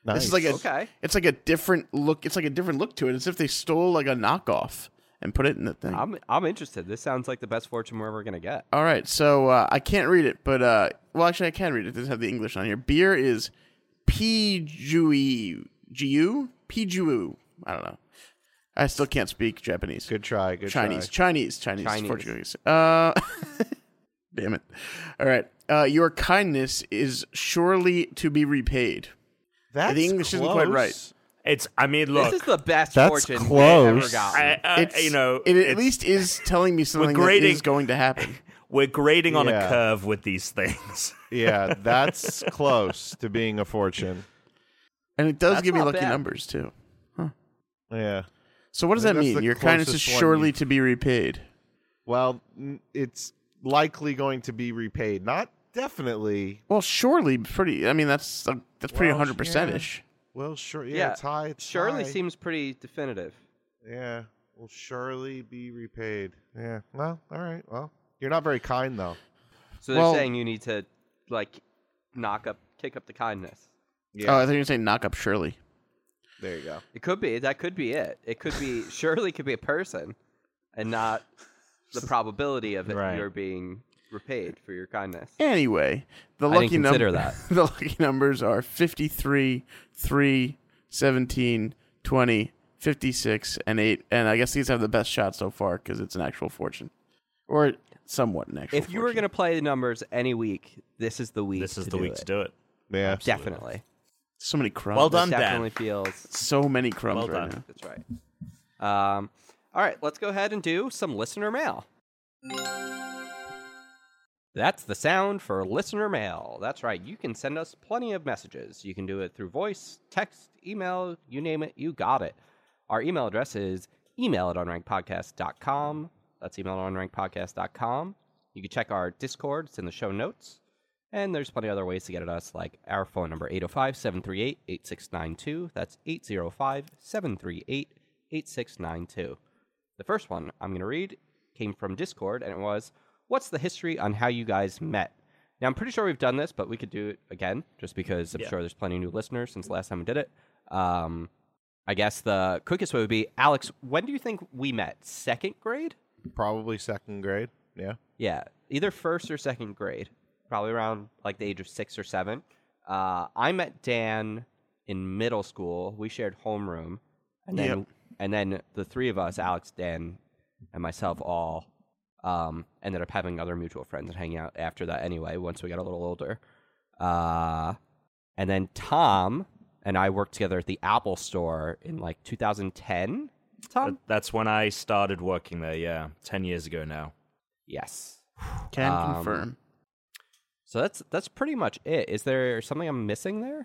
Speaker 2: Nice.
Speaker 4: This is like a,
Speaker 1: Okay.
Speaker 4: It's like a different look. It's like a different look to it. It's as if they stole like a knockoff and put it in the thing.
Speaker 1: I'm I'm interested. This sounds like the best fortune we're ever going to get.
Speaker 4: All right, so uh, I can't read it, but uh, well, actually, I can read it. It doesn't have the English on here. Beer is Piju, Ju, Piju. I don't know. I still can't speak Japanese.
Speaker 2: good try. Good
Speaker 4: Chinese,
Speaker 2: try.
Speaker 4: Chinese, Chinese,
Speaker 1: Chinese.
Speaker 4: Portuguese. Uh, <laughs> damn it! All right, uh, your kindness is surely to be repaid.
Speaker 2: That's
Speaker 4: The English isn't quite right.
Speaker 3: It's. I mean, look.
Speaker 1: this is the best
Speaker 2: That's
Speaker 1: fortune we ever
Speaker 2: close.
Speaker 1: got.
Speaker 3: I,
Speaker 2: Uh,
Speaker 3: I, you know,
Speaker 4: it at
Speaker 3: it's-
Speaker 4: least is
Speaker 2: <laughs>
Speaker 4: telling me something that
Speaker 3: grading-
Speaker 4: is going to happen.
Speaker 3: we're grading on
Speaker 2: Yeah.
Speaker 3: a curve with these <laughs> things.
Speaker 4: <laughs>
Speaker 2: Yeah, that's close to being a fortune.
Speaker 4: And it does
Speaker 1: That's
Speaker 4: give me
Speaker 1: not
Speaker 4: lucky
Speaker 1: bad.
Speaker 4: numbers too.
Speaker 2: Yeah.
Speaker 4: So what does
Speaker 2: I
Speaker 4: that
Speaker 2: think that's
Speaker 4: mean?
Speaker 2: the
Speaker 4: Your kindness is
Speaker 2: closest one
Speaker 4: surely
Speaker 2: you've-
Speaker 4: to be repaid.
Speaker 2: Well, n- it's likely going to be repaid. Not definitely.
Speaker 4: Well, surely pretty. I mean, that's uh, that's pretty
Speaker 2: Well,
Speaker 4: hundred percent
Speaker 2: yeah.
Speaker 4: ish.
Speaker 2: Well, sure. Yeah,
Speaker 1: yeah,
Speaker 2: it's high. It's
Speaker 1: surely
Speaker 2: high.
Speaker 1: seems pretty definitive.
Speaker 2: Yeah, will surely be repaid. Yeah. Well, all right. Well, you're not very kind though.
Speaker 1: So they're
Speaker 4: Well-
Speaker 1: saying you need to like knock up, kick up the kindness.
Speaker 2: Yeah.
Speaker 4: Oh, I thought you were saying knock up Shirley.
Speaker 2: there you go.
Speaker 1: It could be. That could be it. It could
Speaker 3: <laughs>
Speaker 1: be. surely could be a person, and not the probability of it
Speaker 3: Right.
Speaker 1: you're being repaid for your kindness.
Speaker 4: Anyway, the
Speaker 1: didn't
Speaker 4: lucky
Speaker 1: consider
Speaker 4: number
Speaker 1: that.
Speaker 4: <laughs> the lucky numbers are 53, 3, 17, 20, 56 and 8 and I guess these have the best shot so far cuz it's an actual fortune. Or somewhat an actual.
Speaker 1: If you were
Speaker 4: fortune.
Speaker 1: going to play the numbers any week, this is the week.
Speaker 3: This is
Speaker 1: to
Speaker 3: the
Speaker 1: do
Speaker 3: week
Speaker 1: it.
Speaker 3: to do it.
Speaker 2: Yeah.
Speaker 1: Definitely.
Speaker 4: so many crumbs.
Speaker 3: Well done.
Speaker 1: This
Speaker 3: Dad.
Speaker 1: definitely feels.
Speaker 4: So many
Speaker 3: Well
Speaker 4: crumbs right
Speaker 3: done.
Speaker 1: That's right. Um, all right, let's go ahead and do some listener mail. That's the sound for listener mail. That's right. You can send us plenty of messages. You can do it through voice, text, email, you name it, you got it. Our email address is email at unrankedpodcast.com. That's email at unrankedpodcast.com. You can check our Discord, it's in the show notes. And there's plenty of other ways to get at us, like our phone number 805 738 8692. That's 805 738 8692. The first one I'm going to read came from Discord, and it was What's the history on how you guys met? Now, I'm pretty sure we've done this, but we could do it again, just because I'm sure there's plenty of new listeners since the last time we did it. Um, I guess the quickest way would be Alex, when do you think we met? Second grade?
Speaker 2: Probably second grade. Yeah.
Speaker 1: Yeah, either first or second grade, probably around like the age of six or seven. Uh, I met Dan in middle school. We shared homeroom, and then
Speaker 4: Yep.
Speaker 1: and then the three of us, Alex, Dan, and myself, all um, ended up having other mutual friends and hanging out after that. Anyway, once we got a little older, uh, and then Tom and I worked together at the Apple Store in like 2010. Tom,
Speaker 3: That- That's when I started working there. Yeah, ten years ago now.
Speaker 1: yes.
Speaker 4: Can
Speaker 1: Um,
Speaker 4: confirm.
Speaker 1: So that's that's pretty much it. Is there something I'm missing there?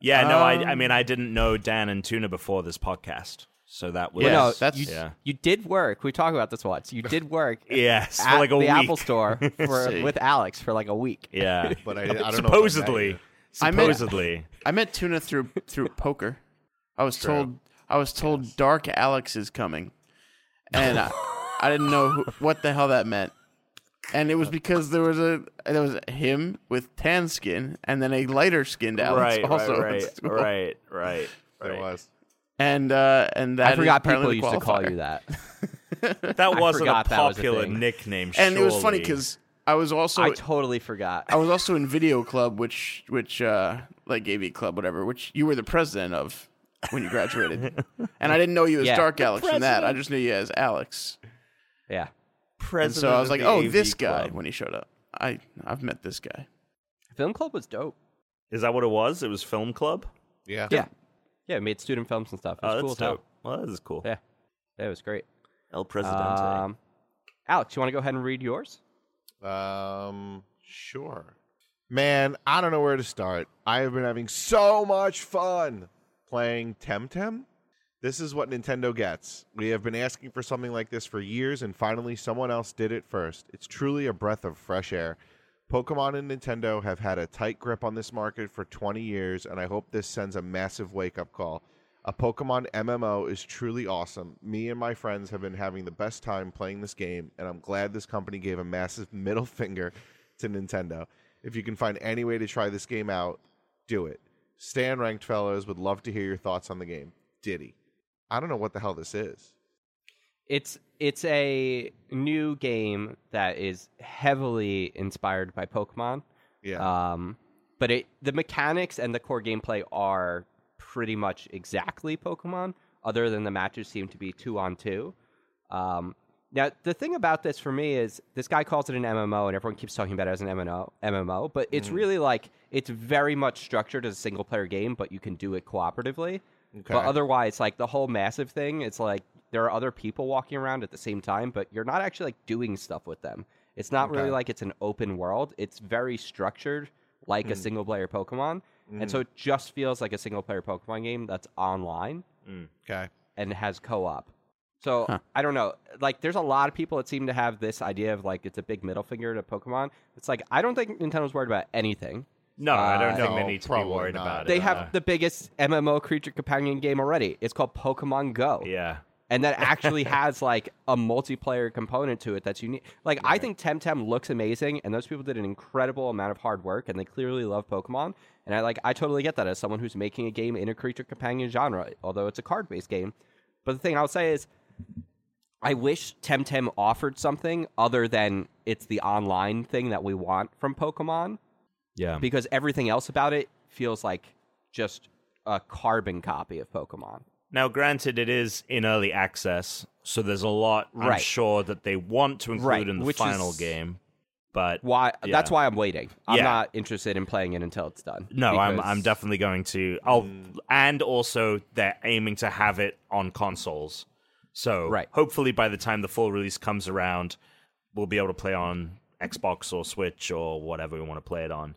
Speaker 3: Yeah, no, I, I mean, I didn't know Dan and Tuna before this podcast, so that was
Speaker 4: Yeah,
Speaker 1: no,
Speaker 4: that's
Speaker 1: you,
Speaker 3: yeah.
Speaker 1: you did work. We talked about this once. You did work
Speaker 3: <laughs> yes, for
Speaker 1: at
Speaker 3: like a
Speaker 1: the
Speaker 3: week.
Speaker 1: Apple
Speaker 3: <laughs>
Speaker 1: Store for,
Speaker 4: See.
Speaker 1: with Alex for like a week.
Speaker 3: Yeah,
Speaker 2: But I, I don't know if I met
Speaker 3: supposedly,
Speaker 2: you.
Speaker 4: I met-
Speaker 3: supposedly,
Speaker 4: I met Tuna through
Speaker 1: <laughs>
Speaker 4: through poker. I was told I was told Dark Alex is coming, and I, I didn't know
Speaker 1: <laughs>
Speaker 4: who, what the hell that meant. And it was because there was a there was him with tan skin and then a lighter skinned Alex
Speaker 3: right,
Speaker 4: also. at
Speaker 3: right,
Speaker 4: school.
Speaker 3: right, right, right,
Speaker 2: There was.
Speaker 4: <laughs> And uh, and that
Speaker 1: I forgot
Speaker 4: is
Speaker 1: people
Speaker 4: apparently
Speaker 1: used
Speaker 4: the
Speaker 1: to call
Speaker 4: qualifier.
Speaker 1: you
Speaker 3: <laughs>
Speaker 1: that.
Speaker 3: That
Speaker 1: I
Speaker 3: wasn't a
Speaker 1: forgot that was a
Speaker 3: popular
Speaker 1: thing.
Speaker 3: nickname,
Speaker 4: And it was
Speaker 3: surely.
Speaker 4: funny because I was also
Speaker 1: I
Speaker 4: I
Speaker 1: totally forgot.
Speaker 4: was also in video club, which which uh, like AV club, whatever, which you were the president of when
Speaker 1: <laughs>
Speaker 4: you graduated, and I didn't know you as
Speaker 1: Yeah.
Speaker 4: Dark Alex from that. I just knew you as Alex.
Speaker 1: Yeah.
Speaker 4: And
Speaker 3: president.
Speaker 4: so I was
Speaker 3: of
Speaker 4: like,
Speaker 3: the
Speaker 4: "Oh,
Speaker 3: AV
Speaker 4: this guy."
Speaker 3: Club.
Speaker 4: When he showed up, I I've met this guy.
Speaker 1: Film Club was dope.
Speaker 3: Is that what it was? It was Film Club.
Speaker 2: Yeah.
Speaker 1: Yeah. Yeah, we made student films and stuff. It
Speaker 3: Oh,
Speaker 1: was
Speaker 3: that's
Speaker 1: cool as hell.
Speaker 3: dope. Well, that is cool.
Speaker 1: Yeah. Yeah, it was great.
Speaker 3: El Presidente.
Speaker 1: Um, Alex, you want to go ahead and read yours?
Speaker 2: Um, sure. Man, I don't know where to start. I have been having so much fun playing Temtem. This is what Nintendo gets. We have been asking for something like this for years, and finally, someone else did it first. It's truly a breath of fresh air. Pokemon and Nintendo have had a tight grip on this market for 20 years, and I hope this sends a massive wake up call. A Pokemon MMO is truly awesome. Me and my friends have been having the best time playing this game, and I'm glad this company gave a massive <laughs> middle finger to Nintendo. If you can find any way to try this game out, do it. Stan Ranked Fellows would love to hear your thoughts on the game. Diddy. I don't know what the hell this is.
Speaker 1: It's it's a new game that is heavily inspired by Pokemon.
Speaker 2: Yeah.
Speaker 1: Um, but it the mechanics and the core gameplay are pretty much exactly Pokemon, other than the matches seem to be two on two. Um, now the thing about this for me is this guy calls it an MMO, and everyone keeps talking about it as an MMO. MMO, but it's
Speaker 2: Mm.
Speaker 1: really like it's very much structured as a single player game, but you can do it cooperatively. But
Speaker 2: Okay.
Speaker 1: otherwise, like the whole massive thing, it's like there are other people walking around at the same time, but you're not actually like doing stuff with them. It's not really
Speaker 2: Okay.
Speaker 1: like it's an open world. It's very structured, like
Speaker 2: Hmm.
Speaker 1: a single player Pokemon, and so it just feels like a single player Pokemon game that's online
Speaker 2: okay.
Speaker 1: and has co op. So I don't know. Like, there's a lot of people that seem to have this idea of like it's a big middle finger to Pokemon. It's like I don't think Nintendo's worried about anything.
Speaker 3: no, I don't think they
Speaker 2: no,
Speaker 3: need to be
Speaker 2: probably
Speaker 3: worried
Speaker 2: not.
Speaker 3: about
Speaker 1: They
Speaker 3: it. Uh,
Speaker 1: have the biggest MMO creature companion game already. It's called Pokemon Go.
Speaker 3: yeah.
Speaker 1: and that actually has like a multiplayer component to it that's unique. Like I think Temtem looks amazing, and those people did an incredible amount of hard work, and they clearly love Pokemon. And I like I totally get that as someone who's making a game in a creature companion genre, although it's a card based game. But the thing I'll say is, I wish Temtem offered something other than it's the online thing that we want from Pokemon
Speaker 3: Yeah.
Speaker 1: because everything else about it feels like just a carbon copy of Pokemon.
Speaker 3: Now, granted, it is in early access, so there's a lot I'm
Speaker 1: Right.
Speaker 3: sure that they want to include
Speaker 1: Right,
Speaker 3: in the
Speaker 1: which
Speaker 3: final
Speaker 1: is-
Speaker 3: game, but
Speaker 1: Why? That's
Speaker 3: Yeah.
Speaker 1: why I'm waiting. I'm
Speaker 3: Yeah.
Speaker 1: not interested in playing it until it's done.
Speaker 3: no, I'm
Speaker 1: because- Hmm.
Speaker 3: I'm definitely going to. I'll and also they're aiming to have it on consoles, so
Speaker 1: Right.
Speaker 3: hopefully by the time the full release comes around, we'll be able to play on Xbox or Switch or whatever we want to play it on.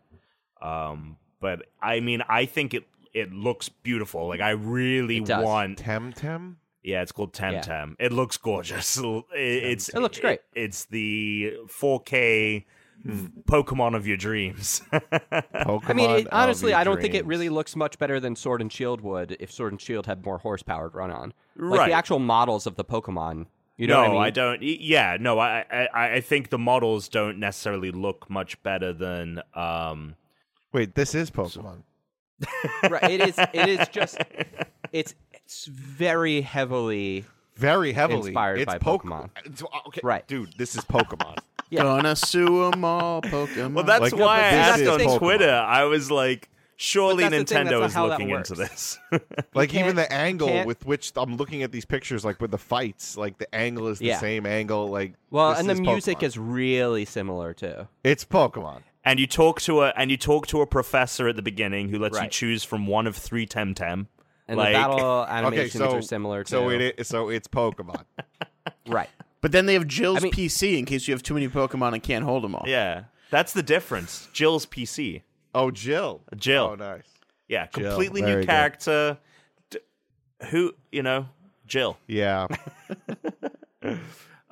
Speaker 3: Um, but I mean, I think it it looks beautiful. Like I really
Speaker 1: It does.
Speaker 3: want
Speaker 2: Temtem?
Speaker 3: Yeah, it's called Temtem. It looks gorgeous. <laughs> It, it's
Speaker 1: It looks great.
Speaker 3: it's the 4K Pokemon of your dreams.
Speaker 1: <laughs>
Speaker 3: <laughs>
Speaker 1: I mean,
Speaker 2: Pokemon
Speaker 1: it,
Speaker 2: of
Speaker 1: honestly,
Speaker 2: your
Speaker 1: I don't think it
Speaker 2: dreams.
Speaker 1: really looks much better than Sword and Shield would if Sword and Shield had more horsepower to run on. Like
Speaker 3: Right.
Speaker 1: the actual models of the Pokemon. You know
Speaker 3: no,
Speaker 1: what I mean?
Speaker 3: don't. y- Yeah, no, I, I- I I think the models don't necessarily look much better than um.
Speaker 2: Wait, this is Pokemon.
Speaker 1: Right, it is. It is just. It's, it's very heavily.
Speaker 2: Very heavily
Speaker 1: Inspired
Speaker 2: it's
Speaker 1: by
Speaker 2: Poke-
Speaker 1: Pokemon.
Speaker 2: It's- okay,
Speaker 1: Right.
Speaker 2: dude, this
Speaker 1: <laughs>
Speaker 2: is Pokemon.
Speaker 1: Yeah.
Speaker 4: Gonna sue 'em all, Pokemon.
Speaker 3: Well, that's
Speaker 2: Like, no,
Speaker 3: why I
Speaker 2: but
Speaker 1: this
Speaker 3: asked
Speaker 1: is
Speaker 3: on
Speaker 1: Pokemon.
Speaker 3: Twitter. I was like, surely
Speaker 1: But that's the thing, that's
Speaker 3: Nintendo
Speaker 1: not
Speaker 3: is
Speaker 1: how that
Speaker 3: looking into
Speaker 1: works.
Speaker 3: this. <laughs>
Speaker 2: like even
Speaker 1: can't-
Speaker 2: the angle
Speaker 1: can't-
Speaker 2: with which I'm looking at these pictures, like with the fights, like the angle is the
Speaker 1: Yeah.
Speaker 2: same angle. Like
Speaker 1: Well,
Speaker 2: this
Speaker 1: and the
Speaker 2: is
Speaker 1: music
Speaker 2: Pokemon.
Speaker 1: is really similar too.
Speaker 2: it's Pokemon.
Speaker 3: and you talk to a and you talk to a professor at the beginning who lets you
Speaker 1: Right.
Speaker 3: choose from one of three Temtem.
Speaker 1: And
Speaker 3: like,
Speaker 1: the
Speaker 3: <laughs>
Speaker 1: battle
Speaker 2: Okay,
Speaker 1: animations
Speaker 2: so
Speaker 1: are similar too.
Speaker 2: So it is, so it's Pokemon.
Speaker 1: Right.
Speaker 4: But then they have Jill's
Speaker 1: I mean-
Speaker 4: PC in case you have too many Pokemon and can't hold them all.
Speaker 3: Yeah, that's the difference. Jill's PC.
Speaker 2: oh, Jill.
Speaker 3: Jill.
Speaker 2: Oh, nice.
Speaker 3: Yeah, completely
Speaker 2: Very
Speaker 3: new
Speaker 2: good.
Speaker 3: character. D- who you know, Jill.
Speaker 1: <laughs>
Speaker 2: Yeah.
Speaker 1: Um,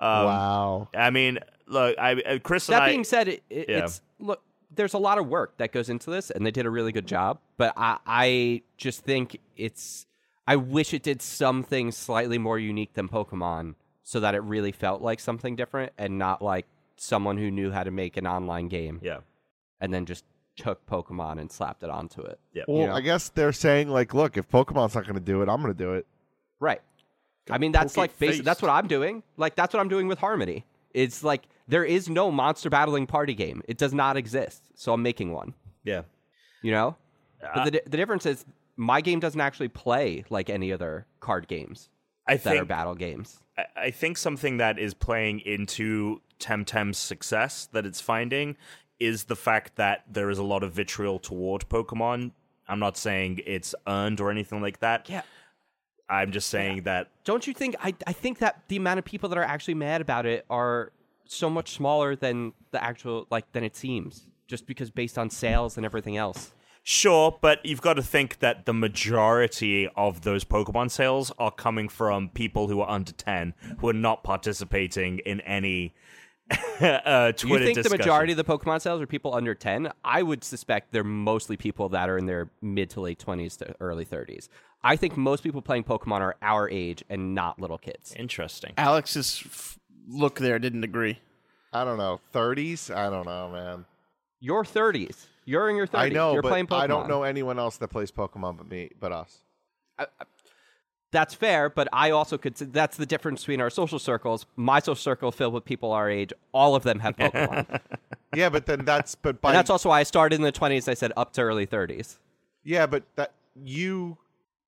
Speaker 2: wow.
Speaker 3: I mean, look, I uh, Chris and
Speaker 1: That
Speaker 3: I.
Speaker 1: being said, it, it,
Speaker 3: Yeah.
Speaker 1: it's look. There's a lot of work that goes into this, and they did a really good job. But I, I just think it's. I wish it did something slightly more unique than Pokemon, so that it really felt like something different, and not like someone who knew how to make an online game
Speaker 3: yeah,
Speaker 1: and then just took Pokemon and slapped it onto it.
Speaker 3: yeah,
Speaker 2: Well,
Speaker 1: know.
Speaker 2: I guess they're saying like, look, if Pokemon's not going to do it, I'm going to do it.
Speaker 1: Right. I mean, that's
Speaker 4: poke it
Speaker 1: like basic.
Speaker 4: face.
Speaker 1: That's what I'm doing. Like that's what I'm doing with Harmony. It's like there is no monster battling party game. It does not exist. So I'm making one.
Speaker 3: yeah.
Speaker 1: You know,
Speaker 3: Uh,
Speaker 1: but the, di- the difference is my game doesn't actually play like any other card games
Speaker 3: I
Speaker 1: that are
Speaker 3: think
Speaker 1: battle games.
Speaker 3: I, I think something that is playing into Temtem's success that it's finding is the fact that there is a lot of vitriol toward Pokemon. I'm not saying it's earned or anything like that.
Speaker 1: Yeah.
Speaker 3: I'm just saying that
Speaker 1: Don't you think? I I think that the amount of people that are actually mad about it are so much smaller than the actual like than it seems. Just because based on sales and everything else.
Speaker 3: Sure, but you've got to think that the majority of those Pokemon sales are coming from people who are under 10 who are not participating in any <laughs> uh, Twitter
Speaker 1: you think
Speaker 3: discussion.
Speaker 1: the majority of the Pokemon sales are people under 10? I would suspect they're mostly people that are in their mid to late 20s to early 30s. I think most people playing Pokemon are our age and not little kids.
Speaker 3: Interesting.
Speaker 4: Alex's f- look there didn't agree.
Speaker 2: I don't know. 30s? I don't know, man.
Speaker 1: You're 30s. You're in your 30s.
Speaker 2: I know,
Speaker 1: You're
Speaker 2: but
Speaker 1: playing Pokemon.
Speaker 2: I don't know anyone else that plays Pokemon but me, but us.
Speaker 1: That's fair, but I also could. Say that's the difference between our social circles. My social circle filled with people our age. All of them have
Speaker 2: <laughs>
Speaker 1: Pokemon. and
Speaker 2: Yeah, but then
Speaker 1: <laughs>
Speaker 2: that's but by
Speaker 1: that's also why I started in the 20s. I said up to early 30s.
Speaker 2: Yeah, but that you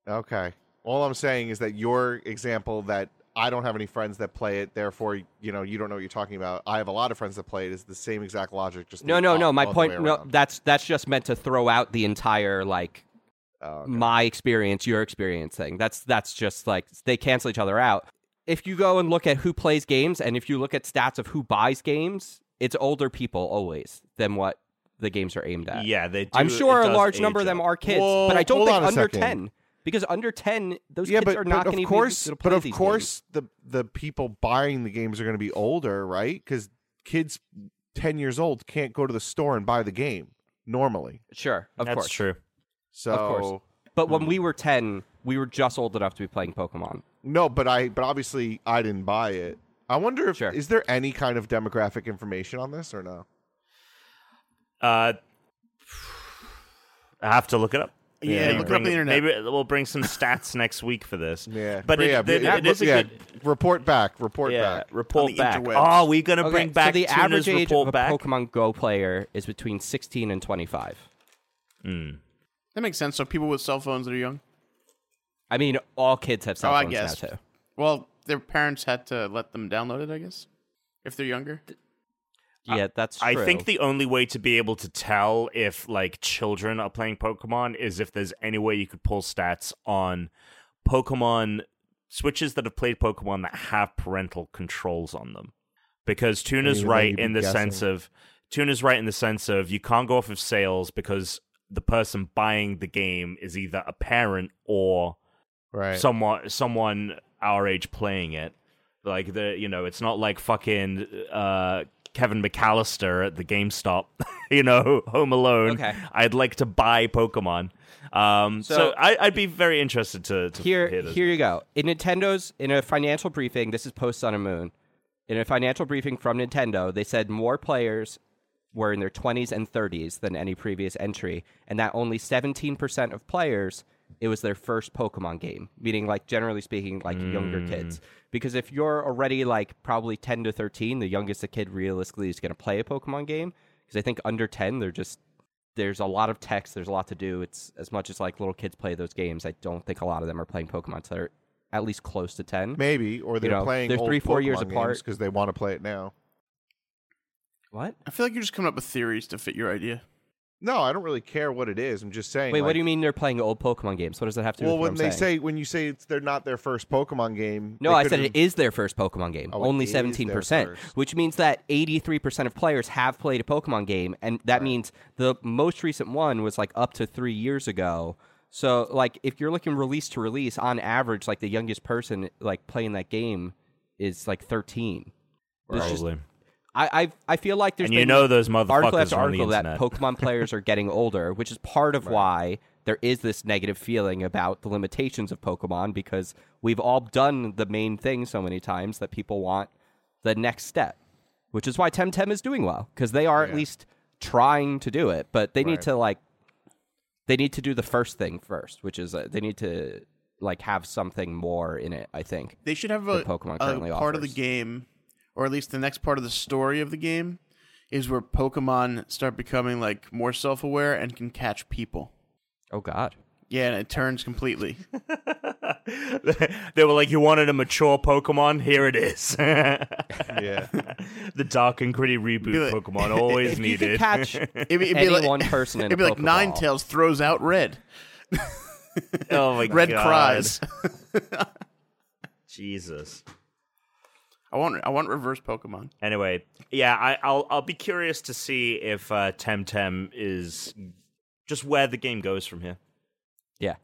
Speaker 2: okay. All I'm saying is that your example that I don't have any friends that play it, therefore you know you don't know what you're talking about. I have a lot of friends that play it. Is the same exact logic. Just
Speaker 1: No,
Speaker 2: the
Speaker 1: no,
Speaker 2: o-
Speaker 1: no. My
Speaker 2: other way
Speaker 1: point. No,
Speaker 2: around.
Speaker 1: that's that's just meant to throw out the entire like
Speaker 2: Oh, okay.
Speaker 1: my experience, your experience thing. That's that's just like they cancel each other out. If you go and look at who plays games and if you look at stats of who buys games, it's older people always than what the games are aimed at.
Speaker 3: Yeah, they do.
Speaker 1: I'm sure
Speaker 3: it
Speaker 1: a
Speaker 3: does
Speaker 1: large
Speaker 3: age
Speaker 1: number of them
Speaker 3: up.
Speaker 1: are kids,
Speaker 2: Whoa,
Speaker 1: but I don't
Speaker 2: hold
Speaker 1: think
Speaker 2: on a
Speaker 1: under
Speaker 2: second.
Speaker 1: 10 because under 10 those
Speaker 2: yeah,
Speaker 1: kids
Speaker 2: but,
Speaker 1: are
Speaker 2: but
Speaker 1: not going
Speaker 2: of
Speaker 1: to
Speaker 2: course,
Speaker 1: be able to play
Speaker 2: but of
Speaker 1: these games.
Speaker 2: course, the the people buying the games are going to be older, right? Because kids ten years old can't go to the store and buy the game normally.
Speaker 1: Sure, of
Speaker 3: That's
Speaker 1: course.
Speaker 3: true. Mm-hmm.
Speaker 2: So
Speaker 1: course. But when we were 10, we were just old enough to be playing Pokemon.
Speaker 2: No, but I but obviously I didn't buy it. I wonder if
Speaker 1: Sure.
Speaker 2: is there any kind of demographic information on this or no?
Speaker 3: Uh, I have to look it up.
Speaker 4: Yeah, look it up on
Speaker 3: bring-
Speaker 4: the internet.
Speaker 3: Maybe we'll bring some stats next week for this.
Speaker 4: <laughs>
Speaker 2: Yeah,
Speaker 3: but it,
Speaker 2: yeah,
Speaker 3: it-
Speaker 2: yeah,
Speaker 3: it is a
Speaker 2: yeah,
Speaker 3: good.
Speaker 2: report back. Report
Speaker 3: Yeah,
Speaker 2: back.
Speaker 3: report
Speaker 4: On the
Speaker 3: back.
Speaker 4: interwebs.
Speaker 3: Are we going to
Speaker 1: Okay,
Speaker 3: bring back
Speaker 1: so the
Speaker 3: Tuna's
Speaker 1: average age
Speaker 3: report
Speaker 1: of a
Speaker 3: back?
Speaker 1: Pokemon Go player is between 16 and 25.
Speaker 4: That makes sense. So people with cell phones that are young.
Speaker 1: I mean, all kids have cell
Speaker 4: Oh, I
Speaker 1: phones
Speaker 4: guess.
Speaker 1: now too.
Speaker 4: Well, their parents had to let them download it, I guess, if they're younger.
Speaker 1: Yeah, that's.
Speaker 3: I
Speaker 1: true.
Speaker 3: think the only way to be able to tell if like children are playing Pokemon is if there's any way you could pull stats on Pokemon switches that have played Pokemon that have parental controls on them. Because Tuna's
Speaker 2: Anyway,
Speaker 3: right
Speaker 2: you'd be
Speaker 3: in the sense
Speaker 2: guessing.
Speaker 3: of Tuna's right in the sense of you can't go off of sales because the person buying the game is either a parent or
Speaker 2: Right.
Speaker 3: someone someone our age playing it. Like the you know, it's not like fucking uh, Kevin McAllister at the GameStop, <laughs> you know, Home Alone.
Speaker 1: Okay.
Speaker 3: I'd like to buy Pokemon. Um, so
Speaker 1: So-
Speaker 3: I, I'd be very interested to, to
Speaker 1: here,
Speaker 3: hear this.
Speaker 1: here you go. In Nintendo's in a financial briefing, this is post Sun and Moon. In a financial briefing from Nintendo, they said more players were in their 20s and 30s than any previous entry, and that only 17% of players it was their first Pokemon game, meaning like generally speaking, like younger kids. Because if you're already like probably 10 to 13, the youngest a kid realistically is going to play a Pokemon game. Because I think under 10, they're just there's a lot of text. There's a lot to do. It's as much as like little kids play those games. I don't think a lot of them are playing Pokemon. So they're at least close to ten.
Speaker 2: Maybe, or they're
Speaker 1: know,
Speaker 2: playing
Speaker 1: they're
Speaker 2: old
Speaker 1: three, four years apart.
Speaker 2: because they want to play it now.
Speaker 1: What?
Speaker 4: I feel like you're just coming up with theories to fit your idea.
Speaker 2: No, I don't really care what it is. I'm just saying.
Speaker 1: Wait,
Speaker 2: like-
Speaker 1: what do you mean they're playing old Pokemon games? What does that have to do
Speaker 2: Well,
Speaker 1: with
Speaker 2: when
Speaker 1: what
Speaker 2: they
Speaker 1: I'm saying?
Speaker 2: say when you say it's they're not their first Pokemon game.
Speaker 1: no,
Speaker 2: they
Speaker 1: I
Speaker 2: could
Speaker 1: said
Speaker 2: have-
Speaker 1: it is their first Pokemon game.
Speaker 2: Oh, it
Speaker 1: Only
Speaker 2: is their
Speaker 1: seventeen percent,
Speaker 2: first.
Speaker 1: which means that eighty-three percent of players have played a Pokemon game, and that means the most recent one was like up to three years ago. So, like, if you're looking release to release, on average, like the youngest person like playing that game is like thirteen. There's just-
Speaker 3: Probably.
Speaker 1: I, I I feel like there's
Speaker 3: and you
Speaker 1: been-
Speaker 3: know those
Speaker 1: article
Speaker 3: motherfuckers
Speaker 1: after
Speaker 3: on the
Speaker 1: article that
Speaker 3: internet.
Speaker 1: Pokemon players are getting older, which is part
Speaker 3: <laughs>
Speaker 1: of why there is this negative feeling about the limitations of Pokemon because we've all done the main thing so many times that people want the next step, which is why Temtem is doing well because they are at least trying to do it, but they need
Speaker 2: Right.
Speaker 1: to like they need to do the first thing first, which is uh, they need to like have something more in it. I think.
Speaker 4: They should have a,
Speaker 1: That Pokemon
Speaker 4: a
Speaker 1: currently
Speaker 4: part of the
Speaker 1: offers.
Speaker 4: game, or at least the next part of the story of the game, is where Pokemon start becoming like more self-aware and can catch people.
Speaker 1: Oh God.
Speaker 4: Yeah, and it turns completely.
Speaker 3: they were like, "You wanted a mature Pokemon? Here it is." <laughs>
Speaker 1: <laughs>
Speaker 2: Yeah.
Speaker 3: the dark and gritty reboot
Speaker 4: Good.
Speaker 3: Pokemon always
Speaker 1: If you
Speaker 3: needed.
Speaker 1: could catch
Speaker 4: It'd, be- it'd
Speaker 1: any
Speaker 4: be like
Speaker 1: one person in
Speaker 4: It'd
Speaker 1: a
Speaker 4: be like
Speaker 1: Pokeball.
Speaker 4: Nine Tails throws out Red.
Speaker 3: <laughs> oh my
Speaker 4: Red
Speaker 3: God.
Speaker 4: cries. <laughs>
Speaker 3: Jesus.
Speaker 4: I want I want reverse Pokemon.
Speaker 3: Anyway, yeah, I, I'll I'll be curious to see if uh, Temtem is just where the game goes from here.
Speaker 1: Yeah.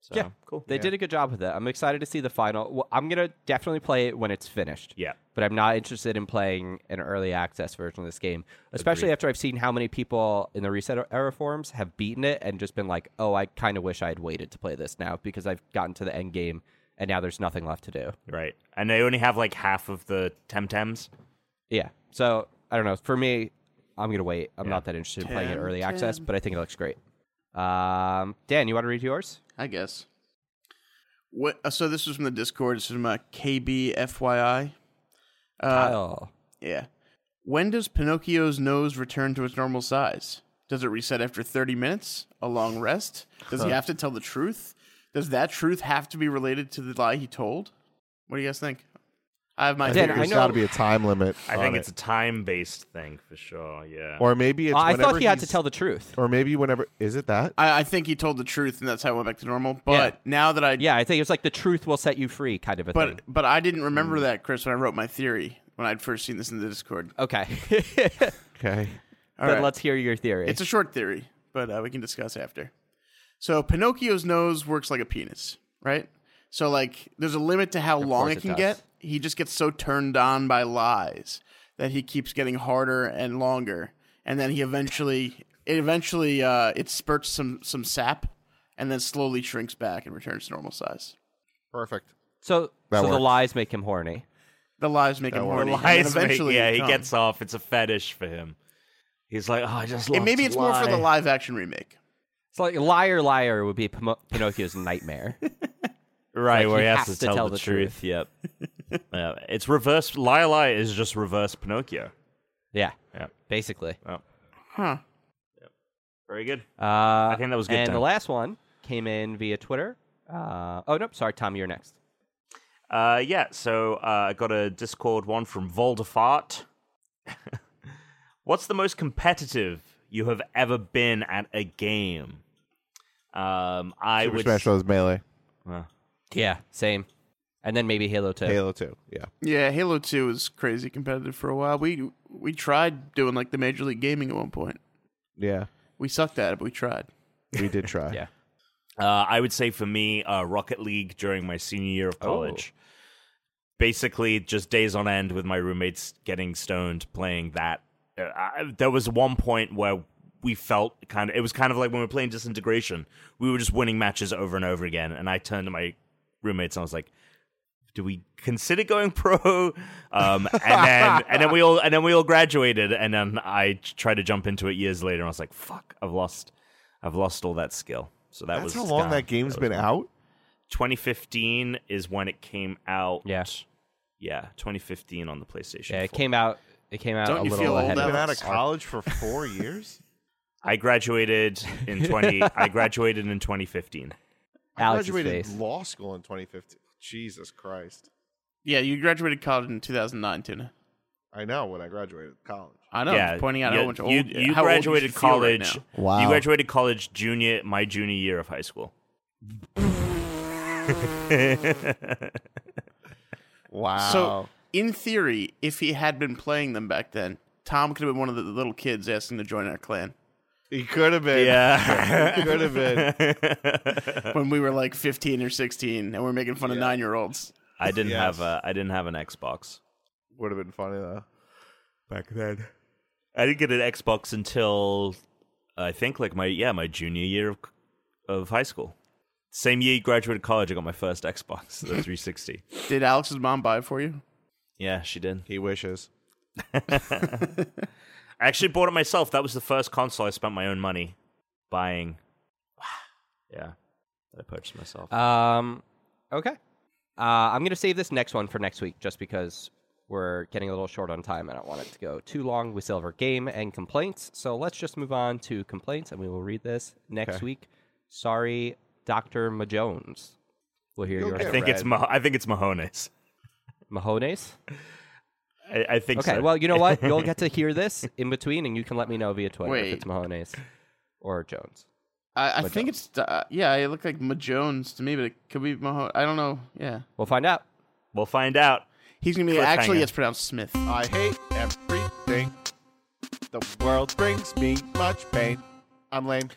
Speaker 3: So,
Speaker 1: Yeah.
Speaker 3: cool.
Speaker 1: They did a good job with it. I'm excited to see the final. Well, I'm gonna definitely play it when it's finished.
Speaker 3: Yeah.
Speaker 1: But I'm not interested in playing an early access version of this game, especially after I've seen how many people in the reset e-, era forums have beaten it and just been like, "Oh, I kind of wish I had waited to play this now because I've gotten to the end game and now there's nothing left to do."
Speaker 3: Right, and they only have like half of the Temtems.
Speaker 1: Yeah. So I don't know. For me, I'm gonna wait. I'm not that interested in playing it early access, but I think it looks great. Um, Dan, you want to read yours?
Speaker 4: I guess. What? uh, So this was from the Discord. This is from uh, KBFYI. Uh,
Speaker 1: Kyle.
Speaker 4: yeah. When does Pinocchio's nose return to its normal size? Does it reset after 30 minutes? A long rest? Does he have to tell the truth? Does that truth have to be related to the lie he told? What do you guys think? I have my
Speaker 1: Dan,
Speaker 4: theories.
Speaker 1: I
Speaker 2: There's
Speaker 1: know-
Speaker 2: got to be a time limit.
Speaker 3: I
Speaker 2: on
Speaker 3: think
Speaker 2: it.
Speaker 3: it's a time based thing for sure. Yeah.
Speaker 2: or maybe it's.
Speaker 1: Uh, I
Speaker 2: whenever
Speaker 1: thought he had to
Speaker 2: he's-
Speaker 1: tell the truth.
Speaker 2: Or maybe whenever is it that?
Speaker 4: I, I think he told the truth, and that's how I went back to normal. But now that I
Speaker 1: Yeah, I think it's like the truth will set you free, kind of a thing.
Speaker 4: But but I didn't remember
Speaker 1: Mm.
Speaker 4: that, Chris, when I wrote my theory when I'd first seen this in the Discord.
Speaker 1: Okay. <laughs> then
Speaker 2: Okay.
Speaker 4: All right.
Speaker 1: let's hear your theory.
Speaker 4: It's a short theory, but uh, we can discuss after. So Pinocchio's nose works like a penis, right? So like, there's a limit to how long
Speaker 1: course
Speaker 4: it
Speaker 1: it
Speaker 4: can
Speaker 1: does.
Speaker 4: get. He just gets so turned on by lies that he keeps getting harder and longer, and then he eventually, it eventually, uh, it spurts some some sap, and then slowly shrinks back and returns to normal size.
Speaker 2: Perfect.
Speaker 1: so
Speaker 2: That
Speaker 1: so the
Speaker 2: works.
Speaker 1: lies make him horny.
Speaker 4: The lies make him
Speaker 2: works.
Speaker 4: horny.
Speaker 2: The
Speaker 4: and then
Speaker 3: <laughs> Lies make-
Speaker 4: eventually
Speaker 3: yeah,
Speaker 4: it
Speaker 3: he
Speaker 4: comes.
Speaker 3: gets off. It's a fetish for him. He's like, oh, I just love.
Speaker 4: And maybe
Speaker 3: to
Speaker 4: it's more for the
Speaker 3: lie."
Speaker 4: live action remake.
Speaker 1: It's like liar, liar would be Pimo-
Speaker 4: <laughs>
Speaker 1: Pinocchio's nightmare.
Speaker 3: Right,
Speaker 1: Like,
Speaker 3: where
Speaker 1: he
Speaker 3: he
Speaker 1: has
Speaker 3: has, to,
Speaker 1: to
Speaker 3: tell,
Speaker 1: tell
Speaker 3: the,
Speaker 1: the
Speaker 3: truth. <laughs> Yep. yeah, it's reverse. Lie Lie is just reverse Pinocchio.
Speaker 1: Yeah,
Speaker 3: Yeah.
Speaker 1: basically.
Speaker 4: Huh.
Speaker 3: Very good.
Speaker 1: Uh, I
Speaker 3: think that was good,
Speaker 1: And
Speaker 3: Dan.
Speaker 1: the last one came in via Twitter. Uh, oh, nope. Sorry, Tommy, you're next.
Speaker 3: Uh, yeah, so uh, I got a Discord one from Voldefart. <laughs> What's the most competitive you have ever been at a game? Um, I
Speaker 2: Super
Speaker 3: would
Speaker 2: Smash Bros. Melee,
Speaker 1: Yeah, same. And then maybe Halo 2.
Speaker 2: Halo Two. Yeah,
Speaker 4: Yeah, Halo Two was crazy competitive for a while. We we tried doing like the Major League Gaming at one point.
Speaker 2: yeah,
Speaker 4: We sucked at it, but we tried.
Speaker 2: we did try.
Speaker 1: <laughs> Yeah.
Speaker 3: Uh, I would say for me, uh, Rocket League during my senior year
Speaker 2: Oh.
Speaker 3: of college. Basically, just days on end with my roommates getting stoned playing that. Uh, I, there was one point where we felt kind of, it was kind of like when we were playing Disintegration, we were just winning matches over and over again. And I turned to my roommates and I was like, do we consider going <laughs> pro? Um, and then and then we all and then we all graduated, and then I ch- tried to jump into it years later, and I was like, "Fuck, I've lost, I've lost all that skill." So that was
Speaker 2: That's how long
Speaker 3: gone.
Speaker 2: that game's
Speaker 3: was
Speaker 2: been
Speaker 3: gone.
Speaker 2: out.
Speaker 3: 2015 is when it came out.
Speaker 1: Yeah.
Speaker 3: Yeah, 2015 on the PlayStation.
Speaker 1: Yeah, it
Speaker 3: 4.
Speaker 1: came out. It came out
Speaker 4: Don't
Speaker 1: a
Speaker 4: you
Speaker 1: little
Speaker 4: feel
Speaker 1: ahead
Speaker 4: old
Speaker 1: of
Speaker 4: now?
Speaker 2: Been
Speaker 1: us.
Speaker 2: out of college
Speaker 1: <laughs>
Speaker 2: for four years.
Speaker 3: I graduated in 20. I graduated in 2015.
Speaker 1: Alex's
Speaker 2: graduated
Speaker 1: face.
Speaker 2: law school in 2015. Jesus Christ!
Speaker 4: Yeah, you graduated college in 2009, Tina.
Speaker 2: I know when I graduated college.
Speaker 4: I know.
Speaker 3: yeah,
Speaker 4: I'm Oh, pointing out
Speaker 3: yeah,
Speaker 4: how much old
Speaker 3: you, you
Speaker 4: how old
Speaker 3: graduated
Speaker 4: should feel right
Speaker 3: college.
Speaker 4: now.
Speaker 2: Wow.
Speaker 3: You graduated college junior my junior year of high
Speaker 4: <laughs>
Speaker 3: school.
Speaker 2: Wow.
Speaker 4: So, in theory, if he had been playing them back then, Tom could have been one of the little kids asking to join
Speaker 3: <laughs>
Speaker 4: our clan
Speaker 2: he could have been.
Speaker 4: <laughs>
Speaker 3: Yeah.
Speaker 2: He could have <laughs> been.
Speaker 4: when we were like 15 or 16 and we're making fun of nine year olds.
Speaker 3: I didn't
Speaker 2: Yes.
Speaker 3: have a I didn't have an Xbox
Speaker 2: Would have been funny though.
Speaker 3: back then. I didn't get an Xbox until I think like my yeah my junior year of of high school. Same year you graduated college, I got my first Xbox, the 360.
Speaker 4: Did Alex's mom buy it for you?
Speaker 3: yeah, she did.
Speaker 2: He wishes.
Speaker 3: I actually bought it myself. That was the first console I spent my own money buying. <sighs> Yeah, that I purchased myself.
Speaker 1: Um, okay. Uh, I'm going to save this next one for next week just because we're getting a little short on time. I don't want it to go too long. We still have our game and complaints. So let's just move on to complaints and we will read this next week. Sorry, Dr. Majones. We'll hear
Speaker 2: You'll
Speaker 1: your
Speaker 2: get
Speaker 3: I think it's Mah- I think it's Mahones.
Speaker 1: Mahones.
Speaker 3: I, I think
Speaker 1: Okay,
Speaker 3: so.
Speaker 1: well, you know
Speaker 3: <laughs>
Speaker 1: what? You'll get to hear this in between and you can let me know via Twitter if
Speaker 4: Wait.
Speaker 1: it's Mahones or Jones.
Speaker 4: I, I think it's uh, yeah. It looked like Majones to me, but it could be Maho. I don't know. Yeah,
Speaker 1: We'll find out.
Speaker 3: we'll find out.
Speaker 4: he's gonna be actually.
Speaker 3: Cliffhanger.
Speaker 4: It's pronounced Smith.
Speaker 2: I hate everything. The world brings me much pain. I'm lame.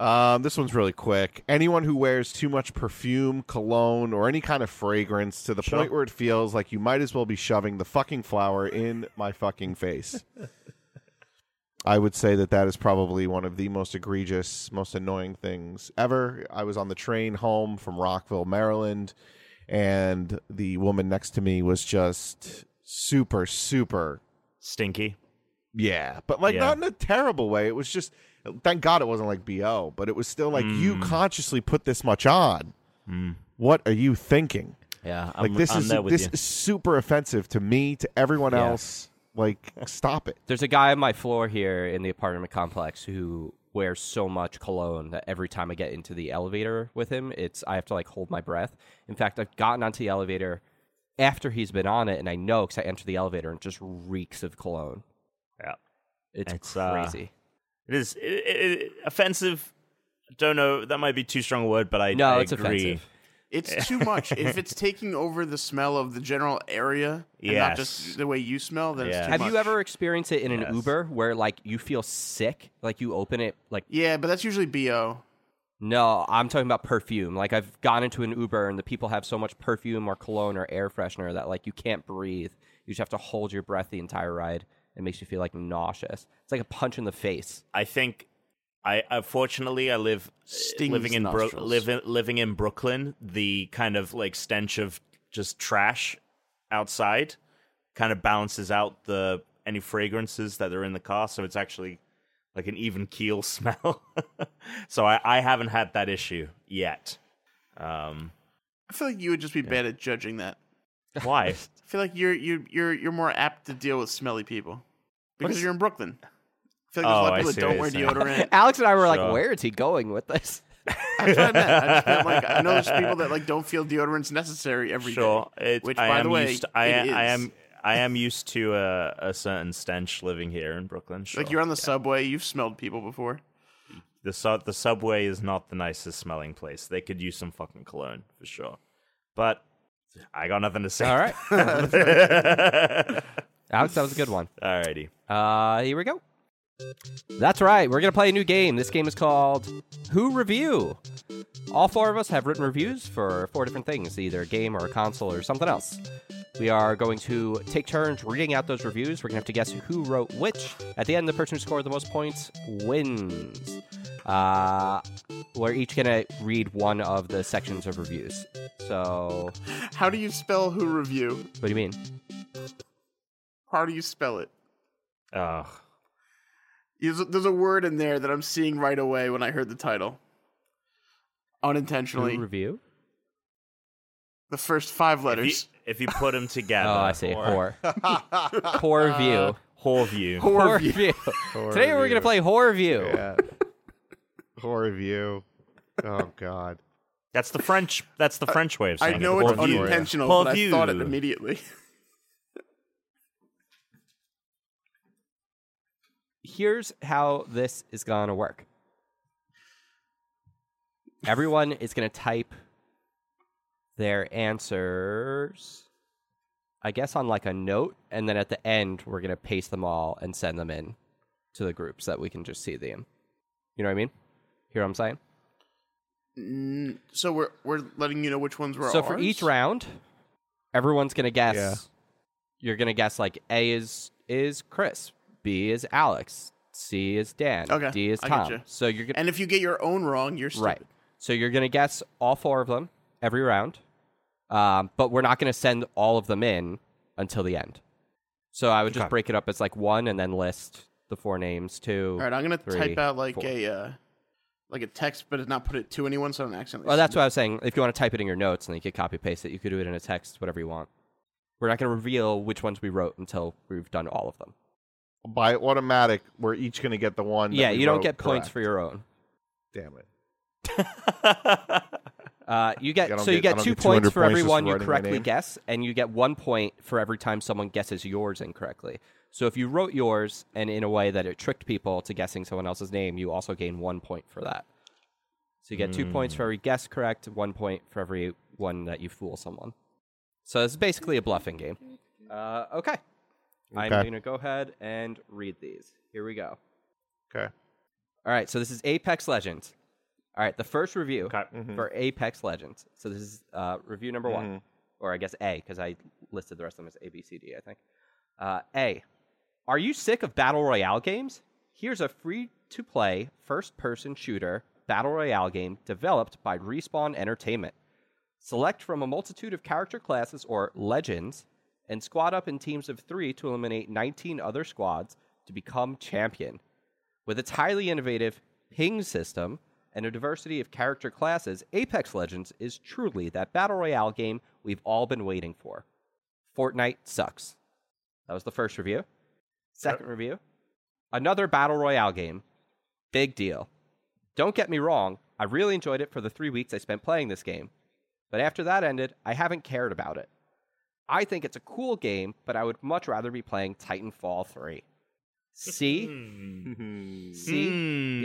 Speaker 2: Um, this one's really quick. Anyone who wears too much perfume, cologne, or any kind of fragrance to the point where it feels like you might as well be shoving the fucking flower in my fucking face. I would say that that is probably one of the most egregious, most annoying things ever. I was on the train home from Rockville, Maryland, and the woman next to me was just super, super
Speaker 3: Stinky.
Speaker 2: yeah, but like
Speaker 3: Yeah.
Speaker 2: not in a terrible way. It was just thank God it wasn't like BO, but it was still like you
Speaker 3: Mm.
Speaker 2: consciously put this much on. What are you thinking?
Speaker 3: Yeah, Mm. I'm,
Speaker 2: Like this
Speaker 3: I'm
Speaker 2: is
Speaker 3: there with
Speaker 2: this
Speaker 3: you.
Speaker 2: is super offensive to me, to everyone
Speaker 1: Yeah.
Speaker 2: else. Like stop it.
Speaker 1: There's a guy on my floor here in the apartment complex who wears so much cologne that every time I get into the elevator with him, it's I have to like hold my breath. In fact, I've gotten onto the elevator after he's been on it, and I know because I enter the elevator and it just reeks of cologne.
Speaker 3: Yeah.
Speaker 1: It's,
Speaker 3: It's, uh,
Speaker 1: crazy.
Speaker 3: It is it, it, it- offensive. Don't know. That might be too strong a word, but I
Speaker 1: no,
Speaker 3: I
Speaker 1: it's
Speaker 3: agree.
Speaker 1: offensive.
Speaker 3: <laughs>
Speaker 4: It's too much. if it's taking over the smell of the general area and not
Speaker 3: Yes.
Speaker 4: just the way you smell, then
Speaker 3: Yeah.
Speaker 4: it's too
Speaker 1: Have
Speaker 4: much.
Speaker 1: you ever experienced it in an
Speaker 3: Yes.
Speaker 1: Uber where like you feel sick, like you open it, like
Speaker 4: Yeah, but that's usually bo.
Speaker 1: No, I'm talking about perfume. Like I've gone into an Uber and the people have so much perfume or cologne or air freshener that like you can't breathe. You just have to hold your breath the entire ride. It makes you feel like nauseous. It's like a punch in the face.
Speaker 3: I think. I unfortunately I live uh,
Speaker 4: Stings
Speaker 3: living in Bro-
Speaker 4: nostrils.
Speaker 3: living living in Brooklyn. The kind of like stench of just trash outside kind of balances out the any fragrances that are in the car, so it's actually like an even keel <laughs> smell. so I, I haven't had that issue yet. Um,
Speaker 4: I feel like you would just be bad at judging that.
Speaker 3: why?
Speaker 4: I feel like you're you're you're you're more apt to deal with smelly people because
Speaker 3: is-
Speaker 4: you're in Brooklyn. I feel like there's a lot
Speaker 3: Oh, I
Speaker 4: of people
Speaker 3: see
Speaker 4: that
Speaker 3: what
Speaker 4: don't
Speaker 3: you're
Speaker 4: wear
Speaker 3: <laughs> saying.
Speaker 4: deodorant.
Speaker 1: <laughs> Alex and I were like,
Speaker 3: Sure.
Speaker 1: where is he going with this?
Speaker 4: <laughs> I find that. I just meant, like I know there's people that like don't feel deodorant's necessary every day.
Speaker 3: Sure. It,
Speaker 4: which,
Speaker 3: I
Speaker 4: by
Speaker 3: am
Speaker 4: the way,
Speaker 3: used to- I,
Speaker 4: it
Speaker 3: I
Speaker 4: is.
Speaker 3: am I am used to a, a certain stench living here in Brooklyn. Sure.
Speaker 4: Like you're on the subway, you've smelled people before.
Speaker 3: the su- the subway is not the nicest smelling place. They could use some fucking cologne for sure. But I got nothing to say.
Speaker 4: <laughs>
Speaker 1: All right. Alex, that was a good one.
Speaker 3: <laughs> Alrighty.
Speaker 1: Uh, here we go. That's right. We're going to play a new game. This game is called Who Review. All four of us have written reviews for four different things either a game or a console or something else. We are going to take turns reading out those reviews. We're going to have to guess who wrote which. At the end, the person who scored the most points wins. Uh, we're each going to read one of the sections of reviews. So,
Speaker 4: How do you spell who review?
Speaker 1: what do you mean?
Speaker 4: How do you spell it?
Speaker 3: Oh,
Speaker 4: There's a, there's a word in there that I'm seeing right away when I heard the title.
Speaker 1: Who
Speaker 4: Unintentionally,
Speaker 1: review?
Speaker 4: the first five
Speaker 3: if, you,
Speaker 4: letters.
Speaker 3: if you put them together.
Speaker 1: Oh, I see.
Speaker 3: Or,
Speaker 1: Whore. Whore view.
Speaker 3: whore view.
Speaker 1: Horror <laughs>
Speaker 4: Horror
Speaker 1: view. Today we're gonna play horror view.
Speaker 2: <laughs> Yeah. Horror view. Oh God.
Speaker 3: That's the French. That's the French way of saying
Speaker 4: I know
Speaker 3: it.
Speaker 4: it's
Speaker 3: Whore view.
Speaker 4: unintentional,
Speaker 3: Whore
Speaker 4: but I thought it
Speaker 3: view.
Speaker 4: immediately. <laughs>
Speaker 1: Here's how this is gonna work. Everyone is gonna type their answers, I guess, on like a note, and then at the end we're gonna paste them all and send them in to the group so that we can just see them. You know what I mean? Hear what I'm saying?
Speaker 4: So we're we're letting you know which ones were.
Speaker 1: So for
Speaker 4: ours?
Speaker 1: each round, everyone's gonna guess.
Speaker 2: Yeah.
Speaker 1: You're gonna guess like A is is Chris, B is Alex, C is Dan,
Speaker 4: Okay,
Speaker 1: D is
Speaker 4: I get
Speaker 1: Tom.
Speaker 4: you.
Speaker 1: So you're gonna
Speaker 4: and if you get your own wrong, you're stupid.
Speaker 1: right. So you're gonna guess all four of them every round, um, but we're not gonna send all of them in until the end. So I would just break it up as like one and then list the four names. Two.
Speaker 4: All right, I'm gonna
Speaker 1: three,
Speaker 4: type out like
Speaker 1: four.
Speaker 4: a uh, like a text, but not put it to anyone, so I don't accidentally.
Speaker 1: Well, that's
Speaker 4: send
Speaker 1: what I was saying. If you want to type it in your notes and then you could copy paste it, you could do it in a text, whatever you want. We're not going to reveal which ones we wrote until we've done all of them.
Speaker 2: By automatic, we're each gonna get the one. that
Speaker 1: yeah,
Speaker 2: we
Speaker 1: you don't
Speaker 2: wrote
Speaker 1: get points
Speaker 2: correct.
Speaker 1: for your own.
Speaker 2: Damn it.
Speaker 1: Uh, you
Speaker 2: I
Speaker 1: get
Speaker 2: don't
Speaker 1: so you
Speaker 2: get- I
Speaker 1: get
Speaker 2: don't
Speaker 1: two
Speaker 2: get
Speaker 1: points
Speaker 2: 200
Speaker 1: for
Speaker 2: points
Speaker 1: every
Speaker 2: just
Speaker 1: one
Speaker 2: for
Speaker 1: you
Speaker 2: writing my
Speaker 1: correctly
Speaker 2: name.
Speaker 1: guess, and you get one point for every time someone guesses yours incorrectly. So if you wrote yours and in a way that it tricked people to guessing someone else's name, you also gain one point for that. So you get two points
Speaker 2: Hmm.
Speaker 1: for every guess correct, one point for every one that you fool someone. So it's basically a bluffing game. Uh, okay. I'm
Speaker 2: Okay.
Speaker 1: going to go ahead and read these. Here we go.
Speaker 2: Okay.
Speaker 1: All right, so this is Apex Legends. All right, the first review for Apex Legends. So this is uh, review number one, or I guess A, because I listed the rest of them as A, B, C, D, I think. Uh, A. Are you sick of battle royale games? Here's a free to play first person shooter battle royale game developed by Respawn Entertainment. Select from a multitude of character classes or legends and squad up in teams of three to eliminate 19 other squads to become champion. With its highly innovative ping system and a diversity of character classes, Apex Legends is truly that battle royale game we've all been waiting for. Fortnite sucks. That was the first review. Second review another battle royale game. Big deal. Don't get me wrong, I really enjoyed it for the three weeks I spent playing this game. But after that ended, I haven't cared about it. I think it's a cool game, but I would much rather be playing Titanfall 3. C. C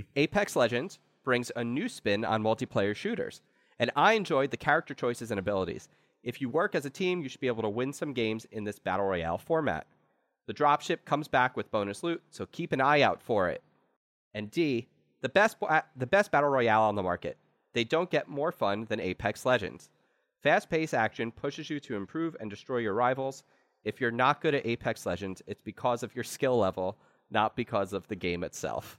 Speaker 1: is Apex Legends brings a new spin on multiplayer shooters, and I enjoyed the character choices and abilities. If you work as a team, you should be able to win some games in this battle royale format. The dropship comes back with bonus loot, so keep an eye out for it. And D, the best bo- the best battle royale on the market. They don't get more fun than Apex Legends. Fast-paced action pushes you to improve and destroy your rivals. If you're not good at Apex Legends, it's because of your skill level, not because of the game itself.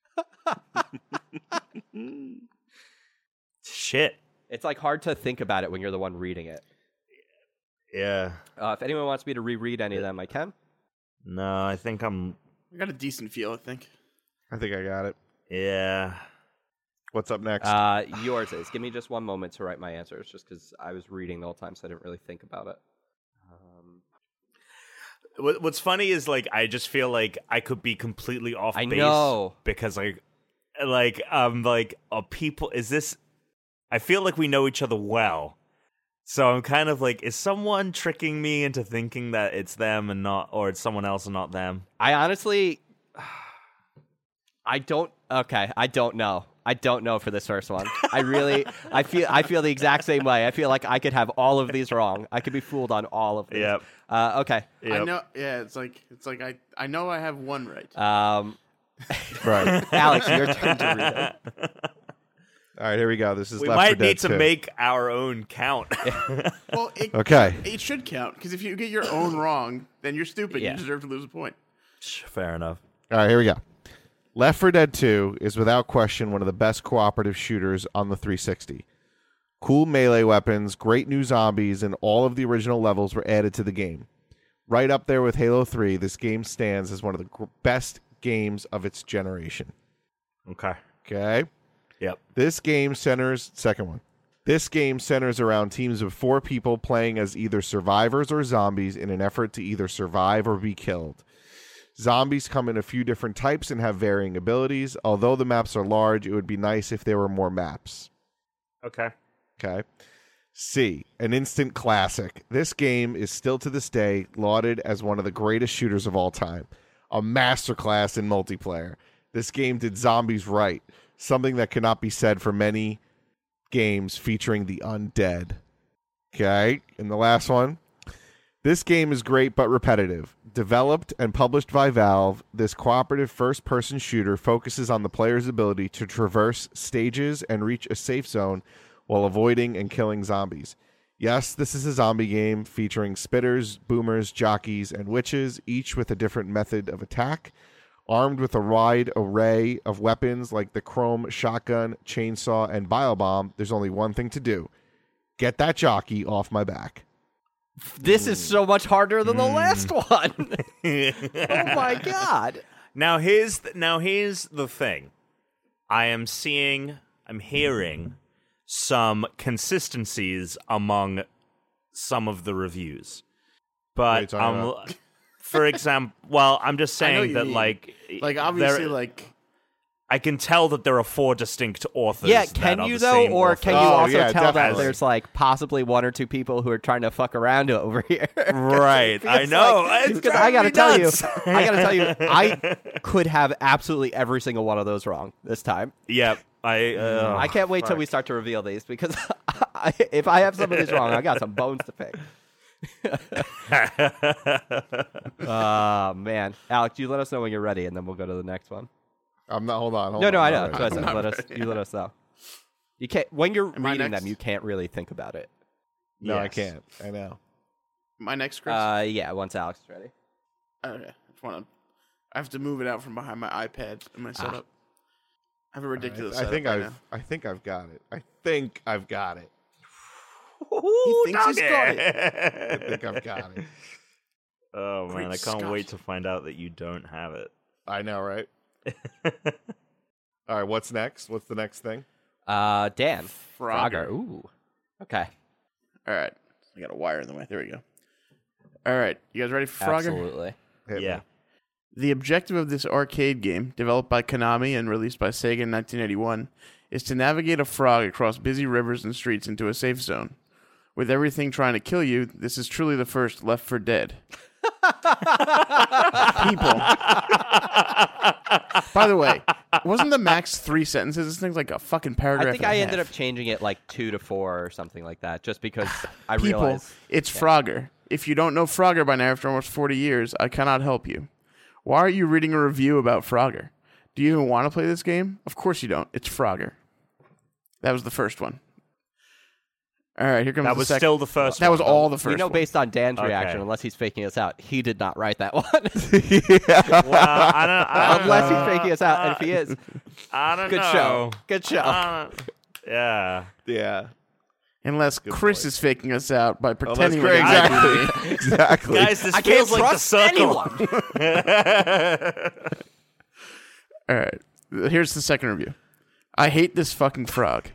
Speaker 3: <laughs>
Speaker 1: <laughs>
Speaker 3: Shit.
Speaker 1: It's like hard to think about it when you're the one reading it.
Speaker 3: Yeah.
Speaker 1: Uh, if anyone wants me to reread any of them, I can.
Speaker 3: No, I think I'm.
Speaker 4: it. I got a decent feel, I think.
Speaker 2: I think I got it.
Speaker 3: Yeah.
Speaker 2: What's up next?
Speaker 1: Uh, yours is. Give me just one moment to write my answers, just because I was reading the whole time, so I didn't really think about it. Um,
Speaker 3: What, what's funny is like I just feel like I could be completely off
Speaker 1: I
Speaker 3: base
Speaker 1: know.
Speaker 3: because like like I'm like, are people? Is this? I feel like we know each other well, so I'm kind of like, is someone tricking me into thinking that it's them and not, or it's someone else and not them?
Speaker 1: I honestly, <sighs> I don't. Okay, I don't know. I don't know for this first one. I really, I feel, I feel the exact same way. I feel like I could have all of these wrong. I could be fooled on all of these.
Speaker 3: Yep.
Speaker 1: Uh, okay.
Speaker 4: I
Speaker 3: Yep.
Speaker 4: know. Yeah, it's like it's like I I know I have one
Speaker 1: <laughs>
Speaker 4: right.
Speaker 1: Um, <laughs>
Speaker 2: Right.
Speaker 1: Alex, your turn to read it.
Speaker 2: All right, here we go. This is
Speaker 3: We
Speaker 2: Left 4
Speaker 3: might
Speaker 2: Dead
Speaker 3: need to
Speaker 2: 2.
Speaker 3: make our own <laughs> count.
Speaker 4: well, it,
Speaker 2: Okay.
Speaker 4: it should count because if you get your own wrong, then you're stupid.
Speaker 1: Yeah.
Speaker 4: You deserve to lose a point.
Speaker 3: Fair enough.
Speaker 2: All right, here we go. Left 4 Dead 2 is without question one of the best cooperative shooters on the 360. Cool melee weapons, great new zombies, and all of the original levels were added to the game. Right up there with Halo 3, this game stands as one of the gr- best games of its generation.
Speaker 3: Okay.
Speaker 2: Okay?
Speaker 3: <laughs> Yep.
Speaker 2: This game centers second one. This game centers around teams of four people playing as either survivors or zombies in an effort to either survive or be killed. Zombies come in a few different types and have varying abilities. Although the maps are large, it would be nice if there were more maps.
Speaker 3: Okay.
Speaker 2: Okay. C, an instant classic. This game is still to this day lauded as one of the greatest shooters of all time, a masterclass in multiplayer. This game did zombies right, something that cannot be said for many games featuring the undead. Okay, and the last one. This game is great but repetitive. Developed and published by Valve, this cooperative first person shooter focuses on the player's ability to traverse stages and reach a safe zone while avoiding and killing zombies. Yes, this is a zombie game featuring spitters, boomers, jockeys, and witches, each with a different method of attack. Armed with a wide array of weapons like the chrome shotgun, chainsaw, and biobomb, there's only one thing to do get that jockey off my back.
Speaker 1: This is so much harder than the
Speaker 2: Hmm.
Speaker 1: last one. <laughs>
Speaker 3: <laughs>
Speaker 1: oh my god.
Speaker 3: Now here's th- now here's the thing. I am seeing, I'm hearing some consistencies among some of the reviews,
Speaker 2: are you
Speaker 3: but
Speaker 2: talking
Speaker 3: um, for example, <laughs> well, I'm just
Speaker 4: I know
Speaker 3: saying
Speaker 4: you
Speaker 3: that
Speaker 4: mean.
Speaker 3: like
Speaker 4: Like
Speaker 3: there-
Speaker 4: obviously, like
Speaker 3: I can tell that there are four distinct authors.
Speaker 1: Yeah,
Speaker 3: that
Speaker 1: can
Speaker 3: are
Speaker 1: you
Speaker 3: the
Speaker 1: though,
Speaker 3: same
Speaker 1: or
Speaker 3: author.
Speaker 1: can you
Speaker 2: Oh,
Speaker 1: also
Speaker 2: yeah,
Speaker 1: tell that
Speaker 2: definitely.
Speaker 1: there's like possibly one or two people who are trying to fuck around over here? <laughs>
Speaker 2: Oh.
Speaker 3: right? I know. It's
Speaker 1: Because I gotta
Speaker 3: driving
Speaker 1: tell
Speaker 3: me
Speaker 1: you,
Speaker 3: nuts.
Speaker 1: <laughs> I gotta tell you, I could have absolutely every single one of those wrong this time.
Speaker 3: <laughs> Yep.
Speaker 1: <laughs>
Speaker 3: I uh,
Speaker 4: Oh,
Speaker 1: I can't wait till we start to reveal these because <laughs> I, if I have some of these wrong, I got some bones to
Speaker 4: <laughs>
Speaker 1: pick. <laughs> Oh man, Alex, you let us know when you're ready, and then we'll go to the next one.
Speaker 2: I'm not. Hold on. Hold
Speaker 1: No,
Speaker 2: on,
Speaker 1: no, I
Speaker 2: hold
Speaker 1: know.
Speaker 2: on.
Speaker 1: That's what I said. Let us, you let us know. You can't when you're
Speaker 4: Am I
Speaker 1: reading
Speaker 4: next?
Speaker 1: them. You can't really think about it.
Speaker 2: No, I
Speaker 3: Yes.
Speaker 2: can't. I know.
Speaker 4: my next script.
Speaker 1: Uh, yeah. Once Alex is ready.
Speaker 4: okay, I just want to. I have to move it out from behind my iPad and
Speaker 1: Ah.
Speaker 4: my setup. I have a ridiculous.
Speaker 2: I
Speaker 4: setup
Speaker 2: think
Speaker 4: right
Speaker 2: I've.
Speaker 4: now.
Speaker 2: I think I've got it. I think I've got it.
Speaker 3: Ooh,
Speaker 4: thinks he's
Speaker 3: doggy.
Speaker 4: got
Speaker 2: I
Speaker 3: <laughs>
Speaker 2: think I've got it.
Speaker 1: <laughs>
Speaker 3: Oh
Speaker 4: Great
Speaker 3: man, I can't
Speaker 4: Scott.
Speaker 3: wait to find out that you don't have it.
Speaker 2: I
Speaker 1: <laughs>
Speaker 2: know, right? All right. What's next? What's the next thing?
Speaker 1: Uh, Dan
Speaker 4: Frogger.
Speaker 1: Ooh. Okay.
Speaker 4: All right, I got a wire in the way. There we go. All right, you guys ready for Frogger?
Speaker 1: Absolutely.
Speaker 2: Hit me.
Speaker 3: yeah.
Speaker 4: The objective of this arcade game, developed by Konami and released by Sega in 1981, is to navigate a frog across busy rivers and streets into a safe zone. With everything trying to kill you, this is truly the first Left for Dead. People. By the way, wasn't the max three sentences? This thing's like a fucking paragraph.
Speaker 1: I think
Speaker 4: and a
Speaker 1: I ended
Speaker 4: half.
Speaker 1: up changing it like two to four or something like that, just because I
Speaker 4: people,
Speaker 1: realized.
Speaker 4: it's Frogger. If you don't know Frogger by now after almost 40 years, I cannot help you. Why are you reading a review about Frogger? Do you even want to play this game? Of course you don't. It's Frogger. That was the first one. All right, here comes
Speaker 3: That
Speaker 4: the
Speaker 3: was
Speaker 4: second-
Speaker 3: still the first.
Speaker 4: That was
Speaker 3: one.
Speaker 4: all the first
Speaker 1: We know
Speaker 4: one.
Speaker 1: based on Dan's
Speaker 3: Okay.
Speaker 1: reaction, unless he's faking us out, he did not write that <laughs> one.
Speaker 3: <laughs> Well, I don't, I don't
Speaker 1: unless
Speaker 3: know.
Speaker 1: he's faking us out, and if he is,
Speaker 3: I don't
Speaker 1: good
Speaker 3: know.
Speaker 1: show. Good show.
Speaker 3: I don't- yeah.
Speaker 2: Yeah.
Speaker 4: Unless Chris is faking us out by pretending
Speaker 2: Chris-
Speaker 4: like I <laughs> do.
Speaker 2: exactly. exactly.
Speaker 3: Guys, this
Speaker 1: I can't
Speaker 3: feels like the
Speaker 1: trust
Speaker 3: circle.
Speaker 1: anyone.
Speaker 4: All right. Here's the second review. I hate this fucking frog.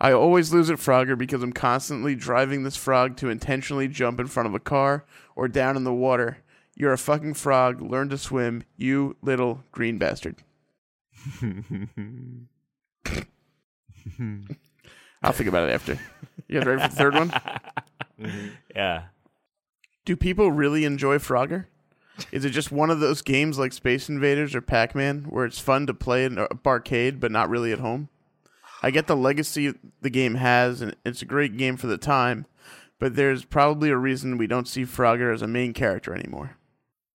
Speaker 4: I always lose at Frogger because I'm constantly driving this frog to intentionally jump in front of a car or down in the water. You're a fucking frog. Learn to swim, you little green bastard. I'll think about it after. You guys ready for the third one?
Speaker 3: Yeah.
Speaker 4: Do people really enjoy Frogger? Is it just one of those games like Space Invaders or Pac Man where it's fun to play in a barcade but not really at home? I get the legacy the game has, and it's a great game for the time, but there's probably a reason we don't see Frogger as a main character anymore.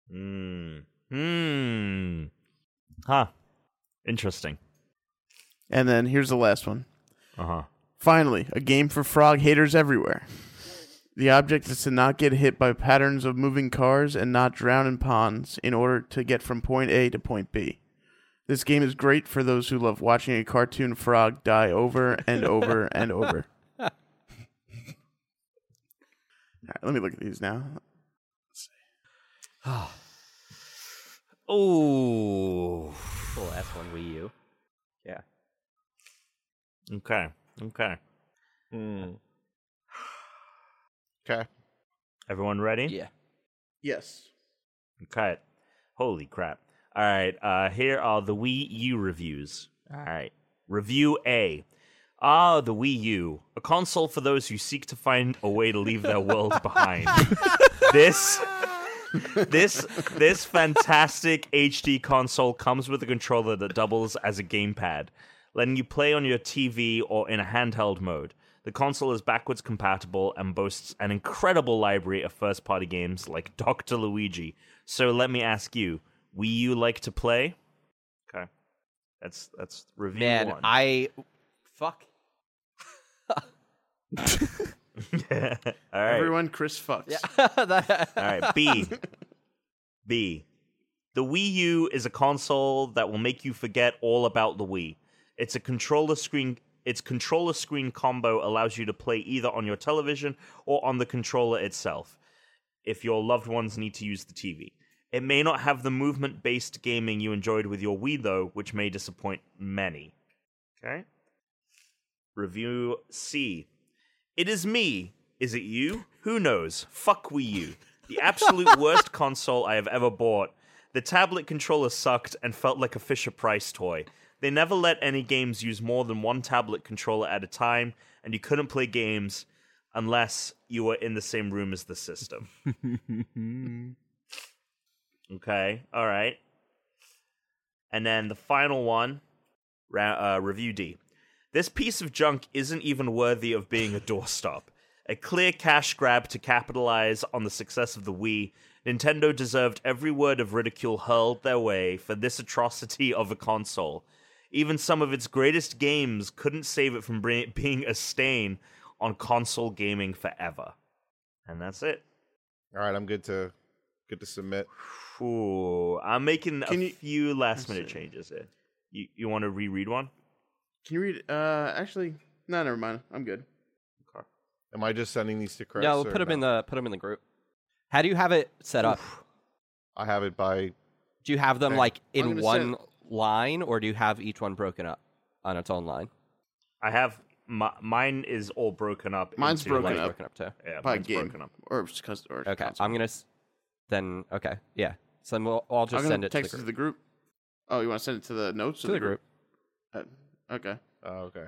Speaker 3: Hmm. Hmm. Huh. Interesting.
Speaker 4: And then here's the last one.
Speaker 3: Uh
Speaker 1: <sighs>
Speaker 3: huh.
Speaker 4: Finally, a game for frog haters everywhere. The object is to not get hit by patterns of moving cars and not drown in ponds in order to get from point A to point B. This game is great for those who love watching a cartoon frog die over and over and over. All right, let me look at these now.
Speaker 1: Oh, cool. That's one Wii U. Yeah.
Speaker 3: Okay. Okay.
Speaker 2: Okay.
Speaker 3: Everyone ready?
Speaker 1: Yeah.
Speaker 4: Yes.
Speaker 3: Okay. Holy crap. All right. Uh, here are the Wii U reviews. All right. Review A. Ah, the Wii U, a console for those who seek to find a way to leave their world behind. this. this this fantastic HD console comes with a controller that doubles as a gamepad, letting you play on your TV or in a handheld mode. The console is backwards compatible and boasts an incredible library of first-party games like Dr. Luigi. So let me ask you, Wii U like to play? Okay. That's that's review
Speaker 1: Man,
Speaker 3: one.
Speaker 1: I fuck.
Speaker 3: <laughs> All right.
Speaker 4: Everyone, Chris fucks.
Speaker 1: <laughs>
Speaker 3: All right, B. B. The Wii U is a console that will make you forget all about the Wii. It's a controller screen its controller screen combo allows you to play either on your television or on the controller itself if your loved ones need to use the TV. It may not have the movement-based gaming you enjoyed with your Wii though, which may disappoint many. Okay? Review C. It is me. Is it you? Who knows? Fuck Wii U. The absolute worst console I have ever bought. The tablet controller sucked and felt like a Fisher Price toy. They never let any games use more than one tablet controller at a time, and you couldn't play games unless you were in the same room as the system. okay, all right. And then the final one, ra- uh, review D. This piece of junk isn't even worthy of being a doorstop. A clear cash grab to capitalize on the success of the Wii. Nintendo deserved every word of ridicule hurled their way for this atrocity of a console. Even some of its greatest games couldn't save it from bring- being a stain on console gaming forever. And that's it.
Speaker 2: All right, I'm good to good to submit.
Speaker 3: Ooh, I'm making
Speaker 4: Can
Speaker 3: a
Speaker 4: you-
Speaker 3: few last minute
Speaker 4: see.
Speaker 3: changes here. You, you want to reread one?
Speaker 4: Can you read? Uh, actually, no, never mind. I'm good.
Speaker 2: Am I just sending these to Chris?
Speaker 1: no,
Speaker 2: or
Speaker 1: put them in the put 'em in the group. How do you have it set up?
Speaker 2: I have it by.
Speaker 1: Do you have them
Speaker 2: Okay.
Speaker 1: like
Speaker 4: I'm
Speaker 1: in
Speaker 4: gonna
Speaker 1: one line, or do you have each one broken up on its own line?
Speaker 3: I have. My, mine is all broken up.
Speaker 4: Mine's
Speaker 3: into,
Speaker 4: broken
Speaker 3: like,
Speaker 4: up.
Speaker 1: Broken up too.
Speaker 3: Yeah,
Speaker 4: By
Speaker 3: mine's
Speaker 4: game
Speaker 3: broken up.
Speaker 4: or it's cus- or
Speaker 1: Okay,
Speaker 4: console.
Speaker 1: I'm gonna s- then. Okay, yeah. So then we'll I'll
Speaker 4: I'm
Speaker 1: just
Speaker 4: gonna
Speaker 1: send it to the
Speaker 4: text
Speaker 1: group.
Speaker 4: it to the group. Oh, you want to send it to the notes
Speaker 1: To the group.
Speaker 4: Uh, okay,
Speaker 2: Oh, okay.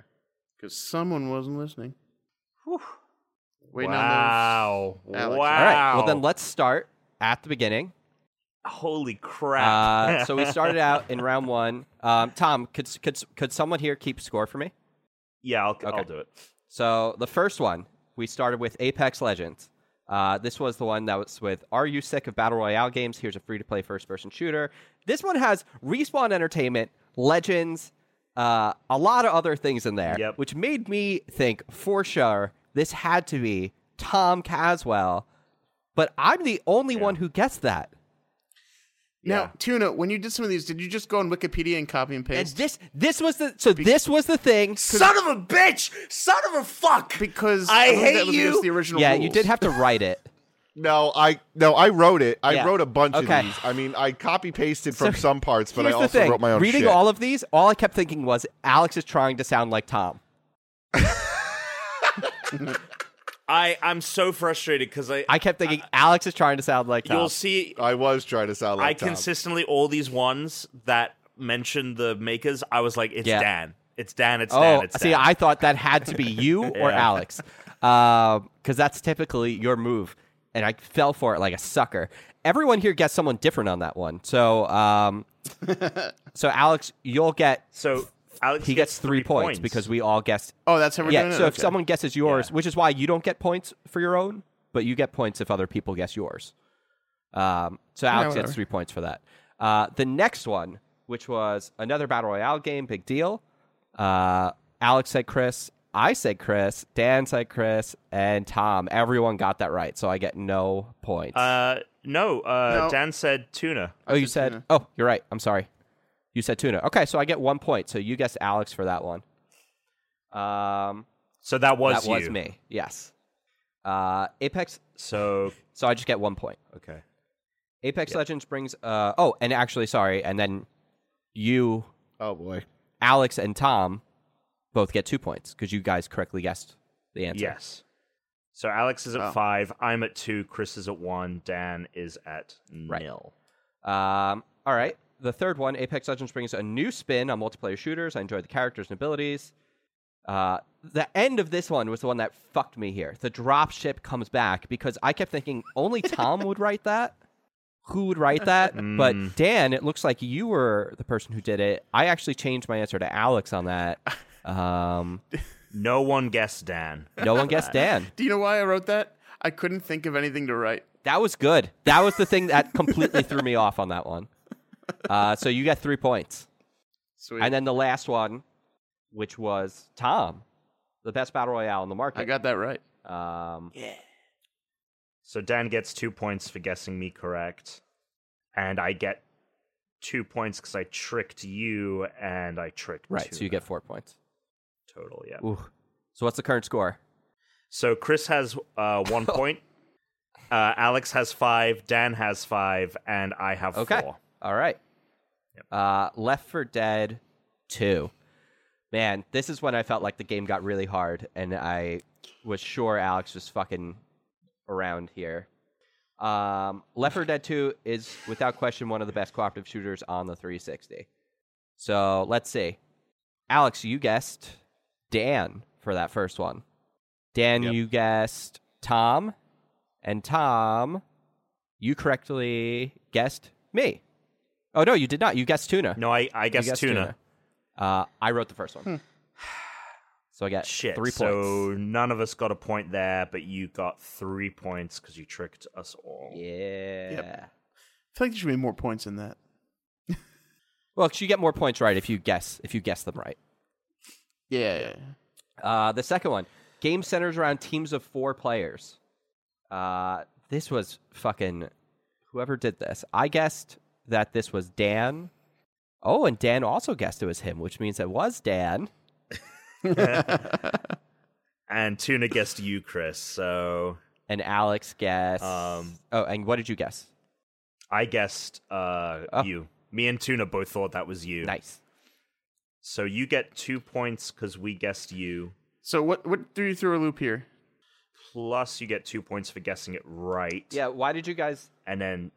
Speaker 4: because someone wasn't listening. Wait, no, no,
Speaker 3: wow!
Speaker 4: Alex.
Speaker 3: Wow!
Speaker 4: All
Speaker 1: All right. Well, then let's start at the beginning.
Speaker 3: Holy crap!
Speaker 1: Uh, so we started out in round one. Um, Tom, could could could someone here keep score for me?
Speaker 3: yeah, I'll, I'll
Speaker 1: Okay.
Speaker 3: do it.
Speaker 1: So the first one we started with Apex Legends. Uh, this was the one that was with Are You Sick of Battle Royale Games? Here's a free to play first person shooter. This one has Respawn Entertainment, Legends, uh, a lot of other things in there,
Speaker 3: Yep.
Speaker 1: which made me think for sure this had to be Tom Caswell. But I'm the only one who guessed that.
Speaker 4: Now,
Speaker 3: Yeah.
Speaker 4: Tuna, when you did some of these, did you just go on Wikipedia and copy and
Speaker 1: And
Speaker 4: paste?
Speaker 1: this this was the so this was the thing.
Speaker 3: Son of a bitch! Son of a fuck!
Speaker 4: because
Speaker 3: I
Speaker 4: don't think that
Speaker 3: hate
Speaker 4: was
Speaker 3: you.
Speaker 4: against The original
Speaker 1: Yeah,
Speaker 4: rules.
Speaker 1: you did have to write it.
Speaker 2: No, I no, I wrote it. I
Speaker 1: Yeah.
Speaker 2: wrote a bunch
Speaker 1: Okay.
Speaker 2: of these. I mean, I copy pasted from
Speaker 1: So,
Speaker 2: some parts, but I
Speaker 1: Here's the
Speaker 2: also
Speaker 1: thing.
Speaker 2: wrote my own.
Speaker 1: Reading
Speaker 2: shit.
Speaker 1: all of these, all I kept thinking was Alex is trying to sound like Tom.
Speaker 3: I I'm so frustrated because I,
Speaker 1: I kept thinking Alex is trying to sound like Tom.
Speaker 3: you'll see
Speaker 2: I was trying to sound like
Speaker 3: I
Speaker 2: Tom.
Speaker 3: consistently all these ones that mentioned the makers, I was like, it's
Speaker 1: Yeah.
Speaker 3: Dan. It's Dan. It's Dan.
Speaker 1: Oh,
Speaker 3: It's
Speaker 1: see,
Speaker 3: Dan.
Speaker 1: I thought that had <laughs> to be you or
Speaker 3: Yeah.
Speaker 1: Alex, because that's typically your move, and I fell for it like a sucker. Everyone here gets someone different on that one. So, <laughs> um, so Alex, you'll get
Speaker 3: so Alex
Speaker 1: he gets three points, because we all guessed.
Speaker 4: Oh, that's how we're
Speaker 1: yeah.
Speaker 4: doing it.
Speaker 1: So if
Speaker 4: Okay.
Speaker 1: someone guesses yours,
Speaker 3: Yeah.
Speaker 1: which is why you don't get points for your own, but you get points if other people guess yours. Um, so Alex
Speaker 4: whatever.
Speaker 1: gets three points for that. Uh, the next one, which was another battle royale game, big deal. Uh, Alex said Chris. I said Chris. Dan said Chris, and Tom. Everyone got that right, so I get no points.
Speaker 3: Uh, no, uh,
Speaker 4: No.
Speaker 3: Dan said tuna.
Speaker 1: oh, you said. Oh, you're right. I'm sorry. You said tuna. Okay, so I get one point. So you guessed Alex for that one. Um,
Speaker 3: So that was
Speaker 1: that was
Speaker 3: you.
Speaker 1: me. Yes. Uh, Apex.
Speaker 3: So
Speaker 1: So I just get one point.
Speaker 3: okay.
Speaker 1: Apex Legends brings. Uh, oh, and actually, sorry, and then you,
Speaker 2: Oh boy.
Speaker 1: Alex, and Tom both get two points because you guys correctly guessed the answer.
Speaker 3: Yes. So Alex is at
Speaker 4: Oh.
Speaker 3: five. I'm at two. Chris is at one. Dan is at
Speaker 1: Right.
Speaker 3: nil.
Speaker 1: Um, all right. The third one, Apex Legends brings a new spin on multiplayer shooters. I enjoyed the characters and abilities. Uh, the end of this one was the one that fucked me here. The dropship comes back because I kept thinking only Tom would write that. Who would write that? But Dan, it looks like you were the person who did it. I actually changed my answer to Alex on that. Um,
Speaker 3: No one guessed Dan. <laughs>
Speaker 1: no one guessed Dan.
Speaker 4: Do you know why I wrote that? I couldn't think of anything to write.
Speaker 1: That was good. That was the thing that completely threw me off on that one. Uh, so you got three points.
Speaker 4: Sweet.
Speaker 1: And then the last one, which was Tom, the best battle royale in the
Speaker 4: I
Speaker 1: market.
Speaker 4: got that right.
Speaker 1: um,
Speaker 3: So Dan gets two points for guessing me correct, and I get two points because I tricked you and I tricked
Speaker 1: right, so you
Speaker 3: Tuna
Speaker 1: get four points.
Speaker 3: total. Yeah.
Speaker 1: Ooh. So what's the current score?
Speaker 3: So Chris has uh,
Speaker 1: <laughs>
Speaker 3: one point. Uh, Alex has five. Dan has five, and I have
Speaker 1: Okay.
Speaker 3: four.
Speaker 1: All right. Uh, Left for Dead 2. Man, this is when I felt like the game got really hard, and I was sure Alex was fucking around here. Um, Left 4 Dead 2 is, without question, one of the best cooperative shooters on the 360. So let's see. Alex, you guessed Dan for that first one. Dan, you guessed Tom, and Tom, you correctly guessed me. Oh no, you did not. You guessed tuna.
Speaker 3: No, I I
Speaker 1: You
Speaker 3: guessed, tuna.
Speaker 1: Uh, I wrote the first one, so I got
Speaker 3: Shit.
Speaker 1: three
Speaker 3: So
Speaker 1: points.
Speaker 3: none of us got a point there, but you got three points because you tricked us all.
Speaker 1: Yeah.
Speaker 4: I feel like there should be more points in that.
Speaker 1: Well, 'cause you get more points right if you guess if you guess them right.
Speaker 4: Yeah. yeah, yeah.
Speaker 1: Uh, the second one, game centers around teams of four players. Uh, this was fucking whoever did this. I guessed that this was Dan. Oh, and Dan also guessed it was him, which means it was Dan.
Speaker 3: And tuna guessed you, Chris. So
Speaker 1: And Alex guessed.
Speaker 3: Um,
Speaker 1: oh, and what did you guess?
Speaker 3: I guessed uh,
Speaker 1: Oh.
Speaker 3: you. Me and tuna both thought that was you.
Speaker 1: Nice.
Speaker 3: So you get two points because we guessed you.
Speaker 4: So what what threw you through a loop here? <laughs>
Speaker 3: Plus, you get two points for guessing it right.
Speaker 1: Yeah. Why did you guys?
Speaker 3: And then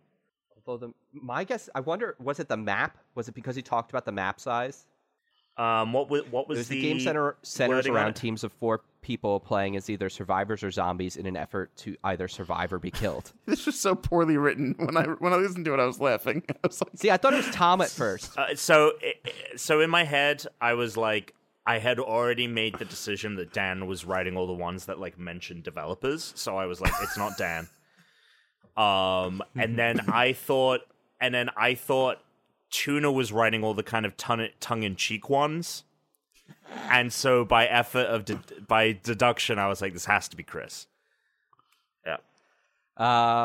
Speaker 1: Although the my guess, I wonder, was it the map? Was it because he talked about the map size?
Speaker 3: um, what was what
Speaker 1: It
Speaker 3: was,
Speaker 1: was the, game center centers
Speaker 3: wording on
Speaker 1: around
Speaker 3: it?
Speaker 1: teams of four people playing as either survivors or zombies in an effort to either survive or be killed.
Speaker 4: This was so poorly written. When I when I listened to it, I was laughing. <laughs> I was like,
Speaker 1: See, I thought it was Tom at first.
Speaker 3: Uh, so, i- i- so in my head, I was like, I had already made the decision that Dan was writing all the ones that like mentioned developers. So I was like, it's not Dan. Um, and then I thought, and then I thought Tuna was writing all the kind of tongue in cheek ones. And so, by effort of de- by deduction, I was like, this has to be Chris. Yeah.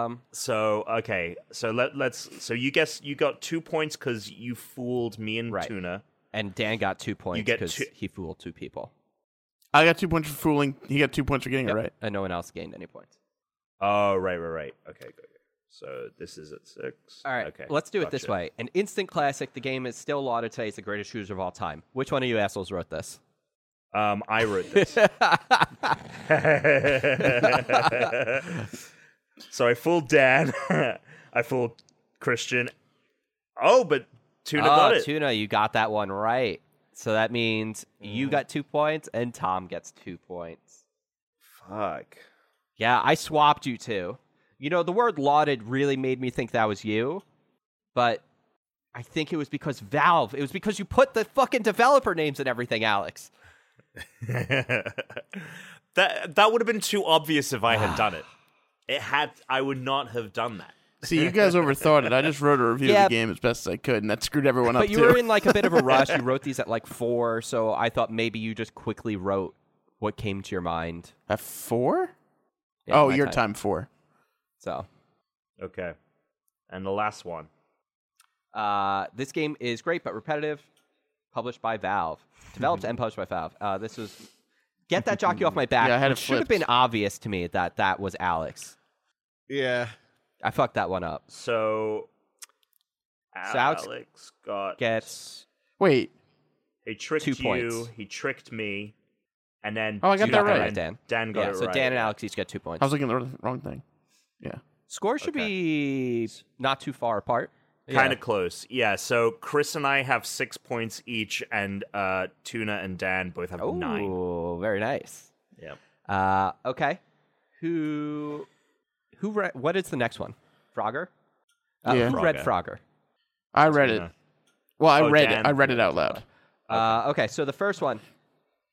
Speaker 1: Um,
Speaker 3: So okay, so let let's so you guess you got two points because you fooled me and
Speaker 1: Right.
Speaker 3: Tuna.
Speaker 1: and Dan got two points
Speaker 3: get
Speaker 1: because
Speaker 3: two-
Speaker 1: he fooled two people,
Speaker 4: I got two points for fooling. He got two points for getting it right.
Speaker 1: and no one else gained any points.
Speaker 3: Oh right, right, right. Okay, good. good. So this is at six.
Speaker 1: All right,
Speaker 3: Okay,
Speaker 1: let's do it this
Speaker 3: gotcha.
Speaker 1: way. An instant classic. The game is still lauded today as the greatest shooter of all time. Which one of you assholes wrote
Speaker 3: <laughs>
Speaker 1: this?
Speaker 3: Um,
Speaker 1: <laughs>
Speaker 3: I wrote this. <laughs> <laughs> so I fooled Dan. I fooled Christian. Oh, but Tuna
Speaker 1: oh,
Speaker 3: got it.
Speaker 1: Tuna, you got that one right. So that means
Speaker 3: Mm.
Speaker 1: you got two points and Tom gets two points.
Speaker 3: Fuck.
Speaker 1: Yeah, I swapped you two. You know, the word lauded really made me think that was you, but I think it was because Valve. It was because you put the fucking developer names and everything,
Speaker 4: <laughs>
Speaker 1: Alex.
Speaker 3: <laughs> that that would have been too obvious if I had
Speaker 1: <sighs>
Speaker 3: done it. It had. I would not have done that.
Speaker 4: See, you guys overthought it. I just wrote a review
Speaker 1: Yeah.
Speaker 4: of the game as best as I could, and that screwed everyone up
Speaker 1: But you
Speaker 4: too.
Speaker 1: were in like a bit of a rush.
Speaker 4: <laughs>
Speaker 1: You wrote these at like four, so I thought maybe you just quickly wrote what came to your mind.
Speaker 4: At four?
Speaker 1: Yeah,
Speaker 4: oh,
Speaker 1: my
Speaker 4: your time four.
Speaker 1: So
Speaker 3: Okay. And the last one.
Speaker 1: Uh, this game is great but repetitive. Published by Valve, developed
Speaker 4: Mm-hmm.
Speaker 1: and published by Valve. Uh, this was get that jockey off my back.
Speaker 4: Yeah, I had
Speaker 1: which
Speaker 4: it
Speaker 1: should have been
Speaker 4: flipped.
Speaker 1: obvious to me that that was Alex.
Speaker 2: Yeah.
Speaker 1: I fucked that one up.
Speaker 3: So,
Speaker 1: Alex
Speaker 3: Alex, got
Speaker 1: Gets
Speaker 4: Wait,
Speaker 3: he tricked
Speaker 1: two
Speaker 3: you.
Speaker 1: points.
Speaker 3: He tricked me, and then
Speaker 4: Oh, I
Speaker 1: you
Speaker 4: got
Speaker 1: got
Speaker 4: that
Speaker 1: that
Speaker 4: right.
Speaker 1: right, Dan.
Speaker 3: Dan got
Speaker 1: yeah,
Speaker 3: it
Speaker 1: so
Speaker 3: right.
Speaker 1: Dan and Alex each get two points.
Speaker 4: I was looking at the wrong thing. Yeah.
Speaker 1: Score should
Speaker 3: Okay.
Speaker 1: be not too far apart.
Speaker 3: Kind of close, yeah. So Chris and I have six points each, and uh, Tuna and Dan both have
Speaker 1: Oh,
Speaker 3: nine.
Speaker 1: very nice.
Speaker 3: Yeah.
Speaker 1: Uh, okay, who, who? Re- what is the next one? Frogger. Uh,
Speaker 4: Yeah.
Speaker 1: Who read Frogger?
Speaker 4: I read it.
Speaker 3: know.
Speaker 4: Well, I
Speaker 3: Oh,
Speaker 4: read
Speaker 3: Dan
Speaker 4: it. I read it
Speaker 3: read
Speaker 4: out loud.
Speaker 1: Uh, okay, so the first one.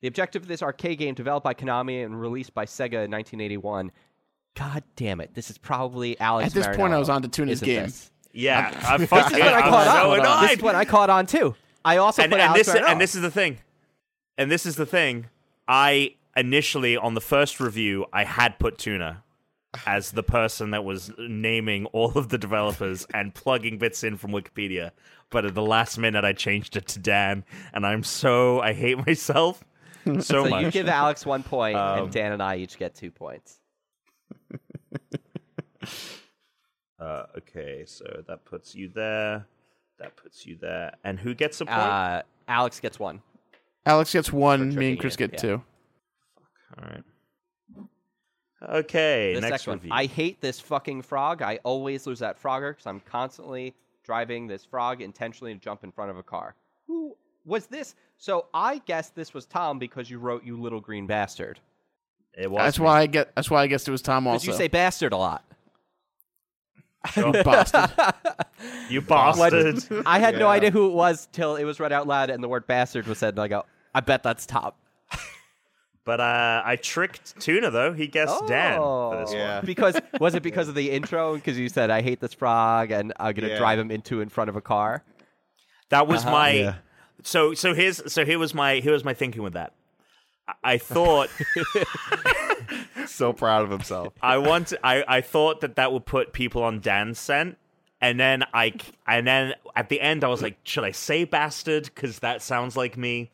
Speaker 1: The objective of this arcade game, developed by Konami and released by Sega in 1981. God damn it! This is probably Alex.
Speaker 4: At this point, I was
Speaker 1: Marinello,
Speaker 4: on to Tuna's
Speaker 1: isn't
Speaker 4: game.
Speaker 1: This, <laughs>
Speaker 3: Yeah, I
Speaker 1: This is
Speaker 3: fucking-
Speaker 1: what I
Speaker 3: I'm
Speaker 1: caught
Speaker 3: so
Speaker 1: on. This
Speaker 3: annoyed.
Speaker 1: is what I caught on too. I also
Speaker 3: and,
Speaker 1: put
Speaker 3: and
Speaker 1: Alex
Speaker 3: this
Speaker 1: Marinello.
Speaker 3: and this is the thing, and this is the thing. I initially on the first review I had put Tuna as the person that was naming all of the developers and plugging bits in from Wikipedia, but at the last minute I changed it to Dan, and I'm so I hate myself so,
Speaker 1: so
Speaker 3: much. Um,
Speaker 1: you give Alex one point, and Dan and I each get two points.
Speaker 3: uh, okay, so that puts you there. That puts you there. And who gets a point?
Speaker 1: Uh, Alex gets one.
Speaker 4: Alex gets one. Me
Speaker 1: tricking
Speaker 4: and Chris
Speaker 1: you,
Speaker 4: get
Speaker 1: yeah.
Speaker 4: two.
Speaker 3: all right. Okay,
Speaker 1: This
Speaker 3: next,
Speaker 1: next one.
Speaker 3: review.
Speaker 1: I hate this fucking frog. I always lose that Frogger because I'm constantly driving this frog intentionally to jump in front of a car. Who was this? So I guess this was Tom because you wrote "you little green bastard."
Speaker 3: it was
Speaker 4: That's
Speaker 3: me.
Speaker 4: why I get. That's why I guessed it was Tom.
Speaker 1: Because
Speaker 4: Also,
Speaker 1: you say "bastard" a lot.
Speaker 4: You bastard.
Speaker 3: you bastard.
Speaker 1: <laughs> I had no idea who it was till it was read out loud and the word "bastard" was said, and I go, "I bet that's Tom."
Speaker 3: But uh, I tricked Tuna though. He guessed Dan
Speaker 1: Oh.
Speaker 3: for this
Speaker 2: <laughs> Yeah.
Speaker 3: one.
Speaker 1: Because was it because of the intro? Because you said, "I hate this frog," and I'm gonna
Speaker 2: Yeah.
Speaker 1: drive him into in front of a car.
Speaker 3: That was my.
Speaker 2: Uh-huh. Yeah.
Speaker 3: So so here's so here was my here was my thinking with that. I- I thought
Speaker 2: So proud of himself.
Speaker 3: I want I I thought that that would put people on Dan's scent, and then I c- and then at the end I was like, should I say bastard because that sounds like me?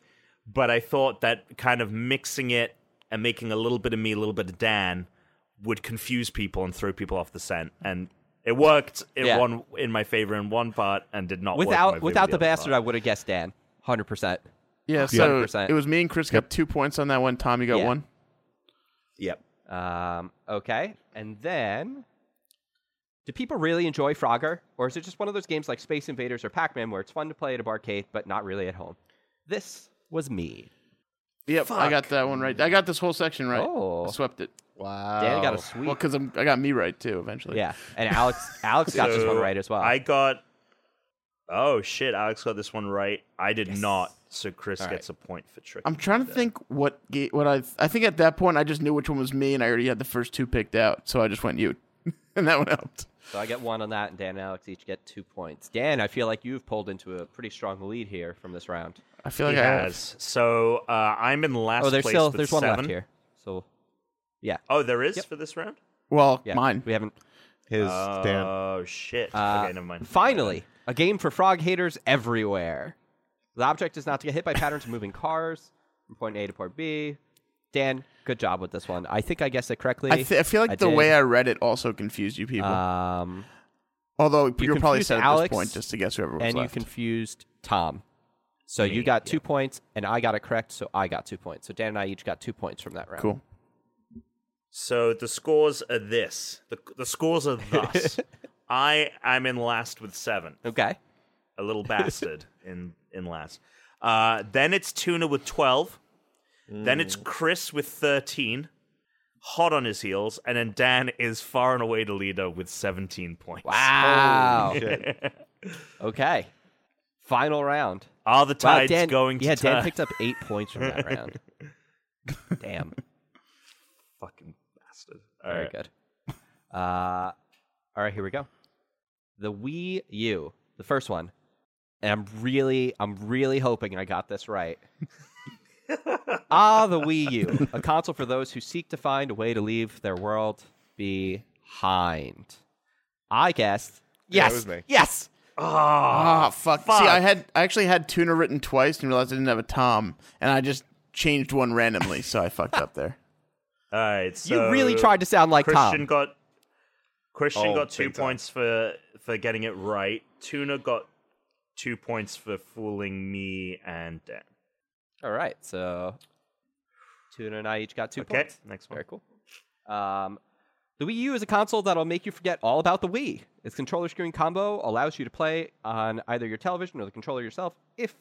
Speaker 3: But I thought that kind of mixing it and making a little bit of me, a little bit of Dan, would confuse people and throw people off the scent, and it worked in
Speaker 1: Yeah.
Speaker 3: one in my favor in one part and did not work in my
Speaker 1: Without
Speaker 3: favor
Speaker 1: without the
Speaker 3: other part.
Speaker 1: bastard, I would have guessed Dan. Hundred percent.
Speaker 4: yeah. So
Speaker 1: 100%.
Speaker 4: it was me and Chris got two points on that one. Tom, you got
Speaker 1: Yeah.
Speaker 4: one.
Speaker 3: Yep.
Speaker 1: Um, okay, and then do people really enjoy Frogger, or is it just one of those games like Space Invaders or Pac Man where it's fun to play at a barcade but not really at home? This was me.
Speaker 4: Yep. I got that one right. I got this whole section right.
Speaker 1: Oh.
Speaker 4: I swept it.
Speaker 2: <laughs> Wow.
Speaker 1: Dan got a sweep.
Speaker 4: Well, because I got me right too. Eventually.
Speaker 1: yeah, and Alex Alex got this one
Speaker 3: So
Speaker 1: right as well.
Speaker 3: I got. Oh shit! Alex got this one right. I did not. So Chris gets a point for trick.
Speaker 4: I'm trying to think what ga- what I I think at that point I just knew which one was me and I already had the first two picked out, so I just went you, <laughs> and that one helped.
Speaker 1: so I get one on that, and Dan and Alex each get two points. Dan, I feel like you've pulled into a pretty strong lead here from this round.
Speaker 4: I feel
Speaker 3: He
Speaker 4: like I have.
Speaker 3: has. So uh, I'm in last.
Speaker 1: Oh, there's
Speaker 3: place
Speaker 1: still
Speaker 3: with
Speaker 1: there's one
Speaker 3: seven.
Speaker 1: left here. So yeah,
Speaker 3: Oh, there is for this round.
Speaker 4: Well,
Speaker 1: yeah,
Speaker 4: mine.
Speaker 1: We haven't
Speaker 2: His Dan.
Speaker 3: Oh shit!
Speaker 1: Uh,
Speaker 3: okay, never mind.
Speaker 1: Finally, a game for frog haters everywhere. The object is not to get hit by patterns of moving cars from point A to point B. Dan, good job with this one. I think I guessed it correctly.
Speaker 4: I, th- I feel like
Speaker 1: I
Speaker 4: the
Speaker 1: did.
Speaker 4: way I read it also confused you people.
Speaker 1: um,
Speaker 4: Although you are probably
Speaker 1: confused
Speaker 4: set at
Speaker 1: Alex
Speaker 4: this point just to guess whoever was
Speaker 1: and
Speaker 4: left.
Speaker 1: you confused Tom. So you got two points, and I got it correct, so I got two points. So Dan and I each got two points from that round.
Speaker 4: cool.
Speaker 3: So the scores
Speaker 1: <laughs>
Speaker 3: are this. The the scores are thus. I am in last with seven.
Speaker 1: Okay. <laughs>
Speaker 3: a little bastard in in last. Uh, then it's Tuna with twelve. Then it's
Speaker 1: Mm.
Speaker 3: Chris with thirteen, hot on his heels, and then Dan is far and away the leader with seventeen points.
Speaker 1: Wow.
Speaker 2: Shit.
Speaker 1: okay. Final round.
Speaker 3: Are the
Speaker 1: Wow,
Speaker 3: tides
Speaker 1: Dan,
Speaker 3: going to
Speaker 1: yeah, Dan
Speaker 3: turn?
Speaker 1: picked up eight points from that <laughs> round. Damn.
Speaker 3: Fucking bastard. All
Speaker 1: Very
Speaker 3: right.
Speaker 1: good. Uh, all right, here we go. The Wii U, the first one. And I'm really, I'm really hoping I got this <laughs> right. ah, the Wii U, a console for those who seek to find a way to leave their world behind. I guessed.
Speaker 2: Yeah, it
Speaker 1: Yes.
Speaker 2: was me.
Speaker 1: Yes.
Speaker 4: Ah, fuck.
Speaker 3: fuck.
Speaker 4: See, I had I actually had tuna written twice and realized I didn't have a Tom, and I just changed one randomly, so I fucked
Speaker 1: <laughs>
Speaker 4: up there.
Speaker 3: All right. So
Speaker 1: you really tried to sound like
Speaker 3: Christian
Speaker 1: Tom.
Speaker 3: got Christian
Speaker 2: Oh,
Speaker 3: got two
Speaker 2: big time.
Speaker 3: points for for getting it right. Tuna got two points for fooling me and Dan.
Speaker 1: All right, so Tuna and I each got two
Speaker 3: Okay,
Speaker 1: points.
Speaker 3: next one.
Speaker 1: Very cool. Um, the Wii U is a console that'll make you forget all about the Wii. Its controller screen combo allows you to play on either your television or the controller yourself if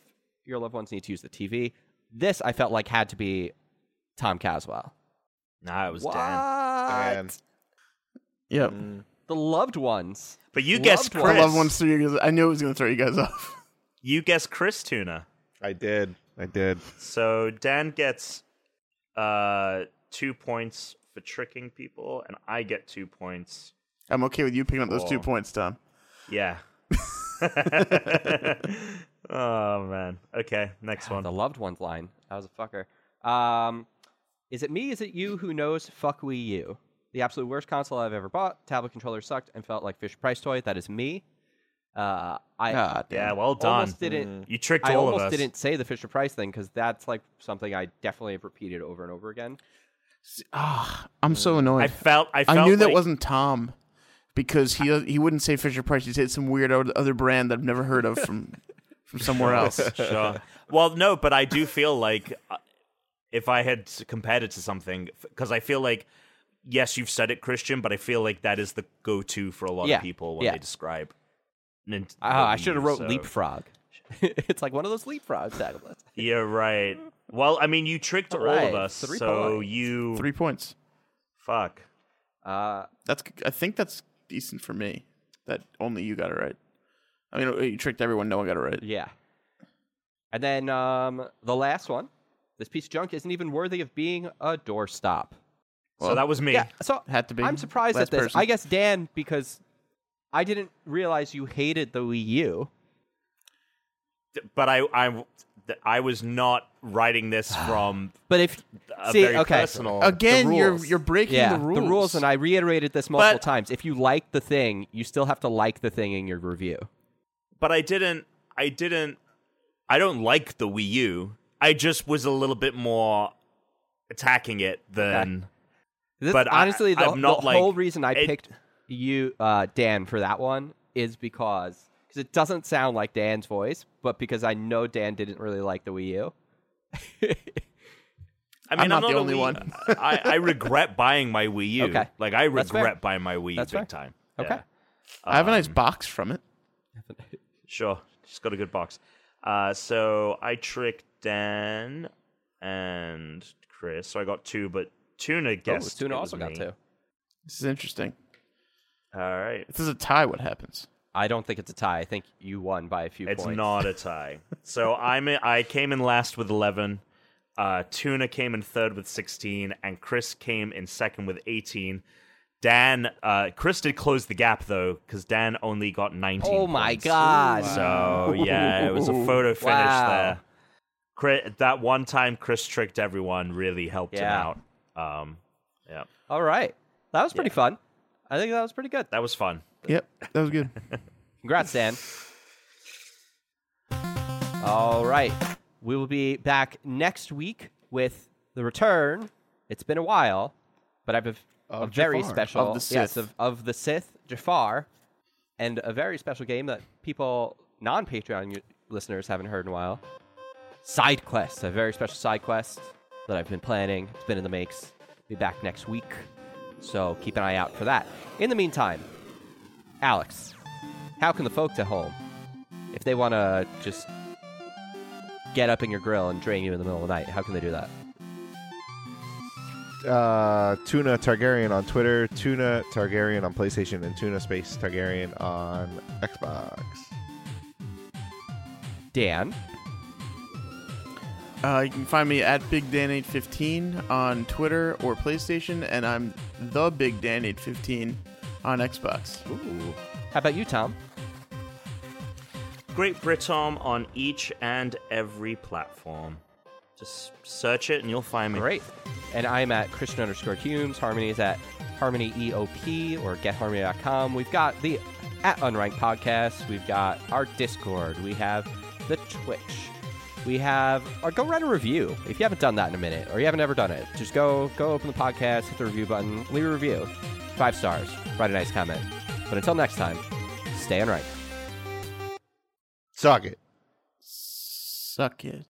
Speaker 1: your loved ones need to use the TV. This I felt like had to be Tom Caswell.
Speaker 3: Nah, it was
Speaker 1: What?
Speaker 3: Dan.
Speaker 2: And
Speaker 4: Yep.
Speaker 1: The loved ones.
Speaker 3: But you
Speaker 1: Loved
Speaker 3: guessed
Speaker 1: one.
Speaker 3: Chris.
Speaker 4: I love one threw you guys. I knew it was going to throw you guys <laughs> off.
Speaker 3: You guessed Chris Tuna.
Speaker 2: I did. I did.
Speaker 3: So Dan gets uh two points for tricking people, and I get two points.
Speaker 4: I'm okay with you picking up those two
Speaker 3: Cool.
Speaker 4: points, Tom. <laughs>
Speaker 3: Yeah. oh man. Okay, next one.
Speaker 1: The loved ones line. That was a fucker. Um, is it me? Is it you who knows? Fuck Wii U. The absolute worst console I've ever bought. Tablet controller sucked and felt like Fisher Price toy. That is me. Uh, I
Speaker 4: Ah, damn.
Speaker 3: Yeah, well done.
Speaker 1: almost didn't.
Speaker 3: You tricked
Speaker 1: I
Speaker 3: all
Speaker 1: almost
Speaker 3: of us.
Speaker 1: didn't say the Fisher Price thing because that's like something I definitely have repeated over and over again.
Speaker 4: Ah, I'm so annoyed. <laughs>
Speaker 3: I felt. I,
Speaker 4: I
Speaker 3: felt
Speaker 4: knew that
Speaker 3: like-
Speaker 4: wasn't Tom because he he wouldn't say Fisher Price. He'd say some weird o- other brand that I've never heard
Speaker 3: <laughs>
Speaker 4: of from from somewhere else.
Speaker 1: <laughs>
Speaker 3: Sure. well, no, but I do feel like uh, if I had s- compared it to something, because I feel like yes, you've said it, Christian, but I feel like that is the go-to for a lot
Speaker 1: Yeah,
Speaker 3: of people when
Speaker 1: yeah.
Speaker 3: they describe. Nin-
Speaker 1: Ah, I
Speaker 3: Wii
Speaker 1: should have
Speaker 3: U,
Speaker 1: wrote
Speaker 3: so-
Speaker 1: leapfrog. <laughs> it's like one of those leapfrog tablets.
Speaker 3: <laughs> Yeah, right. Well, I mean, you tricked all,
Speaker 1: right,
Speaker 3: of us,
Speaker 1: three
Speaker 3: so
Speaker 1: points.
Speaker 3: you
Speaker 4: Three points.
Speaker 3: fuck.
Speaker 1: Uh,
Speaker 4: That's I think that's decent for me. That only you got it right. I mean, you tricked everyone. No one got it right.
Speaker 1: Yeah. And then um, the last one. This piece of junk isn't even worthy of being a doorstop.
Speaker 3: so
Speaker 4: Well,
Speaker 3: that was me.
Speaker 1: Yeah, so
Speaker 4: Had to be
Speaker 1: I'm surprised at
Speaker 4: last
Speaker 1: this.
Speaker 4: person.
Speaker 1: I guess Dan because I didn't realize you hated the Wii U.
Speaker 3: D- But I, I, th- I was not
Speaker 1: <sighs>
Speaker 3: writing this from
Speaker 1: But if
Speaker 3: a
Speaker 1: see,
Speaker 3: very
Speaker 1: okay,
Speaker 3: personal.
Speaker 4: Again,
Speaker 2: The
Speaker 4: you're
Speaker 2: rules.
Speaker 4: you're breaking
Speaker 1: yeah,
Speaker 4: the rules.
Speaker 1: and I reiterated this multiple
Speaker 3: But-
Speaker 1: times. If you like the thing, you still have to like the thing in your review.
Speaker 3: but I didn't. I didn't. I don't like the Wii U. I just was a little bit more attacking it than.
Speaker 1: This-
Speaker 3: But I-
Speaker 1: honestly, the,
Speaker 3: I'm not,
Speaker 1: the
Speaker 3: like-
Speaker 1: whole reason I
Speaker 3: it-
Speaker 1: picked you, uh, Dan, for that one is because because it doesn't sound like Dan's voice, but because I know Dan didn't really like the Wii U.
Speaker 3: I mean, I'm
Speaker 4: not
Speaker 3: not,
Speaker 4: the
Speaker 3: a
Speaker 4: only
Speaker 3: Wii-
Speaker 4: one.
Speaker 3: <laughs> I, I regret buying my Wii U.
Speaker 1: Okay.
Speaker 3: Like I
Speaker 1: That's fair.
Speaker 3: regret buying my Wii U
Speaker 1: That's
Speaker 3: big
Speaker 1: fair.
Speaker 3: time.
Speaker 1: okay,
Speaker 3: Yeah,
Speaker 4: I have a nice box from it.
Speaker 3: sure. She's got a good box. Uh, so I tricked Dan and Chris. So I got two, but Tuna guessed.
Speaker 1: Oh, Tuna
Speaker 3: it
Speaker 1: also
Speaker 3: was
Speaker 1: got
Speaker 3: me.
Speaker 1: two.
Speaker 4: This is interesting.
Speaker 3: All right.
Speaker 4: If there's a tie, what happens?
Speaker 1: I don't think it's a tie. I think you won by a few
Speaker 3: It's
Speaker 1: points.
Speaker 3: not a tie. So I'm in, I came in last with 11. Uh, Tuna came in third with 16, and Chris came in second with 18. Dan, uh, Chris did close the gap though, because Dan only got 19.
Speaker 1: Oh my
Speaker 3: points.
Speaker 1: god!
Speaker 3: So yeah, it was a photo finish
Speaker 1: Wow.
Speaker 3: there. Chris, that one time Chris tricked everyone really helped
Speaker 1: Yeah.
Speaker 3: him out. Um, yeah,
Speaker 1: All right, that was pretty fun. I think that was pretty good.
Speaker 3: that was fun.
Speaker 4: Yep, that was good.
Speaker 1: Congrats, Dan. All right. We will be back next week with the return. It's been a while, but I have a, a very
Speaker 4: Jafar.
Speaker 1: special
Speaker 4: Of the
Speaker 1: yes
Speaker 4: Sith.
Speaker 1: of, of the Sith Jafar, and a very special game that people non Patreon u- listeners haven't heard in a while. Side quest, a very special side quest that I've been planning. It's been in the makes. Be back next week, so keep an eye out for that. In the meantime, Alex, how can the folks at home if they want to just get up in your grill and drain you in the middle of the night, how can they do that?
Speaker 2: uh, Tuna Targaryen on Twitter, Tuna Targaryen on PlayStation, and Tuna Space Targaryen on Xbox.
Speaker 1: Dan,
Speaker 4: Uh, you can find me at BigDan815 on Twitter or PlayStation, and I'm the BigDan815 on Xbox.
Speaker 1: how about you, Tom?
Speaker 3: Great Britom on each and every platform. Just search it and you'll find me.
Speaker 1: Great. And I'm at Christian underscore Humes. Harmony is at Harmony EOP or getharmony.com. We've got the at Unranked podcast. We've got our Discord. We have the Twitch. We have our go write a review. If you haven't done that in a minute or you haven't ever done it, just go go open the podcast, hit the review button, leave a review. Five stars. Write a nice comment. But until next time, stay unranked.
Speaker 2: Suck it.
Speaker 4: Suck it.